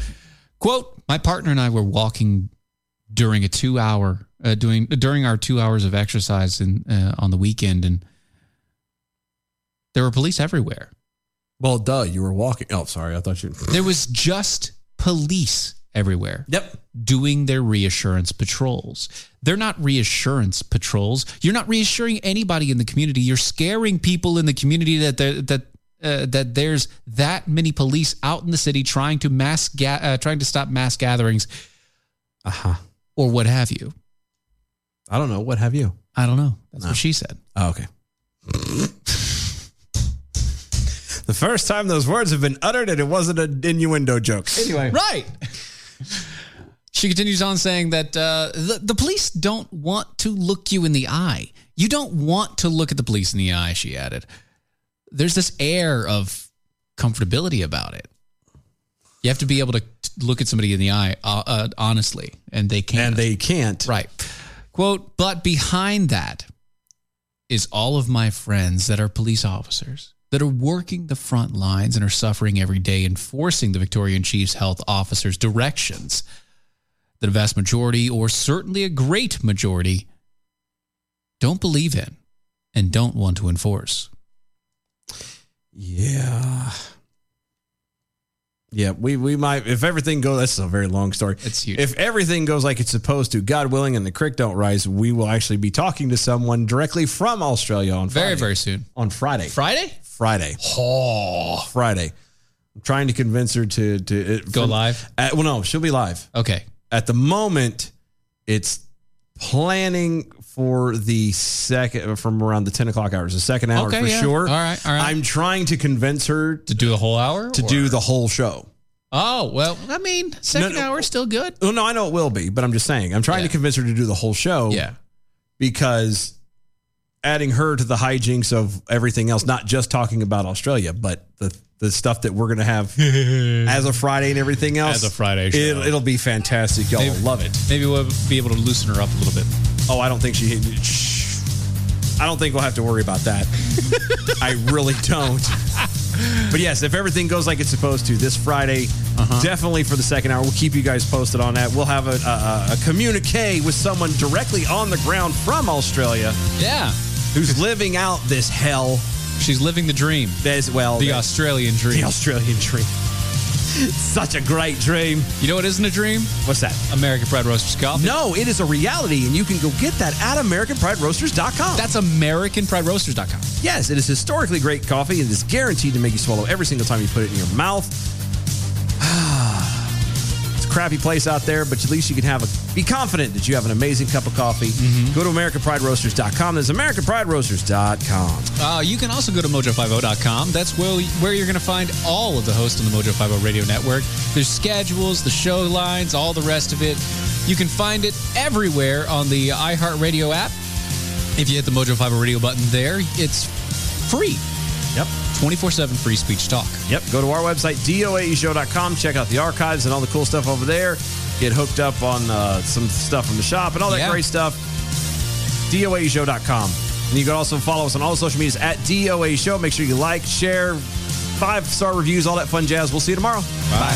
B: Quote: My partner and I were walking during a two-hour uh, doing during our two hours of exercise in, uh, on the weekend, and there were police everywhere.
C: Well, duh, you were walking. Oh, sorry, I thought you.
B: There was just police everywhere.
C: Yep.
B: Doing their reassurance patrols. They're not reassurance patrols. You're not reassuring anybody in the community. You're scaring people in the community that there- that uh, that there's that many police out in the city trying to mass ga- uh, trying to stop mass gatherings
C: Uh huh.
B: or what have you.
C: I don't know. What have you?
B: I don't know. That's what she said.
C: Oh, okay. the first time those words have been uttered, and it wasn't an innuendo joke. Anyway,
B: Right. She continues on saying that uh, the, the police don't want to look you in the eye. You don't want to look at the police in the eye, she added. There's this air of comfortability about it. You have to be able to t- look at somebody in the eye uh, uh, honestly, and they can't.
C: and they can't.
B: Right. Quote, but behind that is all of my friends that are police officers that are working the front lines and are suffering every day enforcing the Victorian Chief's health officers' directions. That a vast majority, or certainly a great majority, don't believe in and don't want to enforce.
C: Yeah. Yeah, we we might if everything goes. That's a very long story.
B: It's huge.
C: If everything goes like it's supposed to, God willing, and the creek don't rise, we will actually be talking to someone directly from Australia on
B: Very,
C: Friday.
B: very soon.
C: on Friday.
B: Friday?
C: Friday.
B: Oh.
C: Friday. I'm trying to convince her to to it,
B: Go
C: from-
B: live?
C: Uh, well, no, she'll be live.
B: Okay.
C: At the moment, it's planning for the second from around the ten o'clock hours, the second hour
B: Okay,
C: for
B: yeah.
C: sure.
B: All right, all right.
C: I'm trying to convince her
B: To do the whole hour?
C: to do the whole show.
B: Oh, well, I mean, second
C: no.
B: hour is still good.
C: Well, no, I know it will be, but I'm just saying I'm trying
B: Yeah.
C: to convince her to do the whole show.
B: Yeah.
C: because adding her to the hijinks of everything else, not just talking about Australia, but the the stuff that we're gonna have as a Friday and everything else.
B: As a Friday show.
C: It, will be fantastic. Y'all will love it.
B: Maybe we'll be able to loosen her up a little bit.
C: Oh, I don't think she. shh. I don't think we'll have to worry about that. I really don't. But yes, if everything goes like it's supposed to this Friday, definitely for the second hour, we'll keep you guys posted on that. We'll have a, a, a communique with someone directly on the ground from Australia.
B: Yeah.
C: Who's living out this hell.
B: She's living the dream.
C: There's, well,
B: The
C: there-
B: Australian dream.
C: The Australian dream. Such a great dream.
B: You know what isn't a dream?
C: What's that?
B: American Pride Roasters coffee.
C: No, it is a reality, and you can go get that at AmericanPrideRoasters.com.
B: That's AmericanPrideRoasters.com.
C: Yes, it is historically great coffee. It is guaranteed to make you swallow every single time you put it in your mouth. it's a crappy place out there, but at least you can have a be confident that you have an amazing cup of coffee. Go to AmericanPrideRoasters.com. That's AmericanPrideRoasters.com.
B: Uh, you can also go to mojo50.com. That's where, where you're going to find all of the hosts on the Mojo 50 Radio Network. There's schedules, the show lines, all the rest of it. You can find it everywhere on the iHeartRadio app. If you hit the Mojo 50 Radio button there, it's free.
C: Yep.
B: 24 7 free speech talk.
C: Yep. Go to our website, E doaeshow.com. Check out the archives and all the cool stuff over there. Get hooked up on uh, some stuff from the shop and all that
B: Yeah.
C: great stuff. E doaeshow.com. And you can also follow us on all the social medias at DOA E Show. Make sure you like, share, five star reviews, all that fun jazz. We'll see you tomorrow. Bye.